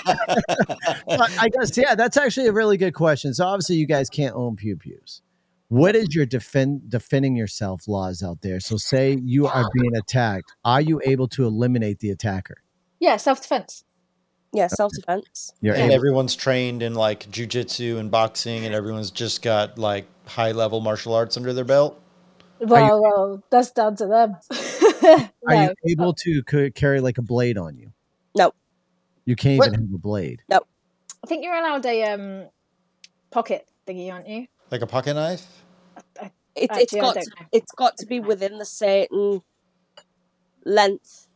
Speaker 5: but I guess, yeah, that's actually a really good question. So obviously, you guys can't own pew pews. What is your defend defending yourself laws out there? So say you are being attacked, are you able to eliminate the attacker?
Speaker 7: Yeah, self defense. Uh,
Speaker 6: Yeah, self defense.
Speaker 5: You're
Speaker 8: [LAUGHS] and
Speaker 5: able.
Speaker 8: everyone's trained in like jujitsu and boxing, and everyone's just got like high level martial arts under their belt.
Speaker 5: Are you
Speaker 7: Well, well, that's down to them. [LAUGHS]
Speaker 5: Are you
Speaker 7: no,
Speaker 5: able to c- carry like a blade on you?
Speaker 6: No.
Speaker 5: You can't
Speaker 8: What?
Speaker 5: even have a blade.
Speaker 7: I think you're allowed a um pocket thingy, aren't you?
Speaker 8: Like a pocket knife?
Speaker 7: I,
Speaker 6: It's it's
Speaker 7: actually, I
Speaker 6: got
Speaker 7: don't
Speaker 6: to,
Speaker 7: know.
Speaker 6: it's got to be within the certain length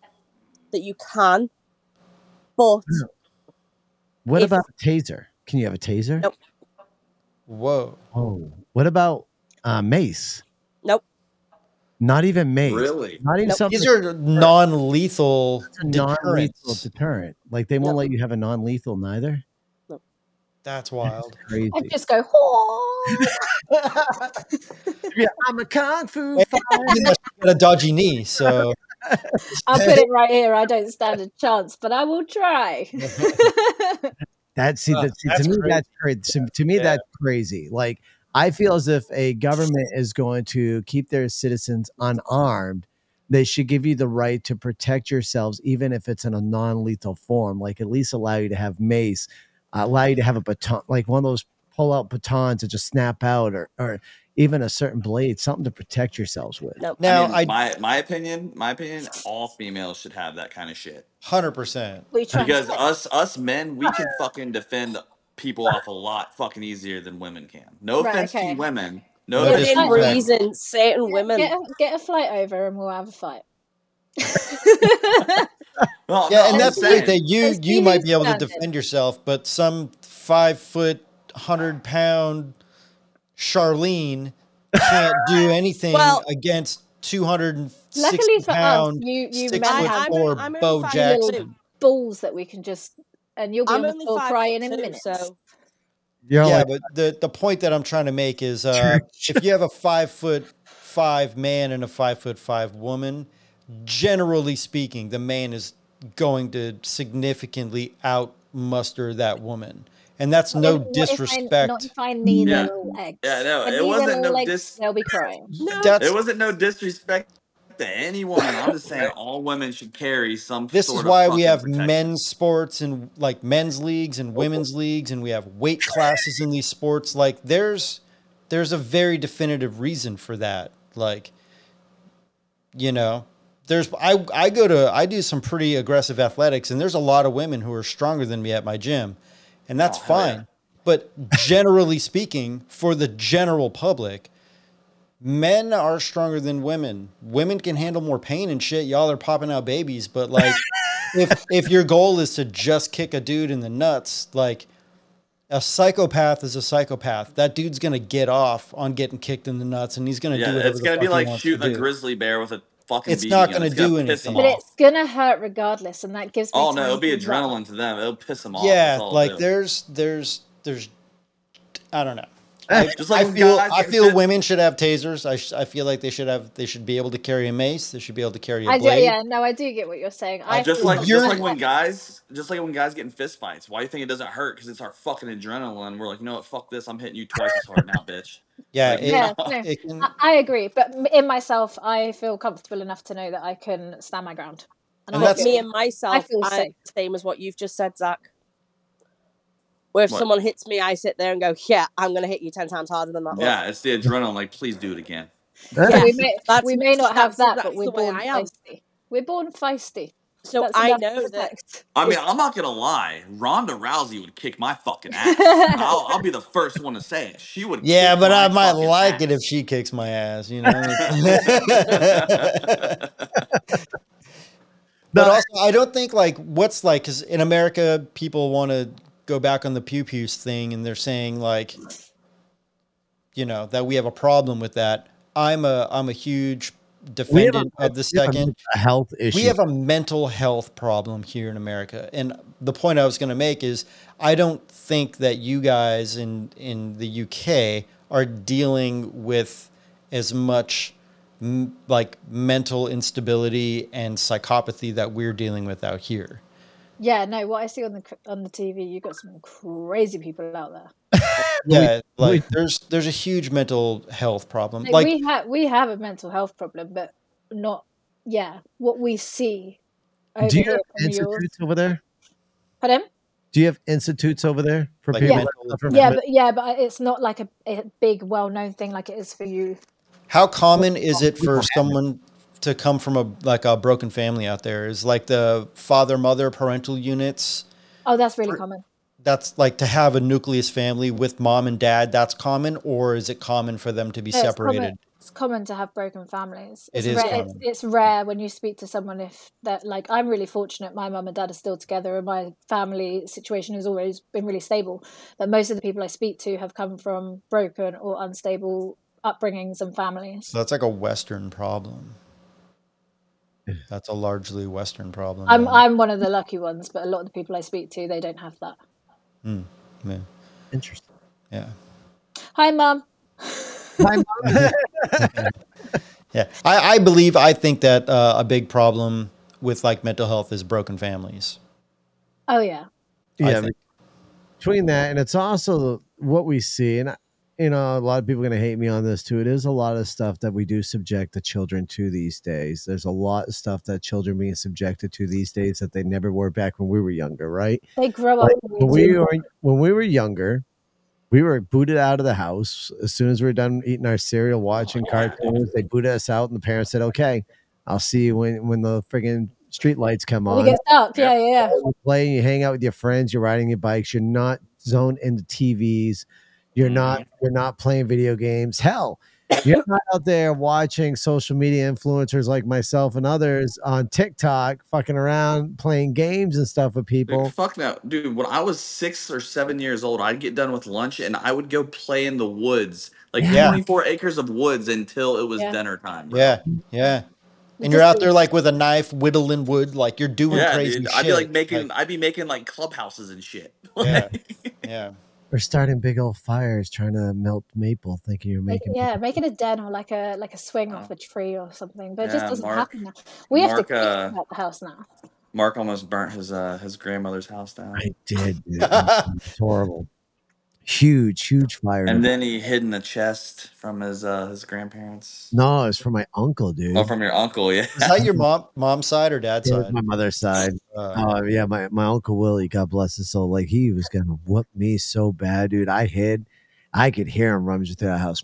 Speaker 6: that you can. But
Speaker 5: What
Speaker 6: If-
Speaker 5: about a taser? Can you have a taser?
Speaker 6: Nope.
Speaker 8: Whoa.
Speaker 5: Oh. What about uh, mace?
Speaker 6: Nope.
Speaker 5: Not even mace.
Speaker 2: Really?
Speaker 5: Not even
Speaker 6: Nope.
Speaker 5: something
Speaker 8: These are non lethal
Speaker 5: that's a non-lethal
Speaker 8: deterrents.
Speaker 5: deterrent. Like they won't
Speaker 6: Nope.
Speaker 5: let you have a non-lethal
Speaker 6: [LAUGHS]
Speaker 5: neither.
Speaker 8: That's
Speaker 5: That's
Speaker 8: wild.
Speaker 5: [LAUGHS]
Speaker 7: I'd
Speaker 5: crazy.
Speaker 7: just go, "Haw."
Speaker 5: Yeah, I'm a kung fu
Speaker 8: And
Speaker 5: fighter.
Speaker 8: you must have [LAUGHS] got a dodgy knee, so
Speaker 7: I'll put it right here. I don't stand a chance, but I
Speaker 5: [LAUGHS]
Speaker 7: will try.
Speaker 5: That's see,
Speaker 8: Oh,
Speaker 5: that, see
Speaker 8: that's
Speaker 5: to me
Speaker 8: crazy.
Speaker 5: that's crazy. To, to me
Speaker 8: Yeah.
Speaker 5: that's crazy. Like I feel as if a government is going to keep their citizens unarmed. They should give you the right to protect yourselves, even if it's in a non-lethal form. Like at least allow you to have mace, uh, allow you to have a baton, like one of those pull-out batons that just snap out, or or even a certain blade, something to protect yourselves with.
Speaker 6: nope.
Speaker 2: I
Speaker 8: Now
Speaker 2: mean,
Speaker 8: I
Speaker 2: my my opinion, my [LAUGHS] opinion, all females should have that kind of shit.
Speaker 8: hundred percent.
Speaker 7: we try.
Speaker 2: Because us us men, we can fucking defend people off a lot fucking easier than women can. No
Speaker 7: Right,
Speaker 2: offense to you
Speaker 7: okay.
Speaker 2: women, No,
Speaker 8: Yeah,
Speaker 2: dis-
Speaker 6: Within
Speaker 7: disrespect.
Speaker 6: reason, certain women.
Speaker 7: Get a, get a flight over and we'll have
Speaker 6: [LAUGHS]
Speaker 7: a fight.
Speaker 2: well,
Speaker 8: Yeah,
Speaker 2: Oh, no, I'm
Speaker 8: and that's the
Speaker 2: saying,
Speaker 8: thing that you
Speaker 7: As
Speaker 8: you might
Speaker 7: females
Speaker 8: be able to
Speaker 7: standard.
Speaker 8: defend yourself, but some five foot, hundred pound Charlene can't do anything
Speaker 6: Well-
Speaker 8: against two hundred and
Speaker 7: Luckily
Speaker 8: sixty
Speaker 7: for us,
Speaker 8: pound,
Speaker 7: you you
Speaker 8: six
Speaker 7: men
Speaker 8: foot
Speaker 7: have
Speaker 6: I'm-
Speaker 8: four
Speaker 6: I'm only
Speaker 8: Bo
Speaker 6: five
Speaker 8: Jackson.
Speaker 6: two.
Speaker 7: balls that we can just and you'll be
Speaker 6: I'm
Speaker 7: on the
Speaker 6: only
Speaker 7: floor
Speaker 6: five
Speaker 7: crying in
Speaker 6: foot two,
Speaker 7: minutes.
Speaker 6: so
Speaker 5: You're
Speaker 8: yeah,
Speaker 5: like,
Speaker 8: but the the point that I'm trying to make is uh, if you have a five foot five man and a five foot five woman, generally speaking, the man is going to significantly out muster that woman, and that's no
Speaker 7: Not if- Not
Speaker 8: disrespect.
Speaker 7: if I, not if I need
Speaker 2: Yeah.
Speaker 7: the little
Speaker 6: Mm,
Speaker 7: eggs.
Speaker 2: Yeah, no,
Speaker 7: If I
Speaker 2: it
Speaker 7: need the
Speaker 2: wasn't no
Speaker 7: little eggs,
Speaker 2: dis-
Speaker 7: They'll be
Speaker 8: [LAUGHS]
Speaker 7: crying.
Speaker 6: no.
Speaker 8: That's
Speaker 2: it wasn't no disrespect to any woman. I'm just saying all women should carry some
Speaker 8: this
Speaker 2: sort
Speaker 8: is
Speaker 2: of
Speaker 8: why
Speaker 2: fucking
Speaker 8: we
Speaker 2: Oh.
Speaker 8: have
Speaker 2: protection.
Speaker 8: men's sports and like men's leagues and women's leagues and we have weight classes in these sports like there's there's a very definitive reason for that like you know there's I I go to I do some pretty aggressive athletics and there's a lot of women who are stronger than me at my gym and that's
Speaker 2: Oh, hell yeah.
Speaker 8: fine but generally speaking for the general public men are stronger than women. Women can handle more pain and shit. Y'all are popping out babies, but like
Speaker 2: [LAUGHS]
Speaker 8: if if your goal is to just kick a dude in the nuts, like a psychopath is a psychopath. That dude's gonna get off on getting kicked in the nuts, and he's gonna do
Speaker 2: Yeah,
Speaker 8: whatever
Speaker 2: it's
Speaker 8: the
Speaker 2: gonna
Speaker 8: fuck
Speaker 2: be
Speaker 8: he
Speaker 2: like
Speaker 8: wants to
Speaker 2: shooting a
Speaker 8: do.
Speaker 2: grizzly bear with a fucking.
Speaker 8: It's
Speaker 2: BB
Speaker 8: not
Speaker 2: gun.
Speaker 8: gonna
Speaker 2: gonna
Speaker 8: do
Speaker 2: piss 'em
Speaker 8: anything.
Speaker 7: But
Speaker 2: off.
Speaker 7: it's gonna hurt regardless, and that gives me
Speaker 2: Oh
Speaker 7: time
Speaker 2: no, it'll be
Speaker 7: to run.
Speaker 2: adrenaline to them. It'll piss them off. That's
Speaker 8: Yeah,
Speaker 2: all.
Speaker 8: like
Speaker 2: it'll do.
Speaker 8: there's there's there's I don't know.
Speaker 2: Eh, Just like
Speaker 8: I
Speaker 2: when
Speaker 8: feel
Speaker 2: guys
Speaker 8: I
Speaker 2: get
Speaker 8: feel
Speaker 2: sent-
Speaker 8: women should have tasers. I, sh- I feel like they should have they should be able to carry a mace. They should be able to carry a
Speaker 7: I do,
Speaker 8: blade.
Speaker 7: yeah, no, I do get what you're saying. I
Speaker 2: Oh, just
Speaker 7: feel
Speaker 2: like
Speaker 7: like
Speaker 2: just
Speaker 8: You're-
Speaker 2: like when guys just like when guys get in fist fights. Why do you think it doesn't hurt? Because it's our fucking adrenaline. We're like, you know what? Fuck this. I'm hitting you twice as hard now,
Speaker 7: [LAUGHS]
Speaker 2: bitch.
Speaker 8: Yeah,
Speaker 2: Like,
Speaker 8: it,
Speaker 7: yeah, no,
Speaker 8: it can,
Speaker 7: I, I agree. But m- in myself, I feel comfortable enough to know that I can stand my ground, and,
Speaker 8: And
Speaker 7: I
Speaker 8: that's-
Speaker 7: feel
Speaker 6: me and myself,
Speaker 7: I feel
Speaker 6: I'm
Speaker 7: safe.
Speaker 6: the same as what you've just said, Zach. Where if
Speaker 2: What?
Speaker 6: someone hits me, I sit there and go, "Yeah, I'm gonna hit you ten times harder than that."
Speaker 2: Yeah, it's the adrenaline. Like, please do it again.
Speaker 6: one."
Speaker 7: So
Speaker 6: yeah.
Speaker 7: we may
Speaker 6: That's
Speaker 7: we may not
Speaker 6: that's-
Speaker 7: have that, but
Speaker 6: that's
Speaker 7: we're
Speaker 6: the way
Speaker 7: born
Speaker 6: I am.
Speaker 7: feisty. We're born feisty.
Speaker 6: So
Speaker 7: That's
Speaker 6: I
Speaker 7: enough
Speaker 6: know that
Speaker 7: respect.
Speaker 2: I mean,
Speaker 6: It's-
Speaker 2: I'm not gonna lie. Ronda Rousey would kick my fucking ass. I'll, I'll be the first one to say it. She would.
Speaker 8: yeah,
Speaker 2: kick
Speaker 8: but
Speaker 2: my
Speaker 8: I might
Speaker 2: fucking
Speaker 8: like it
Speaker 2: ass.
Speaker 8: if she kicks my ass,
Speaker 2: [LAUGHS]
Speaker 8: you know. but also, I don't think like what's like because in America, people want to go back on the pew pews thing, and they're saying like, you know, that we have a problem with that. I'm a I'm a huge
Speaker 5: we have a,
Speaker 8: defendant of the
Speaker 5: we have a
Speaker 8: second.
Speaker 5: mental health issue.
Speaker 8: we have a mental health problem here in America. And the point I was going to make is I don't think that you guys in in the UK are dealing with as much m- like mental instability and psychopathy that we're dealing with out here.
Speaker 7: yeah, no, what I see on the cr- on the TV, you got some crazy people out there.
Speaker 5: We-
Speaker 8: Yeah, like
Speaker 5: we-
Speaker 8: there's there's a huge mental health problem.
Speaker 7: Like
Speaker 8: Like
Speaker 7: we have we have a mental health problem, but not yeah what we see
Speaker 5: do
Speaker 7: over
Speaker 5: you have
Speaker 7: here from yours.
Speaker 5: institutes over there?
Speaker 7: Pardon?
Speaker 5: Do you have institutes over there for
Speaker 8: like
Speaker 5: people
Speaker 7: Yeah.
Speaker 5: that
Speaker 8: mental
Speaker 5: suffer from
Speaker 7: Yeah,
Speaker 5: men-
Speaker 7: but yeah, but I- it's not like a, a big, well-known thing like it is for you.
Speaker 8: How common is it
Speaker 5: We don't
Speaker 8: for
Speaker 5: have it.
Speaker 8: someone to come from a like a broken family out there? Is like the father mother parental units.
Speaker 7: Oh, that's really common.
Speaker 8: That's like to have a nucleus family with mom and dad. That's common, or is it common for them to be
Speaker 7: No, it's common.
Speaker 8: separated?
Speaker 7: It's common to have broken families.
Speaker 8: It
Speaker 7: It's
Speaker 8: is
Speaker 7: rare. It's,
Speaker 8: common.
Speaker 7: it's rare when you speak to someone if that like I'm really fortunate. My mum and dad are still together, and my family situation has always been really stable. But most of the people I speak to have come from broken or unstable upbringings and families.
Speaker 8: So that's like a Western problem. That's a largely Western problem.
Speaker 7: I'm
Speaker 8: Then.
Speaker 7: I'm one of the lucky ones, but a lot of the people I speak to they don't have that.
Speaker 8: Yeah.
Speaker 5: Interesting.
Speaker 8: Yeah.
Speaker 7: Hi, mum.
Speaker 5: Hi, Mom.
Speaker 8: Yeah. I, I believe, I think that uh, a big problem with like mental health is broken families.
Speaker 7: Oh yeah.
Speaker 8: I
Speaker 5: yeah,
Speaker 8: think.
Speaker 5: between that and it's also what we see and I- you know a lot of people are going to hate me on this too it is a lot of stuff that we do subject the children to these days there's a lot of stuff that children being subjected to these days that they never were back when we were younger right
Speaker 7: They grow up
Speaker 5: like
Speaker 7: really
Speaker 5: when
Speaker 7: too
Speaker 5: we were when we were younger we were booted out of the house as soon as we were done eating our cereal watching cartoons they booted us out and the parents said okay i'll see you when when the friggin' street lights come
Speaker 7: When it
Speaker 5: on
Speaker 7: gets dark,
Speaker 2: Yep.
Speaker 7: yeah, yeah, yeah.
Speaker 5: you play, you hang out with your friends, you're riding your bikes, you're not zoned into TVs, You're not you're not playing video games. Hell, you're not out there watching social media influencers like myself and others on TikTok fucking around playing games and stuff with
Speaker 2: Dude,
Speaker 5: people.
Speaker 2: fuck no, dude. When I was six or seven years old, I'd get done with lunch and I would go play in the woods, like
Speaker 8: Yeah.
Speaker 2: 24 acres of woods, until it was
Speaker 7: Yeah.
Speaker 2: dinner time. bro.
Speaker 8: Yeah, yeah. And you're out there like with a knife whittling wood, like you're doing
Speaker 2: yeah,
Speaker 8: crazy
Speaker 2: dude.
Speaker 8: shit.
Speaker 2: I'd be like making, [LAUGHS] I'd be making like clubhouses and shit. [LAUGHS]
Speaker 8: Yeah.
Speaker 2: Like,
Speaker 8: yeah,
Speaker 5: We're starting big old fires trying to melt maple, thinking you're
Speaker 7: Like, [LAUGHS]
Speaker 5: making
Speaker 7: yeah, making a den or like a like a swing off a tree or something, but it just
Speaker 2: Oh. Yeah,
Speaker 7: doesn't
Speaker 2: Mark-
Speaker 7: happen now. We have
Speaker 2: Mark,
Speaker 7: to
Speaker 2: uh,
Speaker 7: clean out the house now.
Speaker 2: Mark almost burnt his uh, his grandmother's house down,
Speaker 5: I did.
Speaker 8: [LAUGHS]
Speaker 5: Dude. it's horrible. Huge, huge fire.
Speaker 2: and then he hid in the chest from his uh, his grandparents.
Speaker 5: no, it's from my uncle, dude.
Speaker 2: Oh, from your uncle, yeah.
Speaker 8: is that your mom mom's side or dad's
Speaker 5: It was
Speaker 8: side?
Speaker 5: my mother's side.
Speaker 8: Uh,
Speaker 5: Oh yeah, my, my uncle Willie, God bless his soul. Like he was gonna whoop me so bad, dude. I hid. I could hear him rummaging through the house.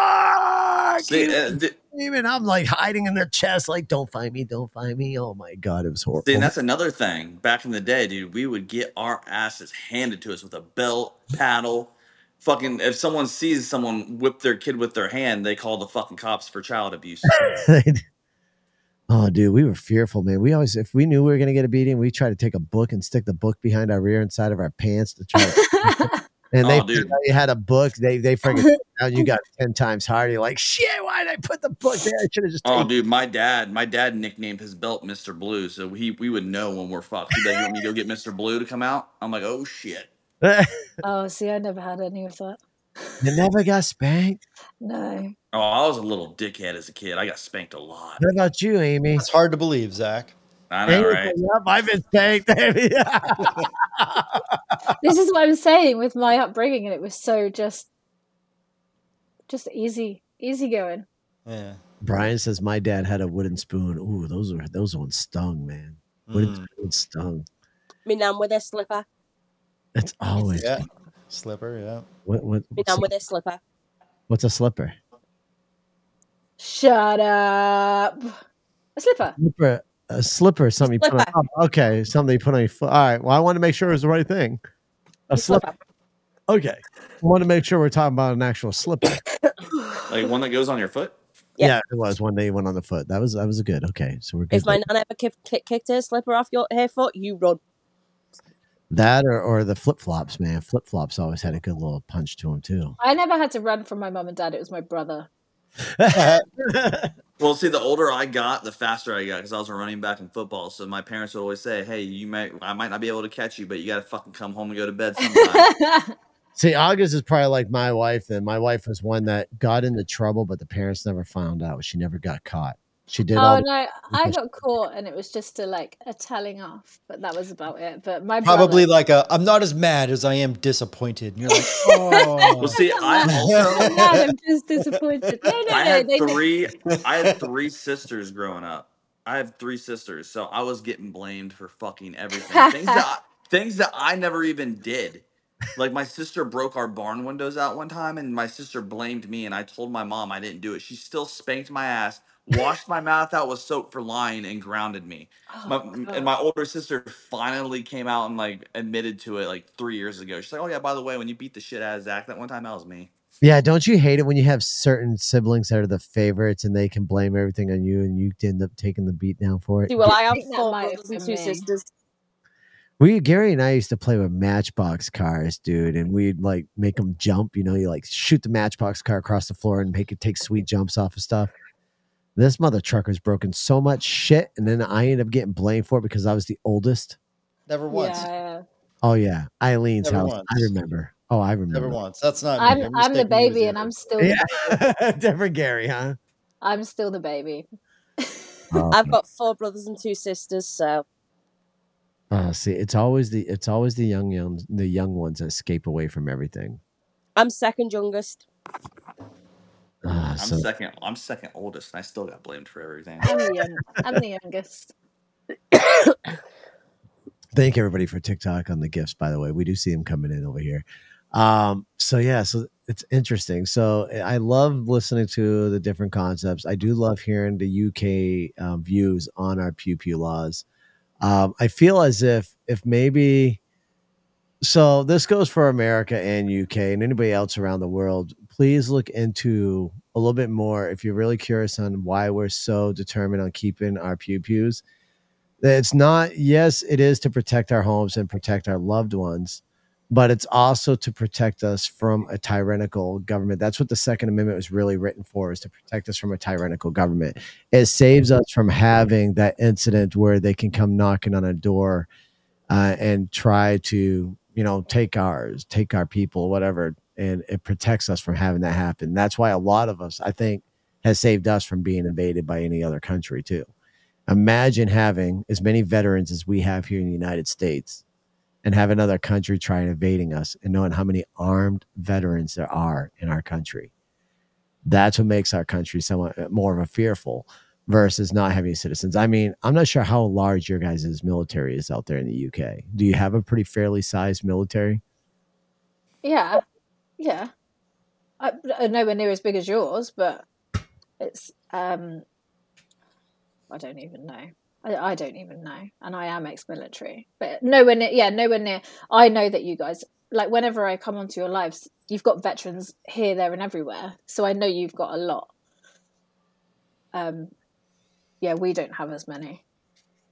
Speaker 5: Mark,
Speaker 2: See, uh, th-
Speaker 5: even I'm like hiding in their chest, like don't find me, don't find me. Oh my god, it was horrible.
Speaker 2: See, and that's another thing. Back in the day, dude, we would get our asses handed to us with a belt, paddle. Fucking, if someone sees someone whip their kid with their hand, they call the fucking cops for child abuse.
Speaker 5: [LAUGHS] oh, dude, we were fearful, man. We always, if we knew we were gonna get a beating, we tried to take a book and stick the book behind our rear inside of our pants to try. To,
Speaker 2: [LAUGHS]
Speaker 5: and they
Speaker 2: Oh, dude.
Speaker 5: found out you had a book. They they freaking [LAUGHS] out you got ten times harder. You're like, shit, why did I put the book there? I should have just.
Speaker 2: oh,
Speaker 5: taken
Speaker 2: dude, my dad, my dad nicknamed his belt Mr. Blue, so he we would know when we're fucked. He'd be like, "You want me to go get Mr. Blue to come out?" I'm like, "Oh shit."
Speaker 5: it."
Speaker 7: [LAUGHS] Oh, see, I never had any of that.
Speaker 5: You never got spanked.
Speaker 7: No,
Speaker 2: Oh, I was a little dickhead as a kid. I got spanked a lot.
Speaker 5: What about you, Amy?
Speaker 8: it's hard to believe, Zach.
Speaker 2: I know,
Speaker 5: Amy's
Speaker 2: right?
Speaker 5: like, "Yep, I've been spanked. Amy."
Speaker 7: this is what I'm saying with my upbringing, and it was so just, just easy, easy going.
Speaker 8: Yeah.
Speaker 5: [LAUGHS] Brian says my dad had a wooden spoon. Ooh, those were those ones stung, man. Wooden
Speaker 8: Mm,
Speaker 5: spoon stung.
Speaker 6: Me nan with a slipper.
Speaker 5: That's always
Speaker 8: yeah. Slipper. Yeah.
Speaker 5: what, what
Speaker 6: Me
Speaker 5: what's,
Speaker 6: nan with a slipper.
Speaker 5: what's a slipper?
Speaker 7: Shut up. A slipper.
Speaker 5: Slipper. A slipper, something you put on. oh, okay, something you put on your foot. All right. Well, I want to make sure it was the right thing. A
Speaker 6: A
Speaker 5: slipper.
Speaker 6: slipper.
Speaker 5: Okay. I want to make sure we're talking about an actual slipper.
Speaker 2: Like one that goes on your foot.
Speaker 6: [COUGHS] Yeah.
Speaker 5: Yeah, it was one day you went on the foot. That was that was a good. Okay, so we're good.
Speaker 6: If my
Speaker 5: there.
Speaker 6: nan ever kick, kick, kicked her slipper off your her foot, you run.
Speaker 5: that or, or the flip flops, man. Flip flops always had a good little punch to them
Speaker 6: [LAUGHS]
Speaker 5: too.
Speaker 7: I never had to run from my mum and dad. It was my brother.
Speaker 2: Well, see, the older I got, the faster I got because I was a running back in football. So my parents would always say, "Hey, you might, I might not be able to catch you, but you got to fucking come home and go to bed
Speaker 7: [LAUGHS]
Speaker 2: sometime."
Speaker 5: See, August is probably like my wife. Then my wife was one that got into trouble, but the parents never found out. She never got caught. She did all.
Speaker 7: oh
Speaker 5: the-
Speaker 7: no, I got caught, and it was just a like a telling off, but that was about it. But my
Speaker 8: Probably
Speaker 7: brother,
Speaker 8: like a. I'm not as mad as I am disappointed. And
Speaker 7: [LAUGHS]
Speaker 8: you're like, oh.
Speaker 2: well, see, I
Speaker 7: I'm
Speaker 2: also,
Speaker 7: not
Speaker 2: [LAUGHS]
Speaker 7: mad, I'm just disappointed. No, [LAUGHS] no,
Speaker 2: I
Speaker 7: no,
Speaker 2: had
Speaker 7: they, they-
Speaker 2: three, I had three sisters growing up. I have three sisters, so I was getting blamed for fucking everything. Things
Speaker 7: [LAUGHS]
Speaker 2: that, I, things that I never even did. Like my sister broke our barn windows out one time, and my sister blamed me, and I told my mom I didn't do it. She still spanked my ass, washed my mouth out with soap for lying, and grounded me.
Speaker 7: Oh,
Speaker 2: my
Speaker 7: God.
Speaker 2: and my older sister finally came out and like admitted to it like three years ago. She's like, "Oh yeah, by the way, when you beat the shit out of Zach that one time, that was me."
Speaker 5: yeah, don't you hate it when you have certain siblings that are the favorites and they can blame everything on you, and you end up taking the beat down for it?
Speaker 6: See, well, I have
Speaker 7: think that
Speaker 6: four
Speaker 7: might have
Speaker 6: brothers and
Speaker 7: been
Speaker 6: two
Speaker 7: me.
Speaker 6: sisters.
Speaker 5: We Gary and I used to play with Matchbox cars, dude, and we'd like make them jump. You know, you like shoot the Matchbox car across the floor and make it take sweet jumps off of stuff. This mother trucker's broken so much shit, and then I ended up getting blamed for it because I was the oldest.
Speaker 8: never once.
Speaker 7: Yeah,
Speaker 5: Oh yeah, Eileen's
Speaker 8: Never
Speaker 5: house. I
Speaker 8: once.
Speaker 5: remember. Oh, I
Speaker 8: Never
Speaker 5: remember.
Speaker 8: once. That's not. me.
Speaker 7: I'm I'm the
Speaker 8: mistaking you as
Speaker 7: baby,
Speaker 8: the
Speaker 7: and
Speaker 8: other. [LAUGHS]
Speaker 7: I'm still
Speaker 5: Yeah, [LAUGHS] different Gary, huh?
Speaker 7: I'm still the baby.
Speaker 6: I've got four brothers and two sisters, so
Speaker 5: Uh, see, it's always the it's always the young young the young ones that escape away from everything.
Speaker 6: I'm
Speaker 5: [COUGHS]
Speaker 6: second youngest.
Speaker 5: Uh,
Speaker 2: I'm
Speaker 5: so
Speaker 2: second. I'm second oldest, and I still got blamed for everything.
Speaker 7: I'm the young, I'm the youngest.
Speaker 5: thank everybody for TikTok on the gifts. By the way, we do see them coming in over here. Um, so yeah, so it's interesting. So I I love listening to the different concepts. I do love hearing the UK um, views on our pew pew laws. Um, I feel as if if maybe So this goes for America and UK and anybody else around the world. Please look into a little bit more if you're really curious on why we're so determined on keeping our pew pews. That It's not, yes, it is to protect our homes and protect our loved ones, but it's also to protect us from a tyrannical government. That's what the Second Amendment was really written for, is to protect us from a tyrannical government. It saves us from having that incident where they can come knocking on a door uh, and try to you know take ours take our people whatever and it protects us from having that happen that's why a lot of us i think has saved us from being invaded by any other country too imagine having as many veterans as we have here in the united states and have another country try invading us and knowing how many armed veterans there are in our country that's what makes our country somewhat more of a fearful versus not having citizens. I mean, I'm not sure how large your guys' military is out there in the UK. Do you have a pretty fairly sized military?
Speaker 7: Yeah, yeah. I, I- nowhere near as big as yours, but it's um, I don't even know. I, I don't even know, and I am ex-military, but nowhere near. Yeah, nowhere near. I know that you guys like whenever I come onto your lives, you've got veterans here, there, and everywhere. So I know you've got a lot. Um, yeah, we don't have as many,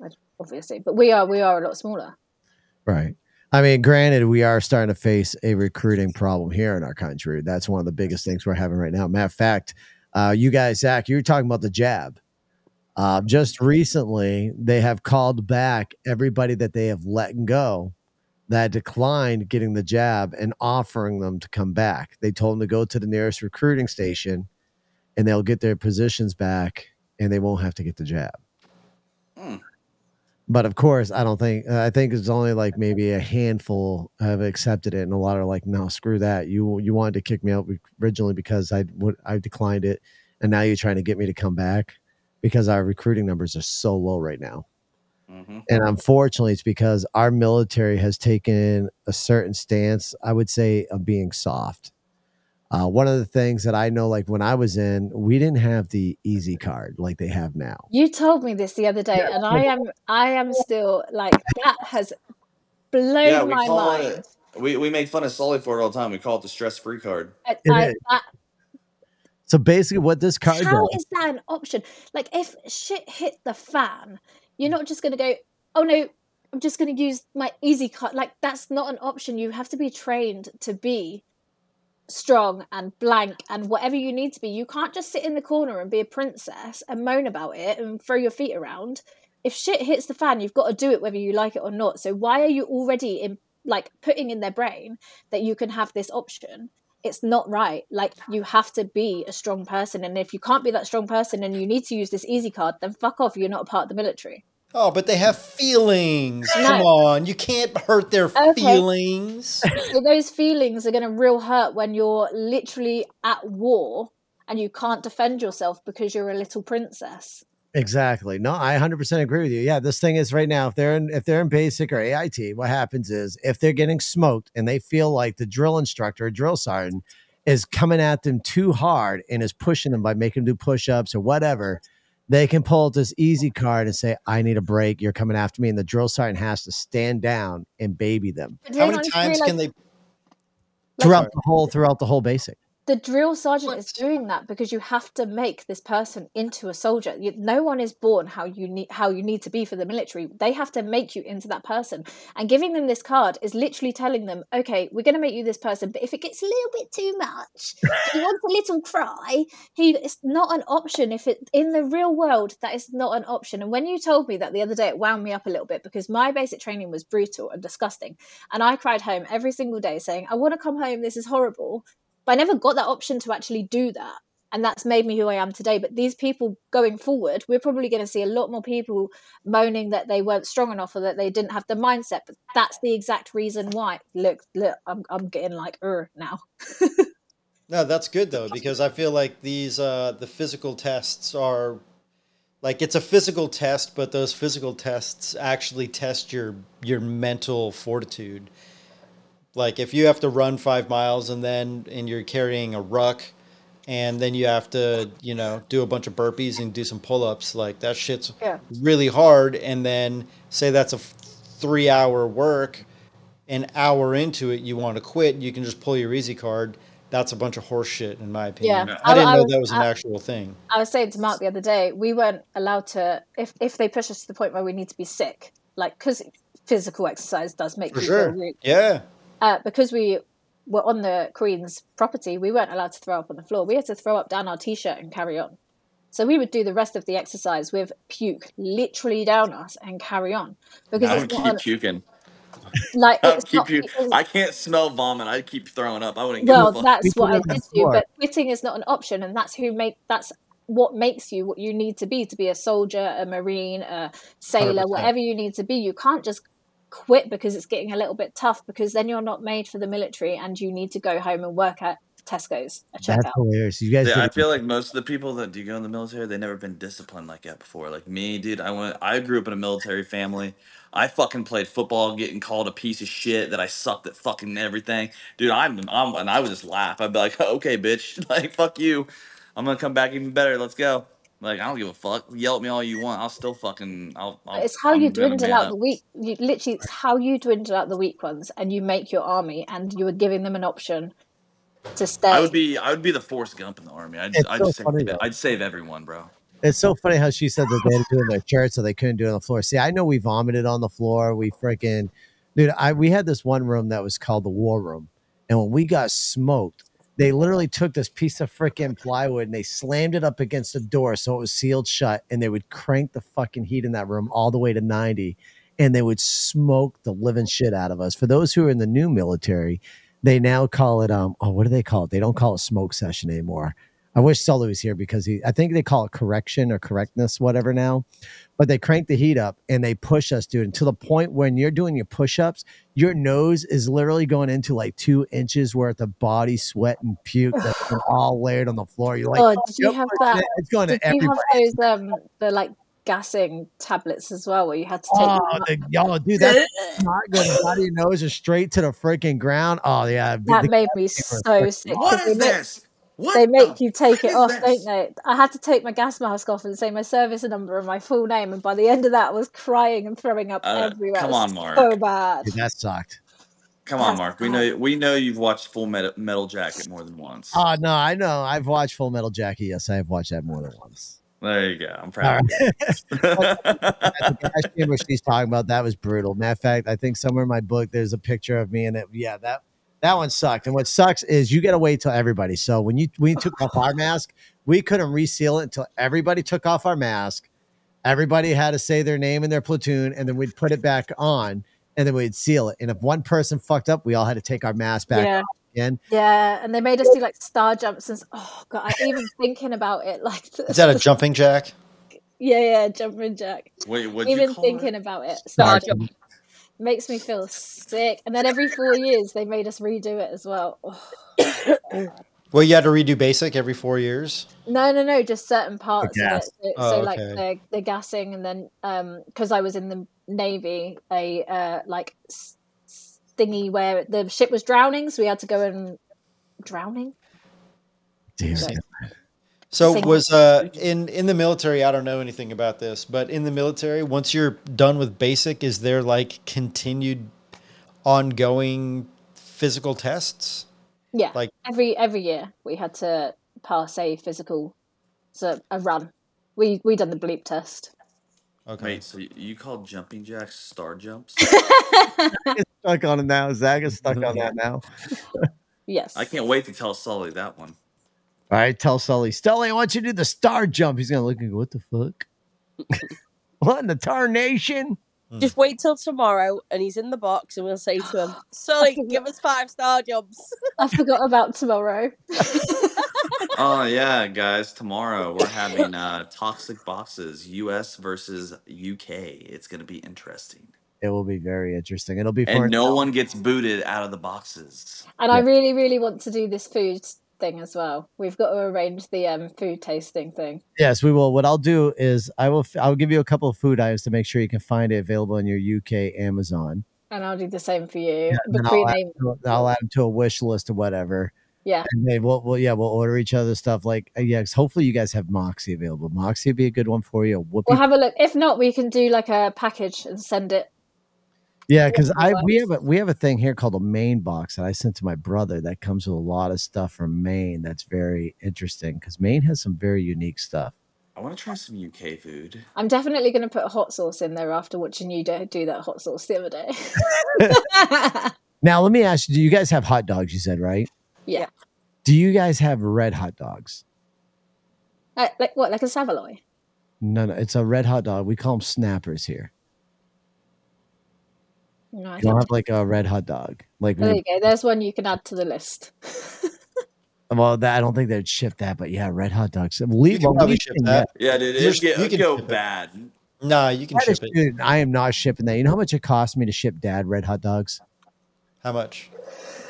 Speaker 7: ob- obviously, but we are we are a lot smaller.
Speaker 5: Right. I mean, granted, we are starting to face a recruiting problem here in our country. That's one of the biggest things we're having right now. Matter of fact, uh, you guys, Zach, you were talking about the jab. Uh, just recently, they have called back everybody that they have let go that declined getting the jab and offering them to come back. They told them to go to the nearest recruiting station and they'll get their positions back and they won't have to get the jab.
Speaker 2: Hmm.
Speaker 5: But of course, I don't think, I think it's only like maybe a handful have accepted it. And a lot are like, no, screw that. You, you wanted to kick me out originally because I would, I declined it. And now you're trying to get me to come back because our recruiting numbers are so low right now.
Speaker 2: hmm
Speaker 5: And unfortunately, it's because our military has taken a certain stance, I would say, of being soft. Uh, one of the things that I know, like when I was in, we didn't have the easy card like they have now.
Speaker 7: You told me this the other day,
Speaker 5: Yeah.
Speaker 7: and I am I am still like that has
Speaker 2: Yeah,
Speaker 7: blown
Speaker 2: we
Speaker 7: my
Speaker 2: call
Speaker 7: mind.
Speaker 2: it. We, we make fun of Sully for it all the time. We call it the stress free card.
Speaker 7: I,
Speaker 5: It
Speaker 7: I
Speaker 5: is.
Speaker 7: that
Speaker 5: So basically, what [LAUGHS] this card
Speaker 7: how
Speaker 5: does,
Speaker 7: is that an option? Like, if shit hit the fan, you're not just going to go, oh no, I'm just going to use my easy card. Like, that's not an option. You have to be trained to be strong and blank and whatever you need to be. You can't just sit in the corner and be a princess and moan about it and throw your feet around. If shit hits the fan, you've got to do it whether you like it or not. So, why are you already in? like putting in their brain that you can have this option it's not right. Like you have to be a strong person, and if you can't be that strong person and you need to use this easy card, then fuck off. You're not a part of the military.
Speaker 8: Oh, but they have feelings. Come
Speaker 7: No.
Speaker 8: on, you can't hurt their
Speaker 7: Okay. [LAUGHS]
Speaker 8: feelings.
Speaker 7: So those feelings are going to real hurt when you're literally at war and you can't defend yourself because you're a little princess.
Speaker 5: Exactly. No, I 100% agree with you. Yeah, this thing is right now if they're in if they're in basic or AIT, what happens is if they're getting smoked and they feel like the drill instructor or drill sergeant is coming at them too hard and is pushing them by making them do push-ups or whatever, they can pull out this easy card and say, "I need a break. You're coming after me." And the drill sergeant has to stand down and baby them
Speaker 7: But
Speaker 8: How
Speaker 7: then
Speaker 8: many
Speaker 7: I just
Speaker 8: times can
Speaker 7: realized,
Speaker 8: they?
Speaker 7: like
Speaker 5: throughout
Speaker 8: Sorry.
Speaker 5: the whole throughout the whole basic.
Speaker 7: the drill sergeant is
Speaker 8: What?
Speaker 7: doing that because you have to make this person into a soldier. You, no one is born how you need how you need to be for the military. They have to make you into that person. And giving them this card is literally telling them, okay, we're going to make you this person, but if it gets a little bit too much, if you want a little cry, he it's not an option. If it in the real world, that is not an option. And when you told me that the other day, it wound me up a little bit because my basic training was brutal and disgusting, and I cried home every single day saying, I want to come home. This is horrible but I never got that option to actually do that. And that's made me who I am today. But these people going forward, we're probably going to see a lot more people moaning that they weren't strong enough or that they didn't have the mindset. But that's the exact reason why. Look, look, I'm, I'm getting like, er, now.
Speaker 8: No, that's good though because I feel like these uh, the physical tests are like it's a physical test, but those physical tests actually test your your mental fortitude. Like if you have to run five miles and then and you're carrying a ruck, and then you have to you know do a bunch of burpees and do some pull-ups, like that shit's
Speaker 7: Yeah.
Speaker 8: really hard. And then say that's a f- three-hour work. an hour into it you want to quit, you can just pull your easy card. That's a bunch of horse shit, in my opinion.
Speaker 7: Yeah.
Speaker 8: I didn't
Speaker 7: I-
Speaker 8: know
Speaker 7: I-
Speaker 8: that was an
Speaker 7: I-
Speaker 8: actual thing.
Speaker 7: I was saying to Mark the other day, we weren't allowed to if if they push us to the point where we need to be sick, like because physical exercise does make
Speaker 8: For
Speaker 7: you
Speaker 8: sure.
Speaker 7: feel really
Speaker 8: Yeah.
Speaker 7: uh, because we were on the Queen's property, we weren't allowed to throw up on the floor. We had to throw up down our t-shirt and carry on. So we would do the rest of the exercise with puke literally down us and carry on because
Speaker 2: I
Speaker 7: it's
Speaker 2: would
Speaker 7: not
Speaker 2: keep puking.
Speaker 7: on, like
Speaker 2: I would
Speaker 7: it's
Speaker 2: keep
Speaker 7: not.
Speaker 2: pu
Speaker 7: It's,
Speaker 2: I can't smell vomit. I'd keep throwing up. I wouldn't give a
Speaker 7: well,
Speaker 2: fuck.
Speaker 5: You
Speaker 7: that's
Speaker 5: put
Speaker 7: what
Speaker 5: it
Speaker 7: I
Speaker 5: on the
Speaker 7: did do,
Speaker 5: floor.
Speaker 7: but quitting is not an option, and that's who make that's what makes you what you need to be to be a soldier, a marine, a sailor,
Speaker 8: 100%.
Speaker 7: whatever you need to be. You can't just quit because it's getting a little bit tough because then you're not made for the military and you need to go home and work at Tesco's a
Speaker 5: That's
Speaker 7: checkout.
Speaker 5: hilarious. You guys
Speaker 2: Yeah,
Speaker 5: did
Speaker 2: I
Speaker 5: it.
Speaker 2: feel like most of the people that do go in the military, they've never been disciplined like that before. Like me, dude, I went I grew up in a military family. I fucking played football, getting called a piece of shit that I sucked at fucking everything. Dude, I'm I'm and I would just laugh. I'd be like, [LAUGHS] okay, bitch, like fuck you. I'm gonna come back even better. Let's go. Like, I don't give a fuck. Yell at me all you want. I'll still fucking I'll, I'll
Speaker 7: It's how you
Speaker 2: I'm gonna
Speaker 7: dwindle
Speaker 2: man
Speaker 7: out the
Speaker 2: up.
Speaker 7: weak. You literally, it's how you dwindle out the weak ones, and you make your army, and you are giving them an option to
Speaker 2: I would
Speaker 7: stay.
Speaker 2: be I would be the Forrest Gump in the army. I'd
Speaker 5: It's
Speaker 2: I'd
Speaker 5: so
Speaker 2: save
Speaker 5: funny though.
Speaker 2: I'd save everyone, bro.
Speaker 5: It's so funny how she said that they had to do it in their shirt, so they couldn't do it on the floor. See, I know we vomited on the floor. We freaking, dude. I we had this one room that was called the war room, and when we got smoked, they literally took this piece of freaking plywood and they slammed it up against the door so it was sealed shut, and they would crank the fucking heat in that room all the way to ninety, and they would smoke the living shit out of us. For those who are in the new military, they now call it um oh what do they call it? They don't call it smoke session anymore. I wish Sully was here because he, I think they call it correction or correctness, whatever now. But they crank the heat up and they push us, dude, and to the point when you're doing your push ups, your nose is literally going into like two inches worth of body sweat and
Speaker 7: [SIGHS]
Speaker 5: puke that's been all layered on the floor. You're like,
Speaker 7: Oh, did
Speaker 5: you're
Speaker 7: you have
Speaker 5: pushing
Speaker 7: that?
Speaker 5: it. It's going
Speaker 7: Did
Speaker 5: to
Speaker 7: you
Speaker 5: everybody.
Speaker 7: have those um the like gassing tablets as well, where you had to take
Speaker 5: Oh,
Speaker 7: them up?
Speaker 5: the, oh, dude, that's not going out of your nose and straight to the freaking ground. Oh, yeah. The,
Speaker 7: That
Speaker 5: the
Speaker 7: made me
Speaker 5: gassing was
Speaker 7: so
Speaker 5: freaking
Speaker 7: sick
Speaker 5: awesome.
Speaker 2: What
Speaker 7: because they
Speaker 2: is
Speaker 7: make
Speaker 2: this? What
Speaker 7: they
Speaker 2: the
Speaker 7: make you take
Speaker 2: fuck
Speaker 7: it
Speaker 2: is
Speaker 7: off, don't
Speaker 2: this?
Speaker 7: they? I had to take my gas mask off and say my service number and my full name, and by the end of that, I was crying and throwing up
Speaker 2: Uh,
Speaker 7: everywhere. It
Speaker 2: come on,
Speaker 7: was so
Speaker 2: Mark.
Speaker 7: bad.
Speaker 5: Dude, that sucked.
Speaker 2: Come on,
Speaker 7: That's
Speaker 2: Mark. We
Speaker 7: bad.
Speaker 2: know we know you've watched Full Metal, Metal Jacket more than once.
Speaker 5: Oh, no, I know. I've watched Full Metal Jacket. Yes, I have watched that more than once.
Speaker 2: There you go. I'm
Speaker 5: All
Speaker 2: proud
Speaker 5: right.
Speaker 2: of you.
Speaker 5: at the gas chamber she's talking about that was brutal. Matter of fact, I think somewhere in my book there's a picture of me in it. Yeah, that that one sucked. And what sucks is you got to wait till everybody. So when you we took off our mask, we couldn't reseal it until everybody took off our mask. Everybody had to say their name and their platoon, and then we'd put it back on, and then we'd seal it. And if one person fucked up, we all had to take our mask back
Speaker 7: Yeah.
Speaker 5: off again.
Speaker 7: Yeah, and they made us do like star jumps and s- oh god, I even thinking about it like
Speaker 8: Is
Speaker 7: this,
Speaker 8: that a
Speaker 7: this
Speaker 8: jumping jack?
Speaker 7: [LAUGHS] yeah, yeah, jumping jack.
Speaker 2: [LAUGHS] Wait, what'd you
Speaker 7: Even
Speaker 2: call it?
Speaker 7: thinking about it,
Speaker 5: Sorry.
Speaker 7: star jump makes me feel sick. And then every four years they made us redo it as well. Oh,
Speaker 8: Well, you had to redo basic every four years.
Speaker 7: no, no, no, just certain
Speaker 5: The
Speaker 7: parts of it.
Speaker 5: gas.
Speaker 7: So, so
Speaker 8: Oh,
Speaker 7: like
Speaker 8: okay.
Speaker 7: the the gassing, and then um, because I was in the navy, a uh, like s- s- thingy where the ship was drowning, so we had to go and drowning
Speaker 5: Dear
Speaker 7: go
Speaker 5: God.
Speaker 8: So
Speaker 7: thing.
Speaker 8: was uh in in the military. I don't know anything about this, but in the military, once you're done with basic, is there like continued, ongoing physical tests?
Speaker 7: Yeah,
Speaker 8: Like
Speaker 7: every every year we had to pass a physical, so a run. We we done the bleep test.
Speaker 8: okay,
Speaker 2: Wait, so you you called jumping jacks star
Speaker 7: [LAUGHS]
Speaker 2: jumps?
Speaker 7: yes.
Speaker 5: Get stuck on it now. Zach is stuck on that now.
Speaker 2: I can't wait to tell Sully that one.
Speaker 5: All right, tell Sully, Sully, I want you to do the star jump. He's gonna look and go, "What the fuck? [LAUGHS] What in the tarnation?"
Speaker 6: Just wait till tomorrow, and he's in the box, and we'll say to him,
Speaker 7: I [LAUGHS]
Speaker 6: "Sully,
Speaker 7: forgot,
Speaker 6: give us five star jobs."
Speaker 7: [LAUGHS] I forgot about tomorrow.
Speaker 2: Oh yeah, guys, tomorrow we're having uh Toxic Boxes US versus UK. It's going to be interesting.
Speaker 5: It will be very interesting. It'll be for
Speaker 2: And
Speaker 5: an
Speaker 2: no one gets booted out of the boxes.
Speaker 7: and I
Speaker 5: yeah.
Speaker 7: really, really want to do this food thing as well. We've got to arrange the um food tasting thing.
Speaker 5: Yes, we will. What I'll do is I will f- I'll give you a couple of food items to make sure you can find it available in your UK Amazon.
Speaker 7: And I'll do the same for you.
Speaker 5: Yeah, and then
Speaker 7: Between
Speaker 5: I'll add
Speaker 7: aim
Speaker 5: to, I'll add them to a wish list or whatever.
Speaker 7: yeah.
Speaker 5: And then we'll, we'll yeah we'll order each other stuff like uh, yeah. 'cause Hopefully you guys have Moxie available. Moxie would be a good one for you. A
Speaker 7: We'll
Speaker 5: whoopee
Speaker 7: have a look. If not, we can do like a package and send it.
Speaker 5: Yeah, because
Speaker 7: the
Speaker 5: I we
Speaker 7: works.
Speaker 5: have a we have a thing here called a Maine box that I sent to my brother that comes with a lot of stuff from Maine that's very interesting because Maine has some very unique stuff.
Speaker 2: I want to try some UK food.
Speaker 7: I'm definitely going to put hot sauce in there after watching you do, do that hot sauce the other day. [LAUGHS]
Speaker 5: Now let me ask you: Do you guys have hot dogs? You said right.
Speaker 7: yeah.
Speaker 5: Do you guys have red hot dogs?
Speaker 7: Like, like what? Like a Savaloy?
Speaker 5: No, no, it's a red hot dog. We call them snappers here.
Speaker 7: No, I
Speaker 5: You don't
Speaker 7: don't.
Speaker 5: have like a red hot dog. Like
Speaker 7: There
Speaker 5: we,
Speaker 7: you go. There's one you can add to the list.
Speaker 5: well, that, I don't think they'd ship that, but yeah, red hot dogs.
Speaker 8: You
Speaker 5: Leave
Speaker 8: can probably ship that.
Speaker 2: Yeah, dude, it'd
Speaker 8: There's-
Speaker 2: get,
Speaker 8: you
Speaker 2: it'd
Speaker 8: can
Speaker 2: go
Speaker 8: ship it.
Speaker 2: bad.
Speaker 8: Nah, you can
Speaker 5: That is-
Speaker 8: ship it.
Speaker 5: dude, I am not shipping that. You know how much it cost me to ship dad red hot dogs?
Speaker 8: How much?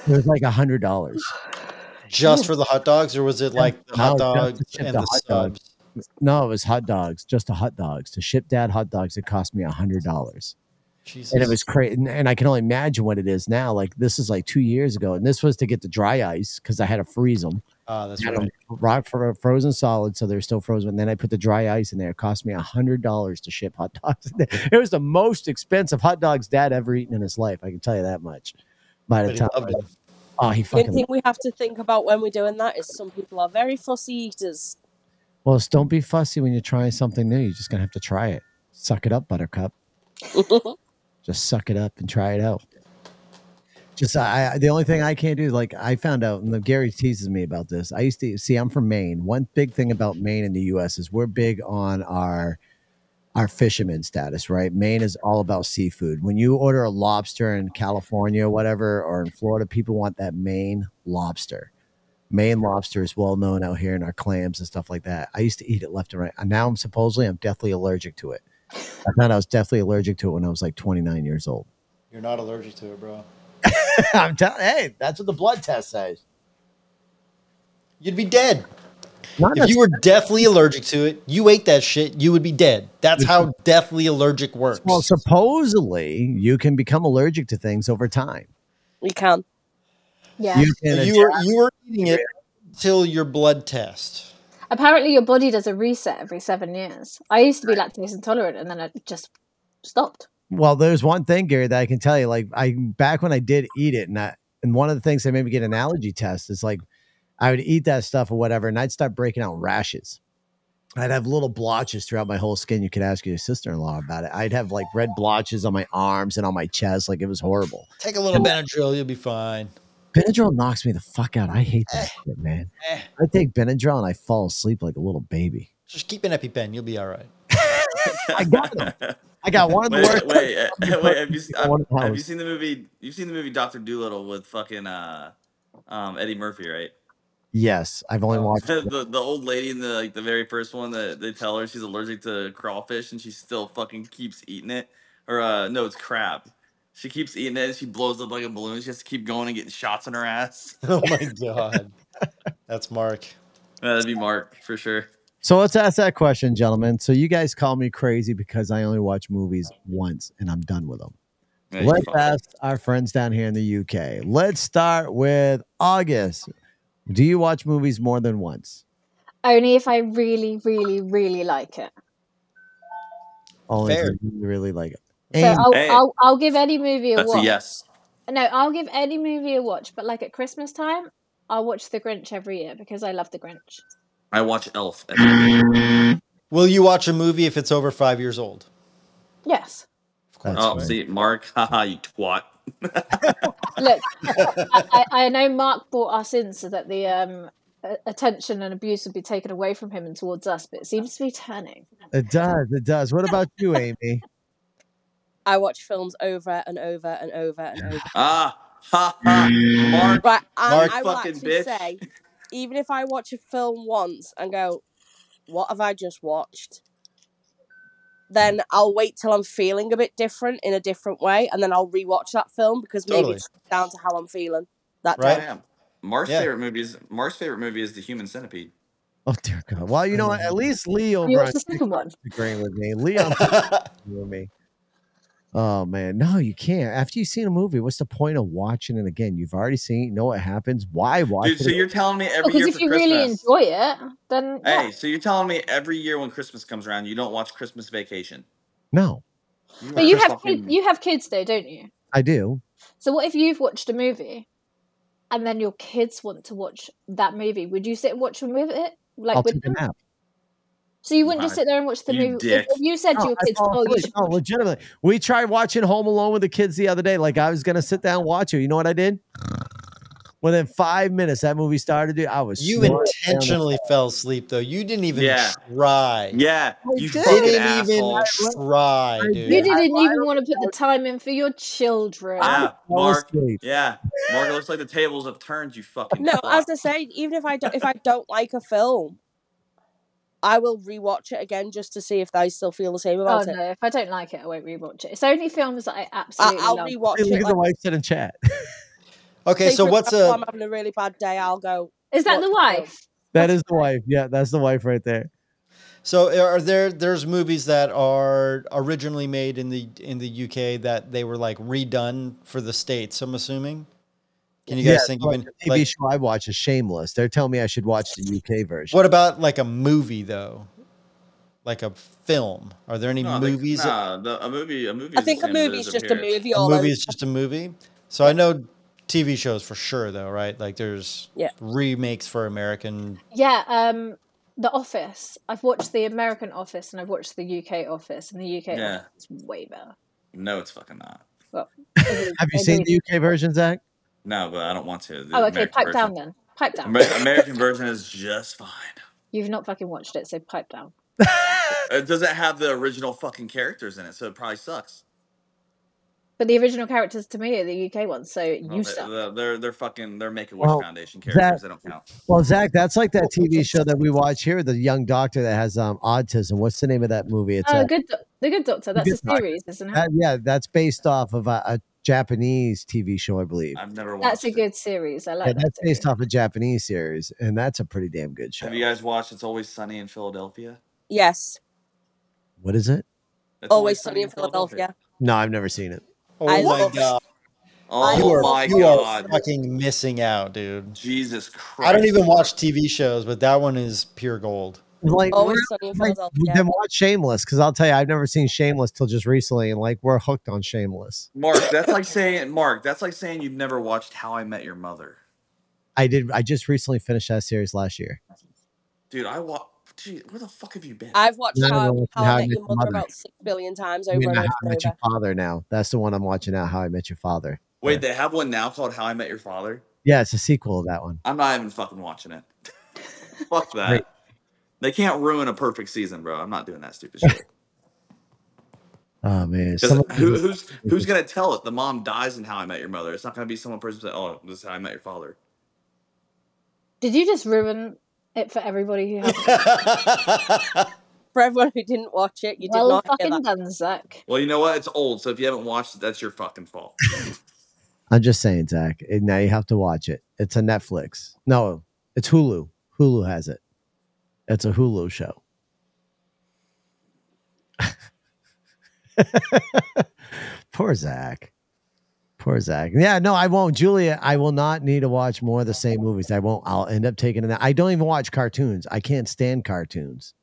Speaker 5: It was like a hundred dollars.
Speaker 8: Just for the hot dogs, or was it like the hot
Speaker 5: No, just
Speaker 8: dogs
Speaker 5: ship
Speaker 8: and
Speaker 5: the
Speaker 8: the,
Speaker 5: hot dogs.
Speaker 8: subs?
Speaker 5: No, it was hot dogs, just the hot dogs. To ship dad hot dogs, it cost me a hundred dollars.
Speaker 8: Jesus.
Speaker 5: And it was crazy. And, and I can only imagine what it is now. Like this is like two years ago. And this was to get the dry ice because I had to freeze them.
Speaker 8: Ah, that's
Speaker 5: had
Speaker 8: right.
Speaker 5: 'em rock for frozen solid, so they're still frozen. And then I put the dry ice in there. It cost me a hundred dollars to ship hot dogs. [LAUGHS] it was the most expensive hot dogs dad ever eaten in his life. I can tell you that much. By the
Speaker 8: But he
Speaker 5: time,
Speaker 8: loved it.
Speaker 5: oh, he
Speaker 6: The only
Speaker 5: fucking
Speaker 6: thing we have to think about when we're doing that is some people are very fussy eaters. [LAUGHS]
Speaker 5: well. it's Don't be fussy when you're trying something new. You're just gonna have to try it. Suck it up, Buttercup. just suck it up and try it out. Just I, I- the only thing I can't do is like I found out, and Gary teases me about this. I used to see I'm from Maine. One big thing about Maine in the U.S. is we're big on our our fisherman status, right? Maine is all about seafood. When you order a lobster in California, or whatever, or in Florida, people want that Maine lobster. Maine lobster is well known out here in our clams and stuff like that. I used to eat it left and right. And now I'm supposedly I'm deathly allergic to it. I found I was deathly allergic to it when I was like 29 years old.
Speaker 8: You're not allergic to it, bro.
Speaker 5: I'm telling. Hey, that's what the blood test says.
Speaker 8: You'd be dead.
Speaker 5: Not
Speaker 8: If
Speaker 5: a-
Speaker 8: you were deathly allergic to it, you ate that shit, you would be dead. That's how deathly allergic works.
Speaker 5: well, supposedly you can become allergic to things over time.
Speaker 6: We can.
Speaker 7: yeah.
Speaker 5: You
Speaker 8: So
Speaker 5: can.
Speaker 8: you were you were eating it until your blood test.
Speaker 7: Apparently, your body does a reset every seven years. I used to be lactose intolerant, and then I just stopped.
Speaker 5: well, there's [LAUGHS] one thing, Gary, that I can tell you. Like I back when I did eat it, and I, and one of the things that made me get an allergy test is like I would eat that stuff or whatever, and I'd start breaking out rashes. I'd have little blotches throughout my whole skin. You could ask your sister in law about it. I'd have like red blotches on my arms and on my chest. Like it was horrible.
Speaker 8: Take a little Benadryl, you'll be fine.
Speaker 5: Benadryl knocks me the fuck out. I hate that shit, man.
Speaker 8: Eh.
Speaker 5: I take Benadryl and I fall asleep like a little baby.
Speaker 8: Just keep an EpiPen, you'll be all right. [LAUGHS]
Speaker 5: I got
Speaker 2: [LAUGHS]
Speaker 5: I got one of the
Speaker 2: wait,
Speaker 5: worst.
Speaker 2: wait, uh,
Speaker 5: I'm
Speaker 2: [LAUGHS] wait, Have you,
Speaker 5: perfect
Speaker 2: uh,
Speaker 5: one of
Speaker 2: have you
Speaker 5: those.
Speaker 2: seen the movie? You've seen the movie Doctor Doolittle with fucking uh, um, Eddie Murphy, right?
Speaker 5: Yes, I've only
Speaker 2: Oh.
Speaker 5: watched.
Speaker 2: [LAUGHS] the the old lady in the like the very first one that they tell her she's allergic to crawfish and she still fucking keeps eating it. Or uh, no, it's crab. She keeps eating it. and She blows up like a balloon. She has to keep going and getting shots in her ass.
Speaker 8: Oh my god. That's Mark.
Speaker 2: That'd be Mark for sure.
Speaker 5: So let's ask that question, gentlemen. So you guys call me crazy because I only watch movies once and I'm done with them.
Speaker 2: Yeah, you
Speaker 5: Let's
Speaker 2: fuck.
Speaker 5: ask our friends down here in the UK. Let's start with August. Do you watch movies more than once?
Speaker 7: Only if I really, really, really like it.
Speaker 5: Only if
Speaker 8: Fair.
Speaker 5: you really, really like it.
Speaker 7: So
Speaker 5: And
Speaker 7: I'll,
Speaker 2: Hey.
Speaker 7: I'll I'll give any movie a
Speaker 2: That's a
Speaker 7: watch.
Speaker 2: yes.
Speaker 7: No, I'll give any movie a watch, but like at Christmas time, I'll watch The Grinch every year because I love The Grinch.
Speaker 2: I watch Elf every
Speaker 5: Mm,
Speaker 2: year.
Speaker 8: Will you watch a movie if it's over five years old?
Speaker 7: Yes.
Speaker 8: Of
Speaker 5: That's
Speaker 2: Oh,
Speaker 5: right.
Speaker 2: see, Mark, [LAUGHS] haha, you twat.
Speaker 7: Look, I, I I know Mark brought us in so that the um a- attention and abuse would be taken away from him and towards us, but it seems to be turning.
Speaker 5: it does. It does. What about you, Amy?
Speaker 6: I watch films over and over and over and over.
Speaker 2: Ah, ha, ha, Mark.
Speaker 6: Right, and
Speaker 8: Mark
Speaker 6: I will
Speaker 2: fucking
Speaker 6: actually
Speaker 2: bitch.
Speaker 6: say, even if I watch a film once and go, "What have I just watched?" Then I'll wait till I'm feeling a bit different in a different way, and then I'll rewatch that film because maybe
Speaker 8: Totally.
Speaker 6: it's down to how I'm feeling that
Speaker 8: Right. [LAUGHS]
Speaker 6: day.
Speaker 2: Damn. Mark's
Speaker 8: Yeah.
Speaker 2: favorite movie is Mark's favorite movie is The Human Centipede.
Speaker 5: Oh dear God! Well, you know, what? at least Lee over
Speaker 7: You
Speaker 5: on
Speaker 7: watched the second one.
Speaker 5: agreeing with me. Leon with me. Oh man, no, you can't. After you've seen a movie, what's the point of watching it again? You've already seen, you know what happens. Why watch
Speaker 2: Dude, so
Speaker 5: it?
Speaker 2: you're telling me every
Speaker 7: Because
Speaker 2: year
Speaker 7: if
Speaker 2: for
Speaker 7: you
Speaker 2: Christmas.
Speaker 7: really enjoy it, then yeah.
Speaker 2: Hey, so you're telling me every year when Christmas comes around, you don't watch Christmas Vacation?
Speaker 5: No,
Speaker 7: But you have kid, you have kids though, don't you?
Speaker 5: I do.
Speaker 7: So what if you've watched a movie, and then your kids want to watch that movie? Would you sit and watch them with it? Like
Speaker 5: I'll
Speaker 7: with
Speaker 5: take a
Speaker 7: them?
Speaker 5: nap.
Speaker 7: So you wouldn't just
Speaker 2: Right.
Speaker 7: sit there and watch the
Speaker 2: You
Speaker 7: movie.
Speaker 2: dick.
Speaker 7: If you said to
Speaker 5: No,
Speaker 7: your
Speaker 5: I
Speaker 7: kids,
Speaker 5: fall
Speaker 7: "Oh, you
Speaker 5: asleep.
Speaker 7: should,"
Speaker 5: No, legitimately. We tried watching Home Alone with the kids the other day. Like I was gonna sit down and watch it. You know what I did? Within five minutes, that movie started. Dude, I was
Speaker 8: You
Speaker 5: snoring down the-
Speaker 8: intentionally fell asleep though. You didn't even
Speaker 2: Yeah.
Speaker 8: try.
Speaker 2: Yeah,
Speaker 5: I
Speaker 2: you
Speaker 5: did.
Speaker 2: fucking
Speaker 8: Didn't
Speaker 2: asshole.
Speaker 8: even try,
Speaker 5: I
Speaker 8: dude.
Speaker 7: you
Speaker 5: I-
Speaker 7: didn't
Speaker 5: I
Speaker 7: even want to put the time in for your children.
Speaker 2: Yeah,
Speaker 5: fell
Speaker 2: Mark.
Speaker 5: asleep.
Speaker 2: Yeah, Mark. It looks like the tables have turned. You fucking.
Speaker 6: No,
Speaker 2: fuck.
Speaker 6: as I say, even if I don't, if I don't like a film, I will rewatch it again just to see if I still feel the same
Speaker 7: Oh
Speaker 6: about it.
Speaker 7: no! If I don't like it, I won't rewatch it. It's only films that I
Speaker 6: I,
Speaker 7: absolutely
Speaker 6: I'll
Speaker 7: love.
Speaker 6: rewatch
Speaker 5: Hey,
Speaker 6: it.
Speaker 5: look at
Speaker 6: Like,
Speaker 5: the wife said in chat. [LAUGHS]
Speaker 8: Okay,
Speaker 6: say
Speaker 8: so
Speaker 6: for
Speaker 8: what's
Speaker 6: example,
Speaker 8: a
Speaker 6: I'm having a really bad day. I'll go.
Speaker 7: Is that
Speaker 6: watch
Speaker 7: the
Speaker 6: a film.
Speaker 7: wife?
Speaker 5: That is the wife. Yeah, that's the wife right there.
Speaker 8: so are there there's movies that are originally made in the in the UK that they were like redone for the states, I'm assuming? Can you guys think
Speaker 5: like
Speaker 8: of any
Speaker 5: the TV
Speaker 8: like
Speaker 5: show I watch is Shameless. They're telling me I should watch the UK version.
Speaker 8: what about like a movie though? Like a film? Are there any
Speaker 2: No, the,
Speaker 8: movies that-
Speaker 2: nah, the, a movie. A movie.
Speaker 6: I
Speaker 2: is
Speaker 6: think
Speaker 2: the
Speaker 6: a
Speaker 2: same as it
Speaker 6: movie
Speaker 2: is
Speaker 6: is
Speaker 2: up
Speaker 6: just a
Speaker 2: here.
Speaker 6: movie.
Speaker 8: a
Speaker 6: All
Speaker 8: movie
Speaker 6: over.
Speaker 8: is just a movie. So I know TV shows for sure, though, right? Like there's
Speaker 6: Yeah.
Speaker 8: remakes for American.
Speaker 7: Yeah. Um, The Office. I've watched the American Office and I've watched the UK Office, and the UK
Speaker 2: Yeah.
Speaker 7: Office is way better.
Speaker 2: No, it's fucking not.
Speaker 7: Well,
Speaker 5: [LAUGHS] Have you seen the UK version, Zach?
Speaker 2: No, but I don't want to. The
Speaker 7: Oh, okay.
Speaker 2: American
Speaker 7: pipe
Speaker 2: version.
Speaker 7: down then. Pipe down.
Speaker 2: Amer- American version is just fine.
Speaker 7: You've not fucking watched it, so pipe down.
Speaker 2: It doesn't have the original fucking characters in it, so it probably sucks.
Speaker 7: But the original characters to me are the UK ones, so
Speaker 2: Well, they-
Speaker 7: you suck.
Speaker 2: they're, they're they're fucking they're Make a Wish
Speaker 5: Well,
Speaker 2: Foundation
Speaker 5: that-
Speaker 2: characters. they don't count.
Speaker 5: Well, Zach, that's like that [LAUGHS] TV show that we watch here, the young doctor that has um, autism. What's the name of that movie? It's
Speaker 7: Oh,
Speaker 5: uh,
Speaker 7: good. Doc- the Good Doctor. That's
Speaker 5: Good
Speaker 7: a series, isn't it?
Speaker 5: that, yeah, that's based off of a, a Japanese TV show, I believe.
Speaker 2: I've never watched.
Speaker 7: That's a
Speaker 2: it.
Speaker 7: good series. I
Speaker 5: Yeah,
Speaker 7: like that.
Speaker 5: Uh, that's
Speaker 7: Series.
Speaker 5: based off a Japanese series, and that's a pretty damn good show.
Speaker 2: Have you guys watched It's Always Sunny in Philadelphia?
Speaker 6: Yes.
Speaker 5: What is it?
Speaker 2: It's
Speaker 6: Always Sunny in Philadelphia.
Speaker 5: No, I've never seen it.
Speaker 8: Oh
Speaker 6: I
Speaker 8: my
Speaker 6: love-
Speaker 8: god!
Speaker 2: Oh
Speaker 8: You are
Speaker 2: my
Speaker 8: you
Speaker 2: god,
Speaker 8: are fucking missing out, dude.
Speaker 2: Jesus Christ!
Speaker 8: I don't even watch TV shows, but that one is pure gold.
Speaker 5: Like,
Speaker 6: Always
Speaker 5: we're-
Speaker 6: Sunny in
Speaker 5: like,
Speaker 6: Philadelphia.
Speaker 5: then watch Shameless, because I'll tell you, I've never seen Shameless till just recently, and like we're hooked on Shameless.
Speaker 2: Mark, that's
Speaker 8: [LAUGHS]
Speaker 2: like saying Mark, that's like saying you've never watched How I Met Your Mother.
Speaker 5: I did. I just recently finished that series last year.
Speaker 2: Dude, I wa Gee, where the fuck have you been?
Speaker 6: I've watched
Speaker 5: Now we're
Speaker 6: How,
Speaker 5: watching
Speaker 6: How
Speaker 5: How
Speaker 6: I
Speaker 5: I
Speaker 6: Met
Speaker 5: Met
Speaker 6: Your
Speaker 5: Your
Speaker 6: Mother
Speaker 5: Mother.
Speaker 6: about six billion times
Speaker 5: I
Speaker 6: over
Speaker 5: mean,
Speaker 6: and
Speaker 5: How
Speaker 6: over
Speaker 5: I
Speaker 6: and
Speaker 5: Met Your
Speaker 6: over.
Speaker 5: Father now. That's the one I'm watching now. How I Met Your Father.
Speaker 2: Wait, they have one now called How I Met Your Father.
Speaker 5: Yeah, it's a sequel of that one.
Speaker 2: I'm not even fucking watching it. [LAUGHS] fuck that.
Speaker 5: Great.
Speaker 2: They can't ruin a perfect season, bro. I'm not doing that stupid shit.
Speaker 5: Oh man, [LAUGHS]
Speaker 2: Because
Speaker 5: some of
Speaker 2: who,
Speaker 5: these-
Speaker 2: who's who's gonna tell it? The mom dies in How I Met Your Mother. It's not gonna be someone person that oh this is How I Met Your Father.
Speaker 7: Did you just ruin it for everybody
Speaker 2: [LAUGHS]
Speaker 7: who
Speaker 8: [LAUGHS]
Speaker 7: hasn't?
Speaker 6: For everyone who didn't watch it, you did
Speaker 7: well,
Speaker 6: not hear
Speaker 7: fucking
Speaker 6: that.
Speaker 7: done, Zach.
Speaker 2: Well, you know what? It's old, so if you haven't watched it, that's your fucking fault.
Speaker 5: I'm just saying, Zach. it- Now you have to watch it. It's a Netflix. No, it's Hulu. Hulu has it. It's a Hulu show. [LAUGHS] Poor Zach. Poor Zach. Yeah, no, I won't, Julia. I will not need to watch more of the same movies. I won't. I'll end up taking it. I don't even watch cartoons. I can't stand cartoons.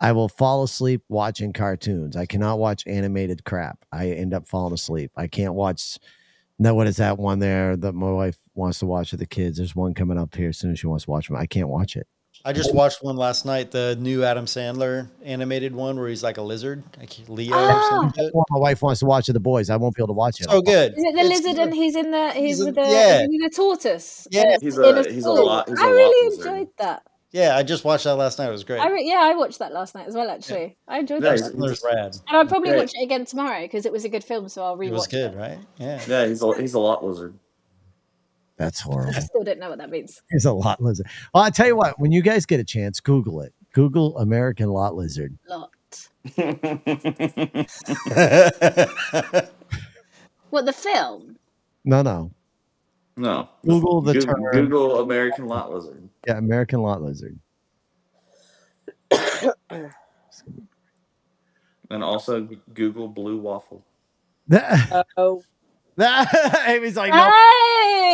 Speaker 5: I will fall asleep watching cartoons. I cannot watch animated crap. I end up falling asleep. I can't watch No, what is that one there that my wife wants to watch with the kids? There's one coming up here as soon as she wants to watch them. I can't watch it.
Speaker 8: I just watched one last night, the new Adam Sandler animated one where he's like a lizard, like Leo or
Speaker 7: Ah,
Speaker 8: some shit.
Speaker 5: Well, my wife wants to watch it, the boys. I won't be able to watch it.
Speaker 8: So good.
Speaker 7: is it the
Speaker 8: It's
Speaker 7: lizard
Speaker 8: good.
Speaker 7: and he's in the he's,
Speaker 8: He's in-
Speaker 7: with the
Speaker 8: yeah.
Speaker 7: he's with the tortoise?
Speaker 8: Yeah,
Speaker 7: and it's
Speaker 2: He's
Speaker 7: in a
Speaker 2: a he's a
Speaker 7: school.
Speaker 2: lot he's
Speaker 7: I
Speaker 2: a lot
Speaker 7: really
Speaker 2: lizard.
Speaker 7: enjoyed that.
Speaker 8: Yeah, I just watched that last night. It was great.
Speaker 7: I re- yeah, I watched that last night as well. Actually, I enjoyed
Speaker 2: Yeah,
Speaker 8: Adam
Speaker 7: that,
Speaker 2: he's,
Speaker 7: one.
Speaker 2: he's
Speaker 8: Sandler's rad.
Speaker 7: and I'll probably
Speaker 2: yeah,
Speaker 7: watch it again tomorrow because it was a good film. So I'll
Speaker 8: It was
Speaker 7: rewatch
Speaker 8: good,
Speaker 7: it.
Speaker 8: right? Yeah.
Speaker 2: [LAUGHS] yeah, he's a he's a lot lizard.
Speaker 5: That's
Speaker 7: [LAUGHS] I
Speaker 5: horrible.
Speaker 7: still don't know what that means.
Speaker 5: It's a lot lizard. Well, I tell you what, when you guys get a chance, Google it. Google American lot lizard.
Speaker 7: [LAUGHS] Lot. What the film?
Speaker 5: No, no.
Speaker 2: no.
Speaker 5: Google the
Speaker 2: Google,
Speaker 5: term
Speaker 2: Google American lot lizard.
Speaker 5: yeah, American lot lizard. [LAUGHS]
Speaker 2: And also Google blue waffle.
Speaker 5: That,
Speaker 7: [LAUGHS]
Speaker 6: Oh,
Speaker 5: that, Amy's like,
Speaker 7: Ah,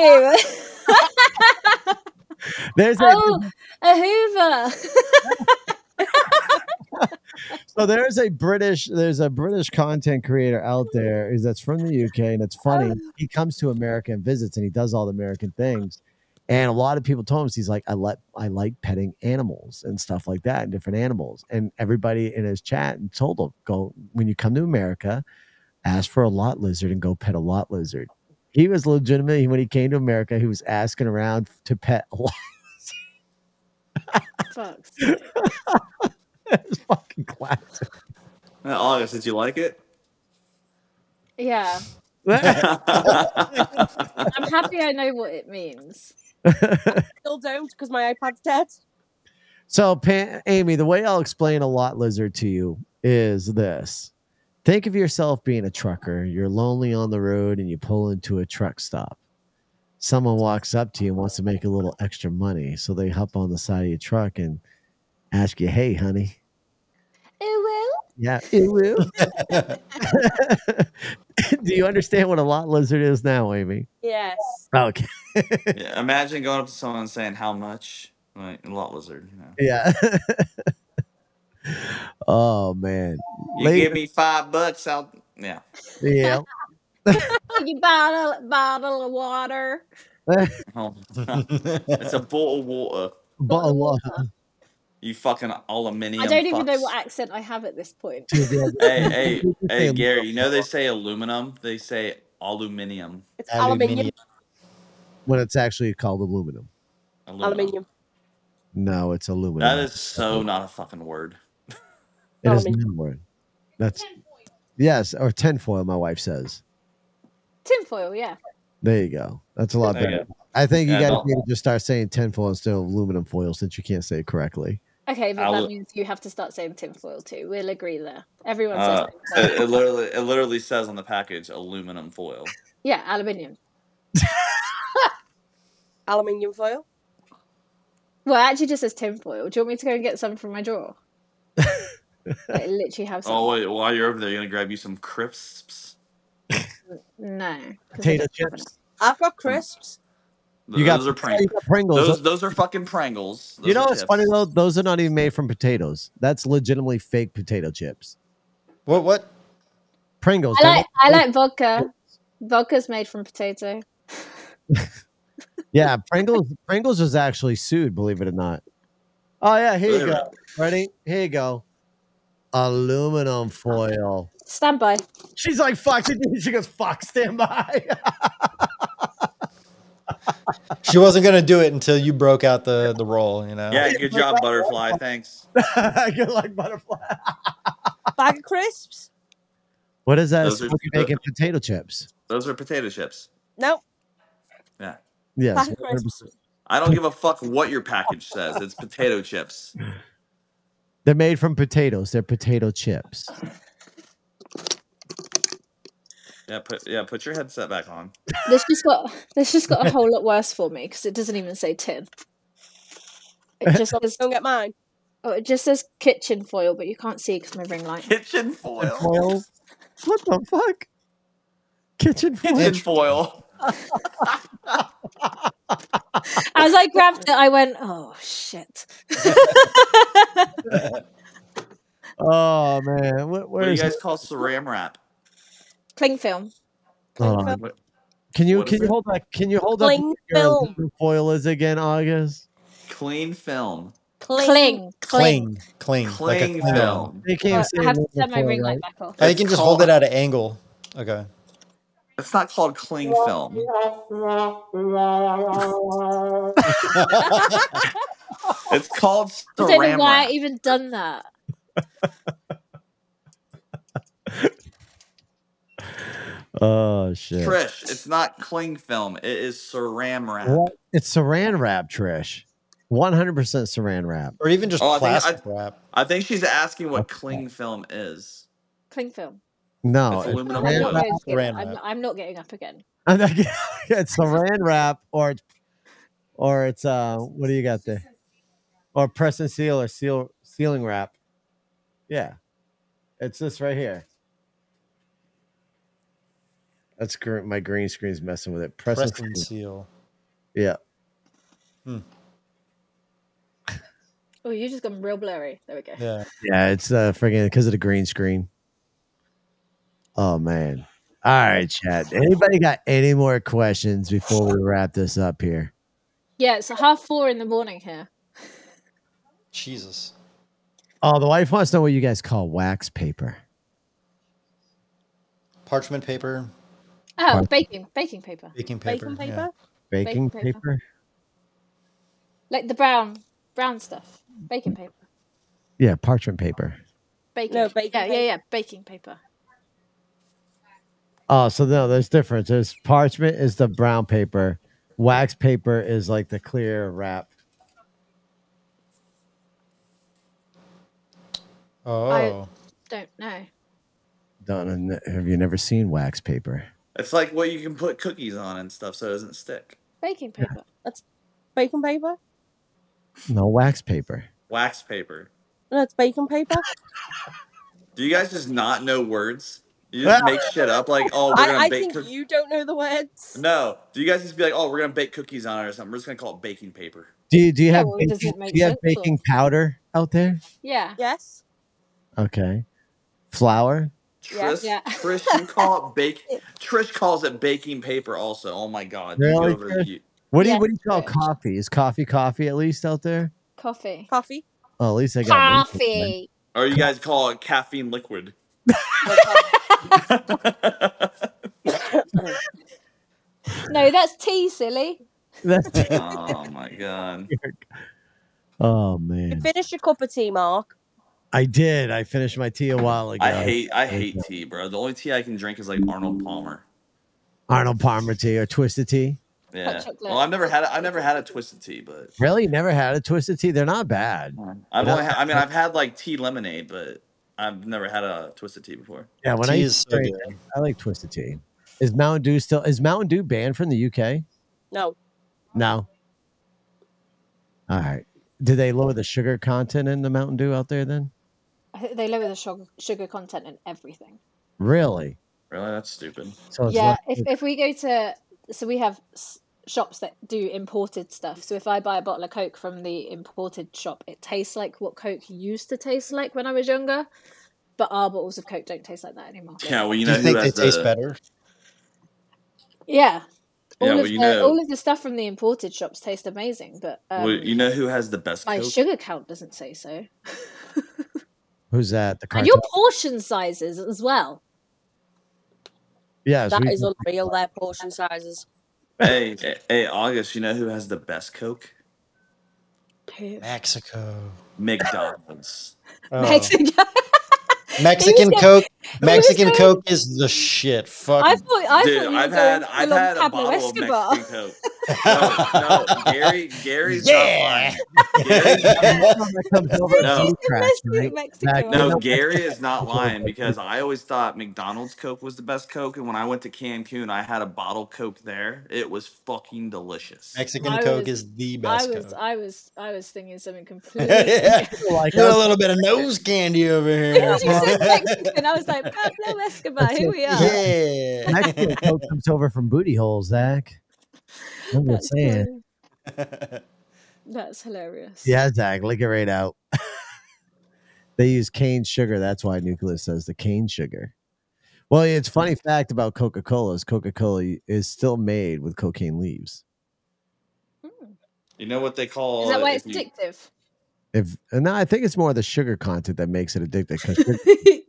Speaker 5: no.
Speaker 7: Hey! [LAUGHS]
Speaker 5: There's that.
Speaker 7: [LAUGHS] oh, a Hoover.
Speaker 5: So there's a British there's a British content creator out there is that's from the UK and it's funny. He comes to America and visits and he does all the American things. And a lot of people told him he's like, I let I like petting animals and stuff like that and different animals. And everybody in his chat and told him, go when you come to America, ask for a lot lizard and go pet a lot lizard. He was legitimately when he came to America, he was asking around to pet a lot.
Speaker 7: Fucks.
Speaker 5: It's fucking classic.
Speaker 2: Uh, August, did you
Speaker 5: [LAUGHS]
Speaker 2: like it? [LAUGHS]
Speaker 7: Yeah. I'm happy I know what it means.
Speaker 6: Still don't because my iPad's dead.
Speaker 5: So, Pam, Amy, the way I'll explain a lot lizard to you is this. Think of yourself being a trucker. You're lonely on the road and you pull into a truck stop. Someone walks up to you and wants to make a little extra money. So they hop on the side of your truck and ask you, hey, honey.
Speaker 7: Ooh,
Speaker 5: Yeah, it will. [LAUGHS] Do you understand what a lot lizard is now, Amy?
Speaker 6: Yes.
Speaker 5: Okay.
Speaker 2: yeah, imagine going up to someone and saying how much, like a lot lizard. You know,
Speaker 5: [LAUGHS] Yeah. [LAUGHS] oh, man.
Speaker 2: you
Speaker 5: Lady-
Speaker 2: give me five bucks, I'll yeah. [LAUGHS]
Speaker 5: yeah.
Speaker 7: you bottle bottle of water.
Speaker 2: Oh, [LAUGHS] it's a bottle of water.
Speaker 5: Bottle of
Speaker 2: You fucking aluminium.
Speaker 7: I don't even know
Speaker 2: fucks.
Speaker 7: what accent I have at this point.
Speaker 2: [LAUGHS]
Speaker 7: [LAUGHS]
Speaker 2: Hey, hey, hey,
Speaker 5: Say
Speaker 2: Gary. You know they say aluminum. They say aluminium.
Speaker 6: It's
Speaker 8: Aluminium.
Speaker 6: aluminium.
Speaker 5: when it's actually called aluminum.
Speaker 2: Aluminum.
Speaker 6: Aluminium.
Speaker 5: No, it's aluminum.
Speaker 2: That is so not a fucking word.
Speaker 5: It is
Speaker 6: aluminum.
Speaker 5: not a word. That's yes, or tinfoil. My wife says.
Speaker 7: Tinfoil, yeah.
Speaker 5: There you go. That's a lot
Speaker 2: There you
Speaker 5: better. I think you
Speaker 2: Yeah,
Speaker 5: guys
Speaker 2: don't-
Speaker 5: need to just start saying tinfoil instead of aluminum foil since you can't say it correctly.
Speaker 7: Okay, but
Speaker 2: Alu-
Speaker 7: that means you have to start saying tinfoil too. We'll agree there. Everyone says
Speaker 2: Uh,
Speaker 7: tinfoil.
Speaker 2: it, it literally, it literally says on the package aluminum foil.
Speaker 7: [LAUGHS] yeah, aluminium.
Speaker 6: Aluminium foil.
Speaker 7: Well, it actually just says tinfoil. Do you want me to go and get some from
Speaker 5: [LAUGHS]
Speaker 7: my drawer? I literally have some.
Speaker 2: Oh wait, while you're over there, you're gonna grab you some crisps.
Speaker 7: No. 'cause I
Speaker 5: Potato
Speaker 7: don't have enough.
Speaker 5: chips.
Speaker 6: I've got crisps.
Speaker 2: Th-
Speaker 5: You got,
Speaker 2: those are
Speaker 5: you
Speaker 2: Pringles.
Speaker 5: got Pringles.
Speaker 2: Those those are fucking Pringles. Those
Speaker 5: you know
Speaker 2: are
Speaker 5: what's funny
Speaker 2: chips.
Speaker 5: though? Those are not even made from potatoes. That's legitimately fake potato chips.
Speaker 8: [LAUGHS] What? What?
Speaker 5: Pringles.
Speaker 7: I
Speaker 5: they're
Speaker 7: like
Speaker 5: not-
Speaker 7: I like vodka. Vodka's made from potato.
Speaker 5: Yeah, Pringles. Pringles was actually sued, believe it or not. Oh yeah, here you
Speaker 2: Really?
Speaker 5: go. Ready? Here you go. Aluminum foil.
Speaker 7: Stand by.
Speaker 5: She's like, "Fuck!" [LAUGHS] She goes, "Fuck, stand by." [LAUGHS]
Speaker 8: She wasn't gonna do it until you broke out the the roll. You know.
Speaker 2: Yeah, good
Speaker 7: [LAUGHS]
Speaker 2: job, butterfly. Thanks.
Speaker 5: [LAUGHS] Good luck, butterfly.
Speaker 6: Bag of crisps.
Speaker 5: What is that?
Speaker 2: Those are-
Speaker 5: Smoky bacon potato chips.
Speaker 2: Those are potato chips.
Speaker 6: No.
Speaker 2: Yeah.
Speaker 5: Yes.
Speaker 6: Bag of crisps.
Speaker 5: 100%.
Speaker 2: I don't give a fuck what your package says. It's potato chips.
Speaker 5: They're made from potatoes. They're potato chips.
Speaker 2: Yeah, put yeah, put your headset back on.
Speaker 7: This just got this just got a whole lot worse for me because it doesn't even say tin.
Speaker 5: [LAUGHS]
Speaker 7: It just says
Speaker 6: Don't get mine.
Speaker 7: oh, it just says kitchen foil, but you can't see because my ring light.
Speaker 2: Kitchen foil.
Speaker 5: Foil. What the fuck? Kitchen foil.
Speaker 2: Kitchen foil.
Speaker 7: As I grabbed it, I went, "Oh shit!"
Speaker 5: Oh man, what,
Speaker 2: What do you
Speaker 5: where's?
Speaker 2: guys call saran wrap?
Speaker 7: Cling film.
Speaker 5: Hold on.
Speaker 2: What-
Speaker 5: Can you
Speaker 2: What is
Speaker 5: can you
Speaker 2: it?
Speaker 5: hold that? Can you hold up
Speaker 6: Cling
Speaker 5: what your
Speaker 6: film.
Speaker 5: aluminum foil is again, August?
Speaker 2: Clean film.
Speaker 7: Cling. Cling.
Speaker 8: Cling, cling, like
Speaker 2: Cling
Speaker 8: a cling film.
Speaker 2: film.
Speaker 5: They
Speaker 7: Oh,
Speaker 5: can't say
Speaker 7: I have to
Speaker 5: aluminum
Speaker 7: turn my
Speaker 5: foil,
Speaker 7: ring
Speaker 5: right?
Speaker 7: light back off.
Speaker 8: Oh, you
Speaker 2: It's
Speaker 8: can just
Speaker 2: called-
Speaker 8: hold it at an angle. Okay. [LAUGHS]
Speaker 2: It's not called cling film. It's called
Speaker 7: I don't know
Speaker 2: saran
Speaker 7: why I
Speaker 2: wrap.
Speaker 7: even done that.
Speaker 5: Oh shit!
Speaker 2: Trish, it's not cling film. It is saran wrap.
Speaker 5: What? It's saran wrap, Trish. One hundred percent saran wrap.
Speaker 8: or even just
Speaker 2: Oh, I think I-
Speaker 8: plastic wrap.
Speaker 2: I think she's asking what cling film is.
Speaker 7: Cling film.
Speaker 5: No,
Speaker 2: It's
Speaker 5: Oh, it's
Speaker 2: aluminum
Speaker 7: I'm
Speaker 5: saran
Speaker 7: not
Speaker 2: foil.
Speaker 7: going to get
Speaker 8: Saran
Speaker 7: I'm
Speaker 8: wrap.
Speaker 7: not, I'm not getting up again.
Speaker 5: I'm not getting- [LAUGHS] it's saran wrap or it's or it's uh what do you got there? Or press and seal or seal sealing wrap. Yeah. It's this right here. That's gr- my green screen's messing with it. Press,
Speaker 8: Press
Speaker 5: and
Speaker 8: and
Speaker 5: seal.
Speaker 8: seal.
Speaker 5: Yeah.
Speaker 7: Oh, you just gone real blurry. There we go.
Speaker 8: Yeah.
Speaker 5: Yeah, it's uh freaking because of the green screen. Oh man. All right, chat. Anybody got any more questions before we wrap this up here?
Speaker 7: Yeah, it's half four in the morning here.
Speaker 8: Jesus.
Speaker 5: Oh, the wife wants to know what you guys call wax paper.
Speaker 8: Parchment paper,
Speaker 7: Oh,
Speaker 5: Pardon?
Speaker 7: baking baking paper,
Speaker 8: baking paper.
Speaker 6: Bacon
Speaker 8: yeah.
Speaker 6: paper?
Speaker 5: Baking
Speaker 7: Baking
Speaker 5: paper.
Speaker 7: paper. like the brown brown stuff. Baking paper.
Speaker 5: Yeah, parchment paper.
Speaker 7: Baking.
Speaker 6: No, baking
Speaker 7: yeah, yeah,
Speaker 6: paper.
Speaker 7: yeah. Baking paper.
Speaker 5: Oh, so no, there's difference. There's parchment is the brown paper. Wax paper is like the clear wrap.
Speaker 8: Oh.
Speaker 7: Don't know.
Speaker 5: Done. Have you never seen wax paper?
Speaker 2: It's like what you can put cookies on and stuff so it doesn't stick.
Speaker 7: Baking paper.
Speaker 6: Bacon paper?
Speaker 5: No wax paper.
Speaker 2: Wax paper.
Speaker 6: No, it's bacon paper.
Speaker 2: Do you guys just not know words? You just make shit up like, oh, we're gonna
Speaker 6: I, I
Speaker 2: bake
Speaker 6: think
Speaker 2: cookies.
Speaker 6: you don't know the words.
Speaker 2: No. Do you guys just be like, oh, we're gonna bake cookies on it or something? We're just gonna call it baking paper.
Speaker 5: Do you do you
Speaker 7: Yeah,
Speaker 5: have
Speaker 7: well, Oh, does
Speaker 5: baking,
Speaker 7: it make
Speaker 5: do you have
Speaker 7: sense or-
Speaker 5: baking powder out there?
Speaker 7: Yeah.
Speaker 6: Yes.
Speaker 5: Okay. Flour.
Speaker 6: Yeah.
Speaker 2: Trish,
Speaker 7: Yeah.
Speaker 2: Trish, you call it bake.
Speaker 6: [LAUGHS]
Speaker 2: Trish calls it baking paper. Also, oh my god, you
Speaker 5: Really,
Speaker 2: go over the
Speaker 5: Trish?
Speaker 2: you-
Speaker 5: What do you
Speaker 7: Yeah,
Speaker 5: what do you call
Speaker 7: good.
Speaker 5: coffee? Is coffee coffee at least out there?
Speaker 7: Coffee.
Speaker 6: Coffee.
Speaker 5: Oh, at least I got one.
Speaker 7: Coffee.
Speaker 2: or you guys call it caffeine
Speaker 6: [LAUGHS]
Speaker 2: liquid.
Speaker 7: No, that's tea, silly.
Speaker 5: [LAUGHS] That's-
Speaker 2: oh my
Speaker 5: [LAUGHS]
Speaker 2: god.
Speaker 5: oh
Speaker 6: You
Speaker 5: man,
Speaker 6: finished your cup of tea, Mark.
Speaker 5: I did. I finished my tea a while ago.
Speaker 2: I hate I
Speaker 5: Okay.
Speaker 2: hate tea, bro. The only tea I can drink is like Arnold Palmer.
Speaker 5: Arnold Palmer tea or twisted tea.
Speaker 2: Yeah.
Speaker 7: chocolate.
Speaker 2: Well, I've never had a, I've never had a twisted tea, but
Speaker 5: Really, never had a twisted tea. They're not bad.
Speaker 8: Uh,
Speaker 2: I've
Speaker 5: Yeah.
Speaker 2: only had, I mean I've had like tea lemonade, but I've never had a twisted tea before.
Speaker 5: Yeah, when I
Speaker 8: Tea
Speaker 5: used
Speaker 8: is
Speaker 5: to
Speaker 8: so
Speaker 5: drink,
Speaker 8: good.
Speaker 5: I like twisted tea. Is Mountain Dew still is Mountain Dew banned from the UK?
Speaker 6: No.
Speaker 5: No. All right. Do they lower the sugar content in the Mountain Dew out there then?
Speaker 7: I think they lower the sugar, sugar content in everything.
Speaker 5: Really?
Speaker 2: Really, that's stupid.
Speaker 5: So Oh, it's
Speaker 7: yeah,
Speaker 5: less-
Speaker 7: if, if we go to so we have s- shops that do imported stuff. So if I buy a bottle of Coke from the imported shop, it tastes like what Coke used to taste like when I was younger. But our bottles of Coke don't taste like that anymore.
Speaker 2: Yeah, well you
Speaker 8: Do
Speaker 2: know
Speaker 8: you
Speaker 2: who
Speaker 8: think they
Speaker 2: has
Speaker 8: taste
Speaker 2: the
Speaker 8: better?
Speaker 7: Yeah, all
Speaker 2: yeah well
Speaker 7: of
Speaker 2: you
Speaker 7: the all
Speaker 2: know
Speaker 7: of the stuff from the imported shops taste amazing, but um,
Speaker 2: well, you know who has the best
Speaker 7: my
Speaker 2: Coke?
Speaker 7: sugar count doesn't say so.
Speaker 5: who's that? The
Speaker 7: and your
Speaker 5: cartel?
Speaker 7: portion sizes as well.
Speaker 5: Yes,
Speaker 6: That
Speaker 5: we
Speaker 6: is unreal, their portion sizes.
Speaker 2: hey, hey, hey, August, you know who has the best Coke?
Speaker 7: Who- [LAUGHS]
Speaker 8: Mexico.
Speaker 2: McDonald's.
Speaker 8: Oh.
Speaker 7: Mexico.
Speaker 8: [LAUGHS] Mexican
Speaker 7: Who's
Speaker 8: Coke.
Speaker 7: who's
Speaker 8: Mexican
Speaker 7: going-
Speaker 8: Coke is the shit.
Speaker 7: I
Speaker 8: Fuck.
Speaker 7: thought [LAUGHS] I
Speaker 2: Dude,
Speaker 7: thought you were
Speaker 2: I've
Speaker 7: going
Speaker 2: had
Speaker 7: full
Speaker 2: I've
Speaker 7: on
Speaker 2: had a
Speaker 7: Pablo
Speaker 2: bottle of
Speaker 7: Escobar.
Speaker 2: Mexican Coke. No, no,
Speaker 8: [LAUGHS]
Speaker 2: Gary, Gary's not
Speaker 8: yeah.
Speaker 2: lying. [LAUGHS]
Speaker 5: That's
Speaker 2: Gary's
Speaker 5: the one that [LAUGHS] comes over
Speaker 7: When [LAUGHS]
Speaker 5: at
Speaker 2: No.
Speaker 7: you
Speaker 5: Blue
Speaker 7: said
Speaker 5: Tracks,
Speaker 7: Mexico,
Speaker 5: right? Back
Speaker 7: Mexico, I
Speaker 5: you
Speaker 2: No,
Speaker 5: know
Speaker 7: was
Speaker 2: Gary is not
Speaker 5: Mexico
Speaker 2: lying because I always thought McDonald's Coke was the best Coke, and when I went to Cancun, I had a bottle Coke there. It was fucking delicious.
Speaker 8: Mexican
Speaker 7: I
Speaker 8: Coke
Speaker 7: was,
Speaker 8: is the
Speaker 7: I
Speaker 8: best
Speaker 7: was,
Speaker 8: Coke.
Speaker 7: I was, I was thinking
Speaker 6: [LAUGHS]
Speaker 7: something completely.
Speaker 8: [LAUGHS] yeah.
Speaker 7: different. [LAUGHS]
Speaker 5: like
Speaker 8: You want a little bit of nose candy over here.
Speaker 7: Because you
Speaker 8: [LAUGHS]
Speaker 7: said Mexican, I was like
Speaker 6: [LAUGHS]
Speaker 7: Pablo Escobar.
Speaker 5: That's
Speaker 7: Here
Speaker 5: it.
Speaker 7: we are.
Speaker 5: Mexican
Speaker 8: yeah.
Speaker 5: Coke comes over from booty holes, Zach. I'm just
Speaker 7: That's
Speaker 5: saying.
Speaker 7: funny. [LAUGHS] That's hilarious.
Speaker 5: Yeah, Zach, lick it right out. [LAUGHS] they use cane sugar. That's why Nucleus says the cane sugar. Well, it's funny fact about Coca Cola is Coca Cola is still made with cocaine leaves.
Speaker 7: Hmm.
Speaker 2: You know what they
Speaker 7: Is
Speaker 2: call
Speaker 7: that
Speaker 2: it
Speaker 7: why
Speaker 2: if
Speaker 7: it's
Speaker 2: you
Speaker 7: addictive?
Speaker 5: If and no, I think it's more the sugar content that makes it addictive. 'cause
Speaker 7: [LAUGHS]
Speaker 5: sugar-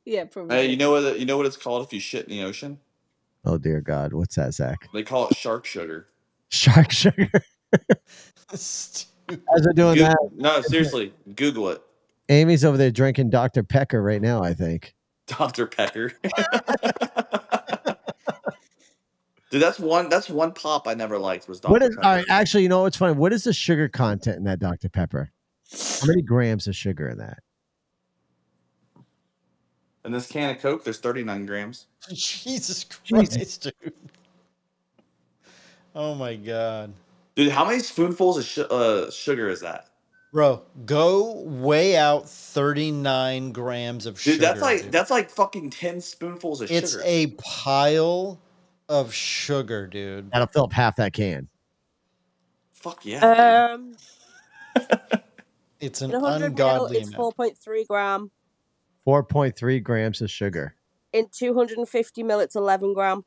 Speaker 7: yeah,
Speaker 2: hey, you
Speaker 7: probably.
Speaker 2: know what it- you know what it's called if you shit in the ocean?
Speaker 5: oh dear God, what's that, Zach? [LAUGHS]
Speaker 2: They call it shark sugar.
Speaker 5: Shark sugar.
Speaker 8: Stupid.
Speaker 5: As they're doing
Speaker 2: Goog-
Speaker 5: that,
Speaker 2: no, seriously, Google it. [LAUGHS]
Speaker 5: Amy's over there drinking Dr Pecker right now. I think.
Speaker 2: Dr. Pecker. [LAUGHS] Dude, that's one that's one pop I never liked was Dr.
Speaker 5: What is
Speaker 2: Pepper.
Speaker 5: all right? Actually, you know what's funny? What is the sugar content in that Dr Pepper? How many grams of sugar in that?
Speaker 2: And this can of Coke, there's 39 grams.
Speaker 8: [LAUGHS]
Speaker 5: Jesus.
Speaker 8: Jesus Christ, dude. Oh my god.
Speaker 2: Dude, how many spoonfuls of sh- uh, sugar is that?
Speaker 8: Bro, go weigh out 39 grams of
Speaker 2: Dude,
Speaker 8: sugar.
Speaker 2: that's like
Speaker 8: dude.
Speaker 2: that's like fucking 10 spoonfuls of
Speaker 8: It's
Speaker 2: sugar.
Speaker 8: a pile of sugar, dude.
Speaker 5: That'll fill up half that can.
Speaker 7: Uh,
Speaker 2: Fuck yeah. dude.
Speaker 6: Um,
Speaker 8: It's an
Speaker 6: In 100 Um, mil,
Speaker 8: ungodly
Speaker 6: it's
Speaker 8: amount.
Speaker 6: 4.3 gram.
Speaker 5: 4.3 grams of sugar.
Speaker 6: In 250 mil, it's 11 gram.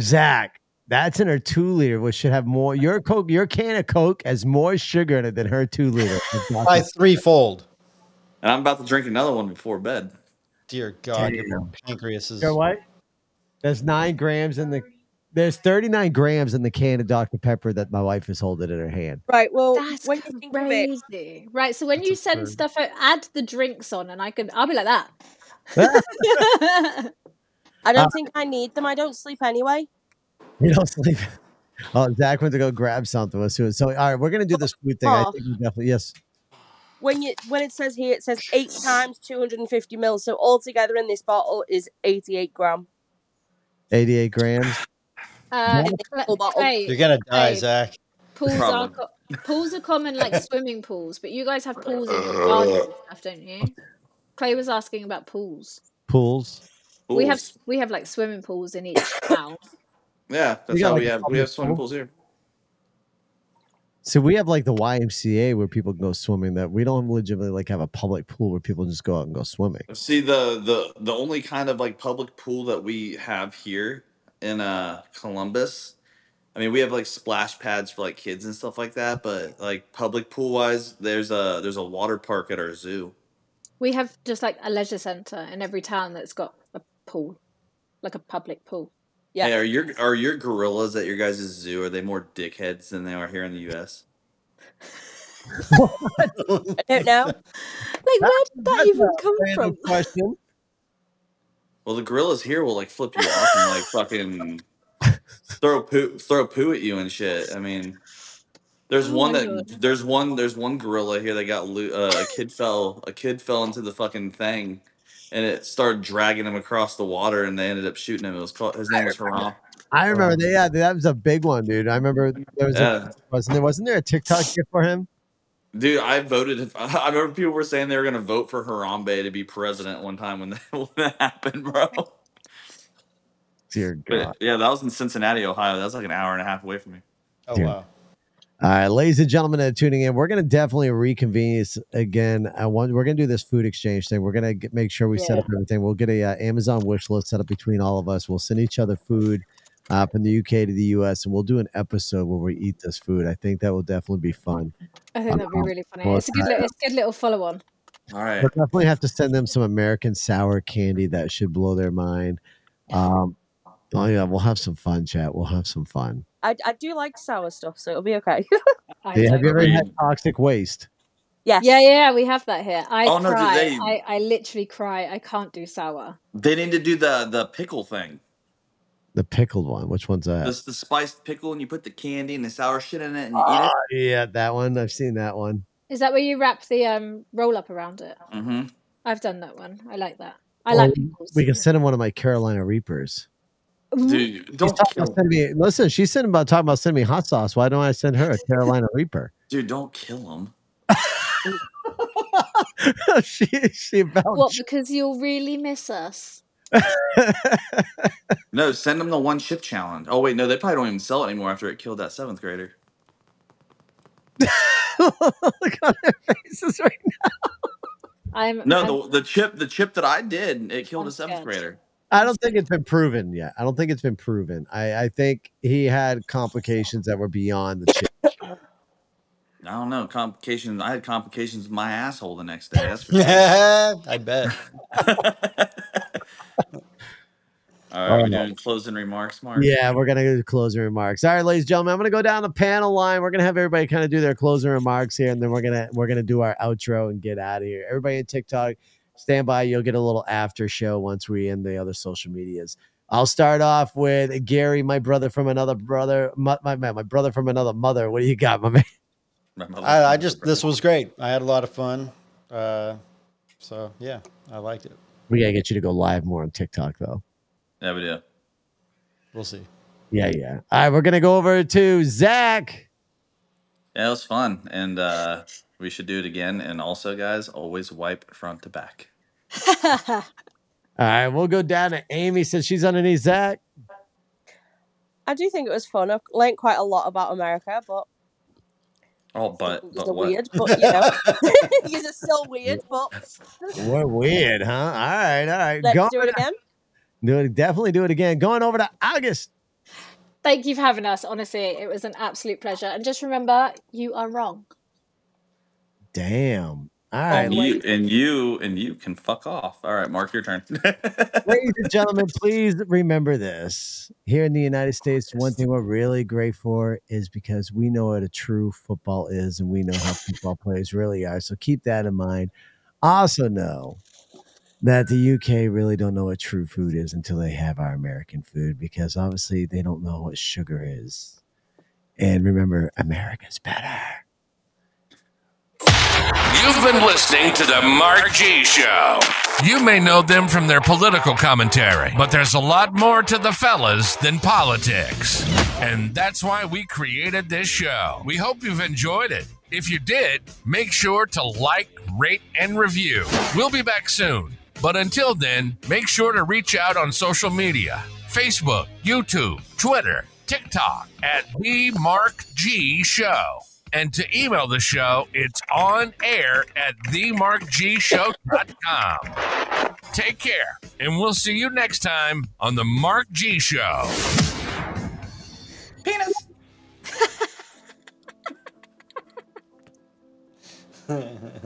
Speaker 5: Zach, that's in her two liter, which should have more. Your Coke, your can of Coke has more sugar in it than her two [LAUGHS] liter.
Speaker 8: By threefold.
Speaker 2: And I'm about to drink another one before bed.
Speaker 8: Dear God, your
Speaker 5: Damn.
Speaker 8: pancreas is.
Speaker 5: Sure, what? There's nine grams in the. There's 39 grams in the can of Dr. Pepper that my wife is holding in her hand.
Speaker 6: Right. Well,
Speaker 7: That's
Speaker 6: when you think of it,
Speaker 7: crazy. Right. So when
Speaker 8: That's
Speaker 7: you send
Speaker 8: absurd.
Speaker 7: stuff out, add the drinks on, and I can. I'll be
Speaker 6: [LAUGHS]
Speaker 7: like that. [LAUGHS]
Speaker 6: I
Speaker 5: Uh,
Speaker 6: don't think I need them. I don't sleep anyway.
Speaker 5: [LAUGHS] You don't sleep. Oh, Zach went to go grab something with us. So, all right, we're gonna do this food thing. I
Speaker 6: Oh.
Speaker 5: think we definitely yes.
Speaker 6: When you when it says here, it says eight times 250 mil. So altogether in this bottle is 88 gram.
Speaker 5: 88 grams.
Speaker 7: Uh,
Speaker 5: Yeah.
Speaker 7: Cla-
Speaker 6: Full bottle.
Speaker 8: You're
Speaker 7: Clay,
Speaker 8: gonna die,
Speaker 7: Hey.
Speaker 8: Zach.
Speaker 7: pools are
Speaker 2: Problem.
Speaker 7: co- pools are common like swimming pools, but you guys have pools in
Speaker 2: [LAUGHS]
Speaker 7: your gardens and stuff, don't you? Clay was asking about pools.
Speaker 5: Pools.
Speaker 7: We have
Speaker 2: Pools.
Speaker 7: we have like swimming pools in
Speaker 5: [COUGHS]
Speaker 7: each town.
Speaker 5: We
Speaker 2: Yeah, that's
Speaker 5: got,
Speaker 2: how
Speaker 5: like,
Speaker 2: we
Speaker 5: a
Speaker 2: have we
Speaker 5: public
Speaker 2: have swimming
Speaker 5: pool.
Speaker 2: pools here.
Speaker 5: So we have like the YMCA where people go swimming. That we don't legitimately like have a public pool where people just go out and go swimming.
Speaker 2: See the the the only kind of like public pool that we have here in uh Columbus. I mean, we have like splash pads for like kids and stuff like that, but like public pool wise, there's a there's a water park at our zoo.
Speaker 7: We have just like a leisure centre in every town that's got a pool, like a public pool.
Speaker 6: Yeah.
Speaker 2: Hey, are your are your gorillas at your guys' zoo? Are they more dickheads than they are here in the U.S.?
Speaker 6: I don't know.
Speaker 7: Like where did that
Speaker 5: That's a
Speaker 7: even come
Speaker 5: random
Speaker 7: from? [LAUGHS]
Speaker 5: question.
Speaker 2: Well, the gorillas here will like flip you off and like fucking throw poo throw poo at you and shit. I mean, there's
Speaker 7: Oh
Speaker 2: one
Speaker 7: my god.
Speaker 2: that there's one there's one gorilla here that got lo- uh, a kid fell a kid fell into the fucking thing, and it started dragging him across the water, and they ended up shooting him. It was called his name was Haram.
Speaker 5: I remember
Speaker 8: Wow.
Speaker 5: that. Yeah, that was a big one, dude. I remember there was a
Speaker 2: Yeah,
Speaker 5: wasn't there wasn't there a TikTok gift for him?
Speaker 2: dude, I voted. [LAUGHS] I remember people were saying they were gonna vote for Harambe to be president one time when that, [LAUGHS] when that happened, bro.
Speaker 5: Dear God,
Speaker 2: But yeah, that was in Cincinnati, Ohio. That was like an hour and a half away from me.
Speaker 8: Oh
Speaker 5: dude.
Speaker 8: wow. [LAUGHS]
Speaker 5: All right, ladies and gentlemen that are tuning in, we're going to definitely reconvene this again. I want we're going to do this food exchange thing. We're going to make sure we set
Speaker 6: Yeah.
Speaker 5: up everything. We'll get a uh, Amazon wish list set up between all of us. We'll send each other food uh, from the UK to the US, and we'll do an episode where we eat this food. I think that will definitely be fun.
Speaker 7: I
Speaker 5: Uh,
Speaker 7: think that'd be really funny.
Speaker 5: we'll,
Speaker 7: It's a good little, it's a good little follow on.
Speaker 2: All right.
Speaker 5: we'll definitely have to send them some American sour candy that should blow their mind. Um, oh yeah, we'll have some fun, chat. We'll have some fun.
Speaker 6: I, I do like sour stuff, so it'll be okay. [LAUGHS]
Speaker 7: I
Speaker 5: Hey, have
Speaker 7: don't.
Speaker 5: you ever
Speaker 2: Are
Speaker 5: had
Speaker 2: you-
Speaker 5: toxic waste?
Speaker 6: yes.
Speaker 7: Yeah, yeah, we have that here. I
Speaker 2: Oh no, dude,
Speaker 7: cry.
Speaker 2: they
Speaker 7: I I literally cry. I can't do sour.
Speaker 2: they need to do the the pickle thing.
Speaker 5: The pickled one. Which one's that?
Speaker 2: This the spiced pickle, and you put the candy and the sour shit in it, and you eat
Speaker 5: Ah,
Speaker 2: it.
Speaker 5: yeah, that one. I've seen that one.
Speaker 7: Is that where you wrap the um roll up around it?
Speaker 2: Mm-hmm.
Speaker 7: I've done that one. I like that. I
Speaker 5: Or
Speaker 7: like pickles.
Speaker 5: Oh, we can send him one of my Carolina Reapers.
Speaker 7: Mhm.
Speaker 2: Dude,
Speaker 5: She's
Speaker 2: don't
Speaker 5: talking about
Speaker 2: kill,
Speaker 5: sending me. Listen, she's sending about talking about sending me hot sauce. Why don't I send her a Carolina Reaper?
Speaker 2: dude, don't kill him.
Speaker 5: [LAUGHS] she she about.
Speaker 7: What? Because you'll really miss us.
Speaker 2: No, send him the one chip challenge. Oh wait, no, they probably don't even sell it anymore after it killed that seventh grader.
Speaker 5: [LAUGHS] Look on their faces right now.
Speaker 7: I'm.
Speaker 2: No,
Speaker 7: I'm.
Speaker 2: the the chip the chip that I did, it killed
Speaker 7: I'm
Speaker 2: a seventh
Speaker 7: scared.
Speaker 2: grader.
Speaker 5: I
Speaker 7: I'm
Speaker 5: don't think
Speaker 7: scared.
Speaker 5: it's been proven yet. I don't think it's been proven. I I think he had complications that were beyond the chip.
Speaker 2: I don't know complications. I had complications with my asshole the next day. That's for sure. [LAUGHS]
Speaker 8: [LAUGHS] I bet.
Speaker 2: All right,
Speaker 5: Oh,
Speaker 2: we doing closing remarks, Mark.
Speaker 5: Yeah, we're gonna do the closing remarks. All right, ladies and gentlemen, I'm gonna go down the panel line. We're gonna have everybody kind of do their closing remarks here, and then we're gonna we're gonna do our outro and get out of here. Everybody in TikTok, stand by. You'll get a little after show once we end the other social medias. I'll start off with Gary, my brother from another brother, my my, my my brother from another mother. What do you got, my man?
Speaker 2: My mother-
Speaker 8: I, I just this was great. I had a lot of fun. Uh, so yeah, I liked it.
Speaker 5: We gotta get you to go live more on TikTok though.
Speaker 2: Yeah, we do.
Speaker 8: We'll see.
Speaker 5: Yeah, yeah. All right, we're gonna go over to Zach.
Speaker 2: Yeah, it was fun, and uh, we should do it again. And also, guys, always wipe front to back.
Speaker 5: All right, we'll go down to Amy since she's underneath Zach.
Speaker 6: I do think it was fun. I learned quite a lot about America, but
Speaker 2: Oh, but
Speaker 6: It's
Speaker 2: but
Speaker 6: still
Speaker 2: what?
Speaker 6: weird, but you know, [LAUGHS] because it's still weird. But
Speaker 5: What weird, huh? All right, all right.
Speaker 6: let's
Speaker 5: Go-
Speaker 6: do it again.
Speaker 5: do it. Definitely do it again. Going over to August.
Speaker 7: Thank you for having us. Honestly, it was an absolute pleasure. And just remember, you are wrong.
Speaker 5: Damn. All right,
Speaker 2: And you and you and you can fuck off. All right, Mark, your
Speaker 6: [LAUGHS]
Speaker 2: turn.
Speaker 5: ladies and gentlemen, please remember this. Here in the United States, one thing we're really grateful for is because we know what a true football is and we know how football players really are. So keep that in mind. Also know that the UK really don't know what true food is until they have our American food because obviously they don't know what sugar is. And remember, America's better.
Speaker 4: You've been listening to The Mark G Show. You may know them from their political commentary, but there's a lot more to the fellas than politics. And that's why we created this show. We hope you've enjoyed it. If you did, make sure to like, rate, and review. We'll be back soon. But until then, make sure to reach out on social media Facebook, YouTube, Twitter, TikTok at The Mark G Show. And to email the show, it's on air at themarkgshow.com. Take care, and we'll see you next time on The Mark G Show.
Speaker 2: Penis.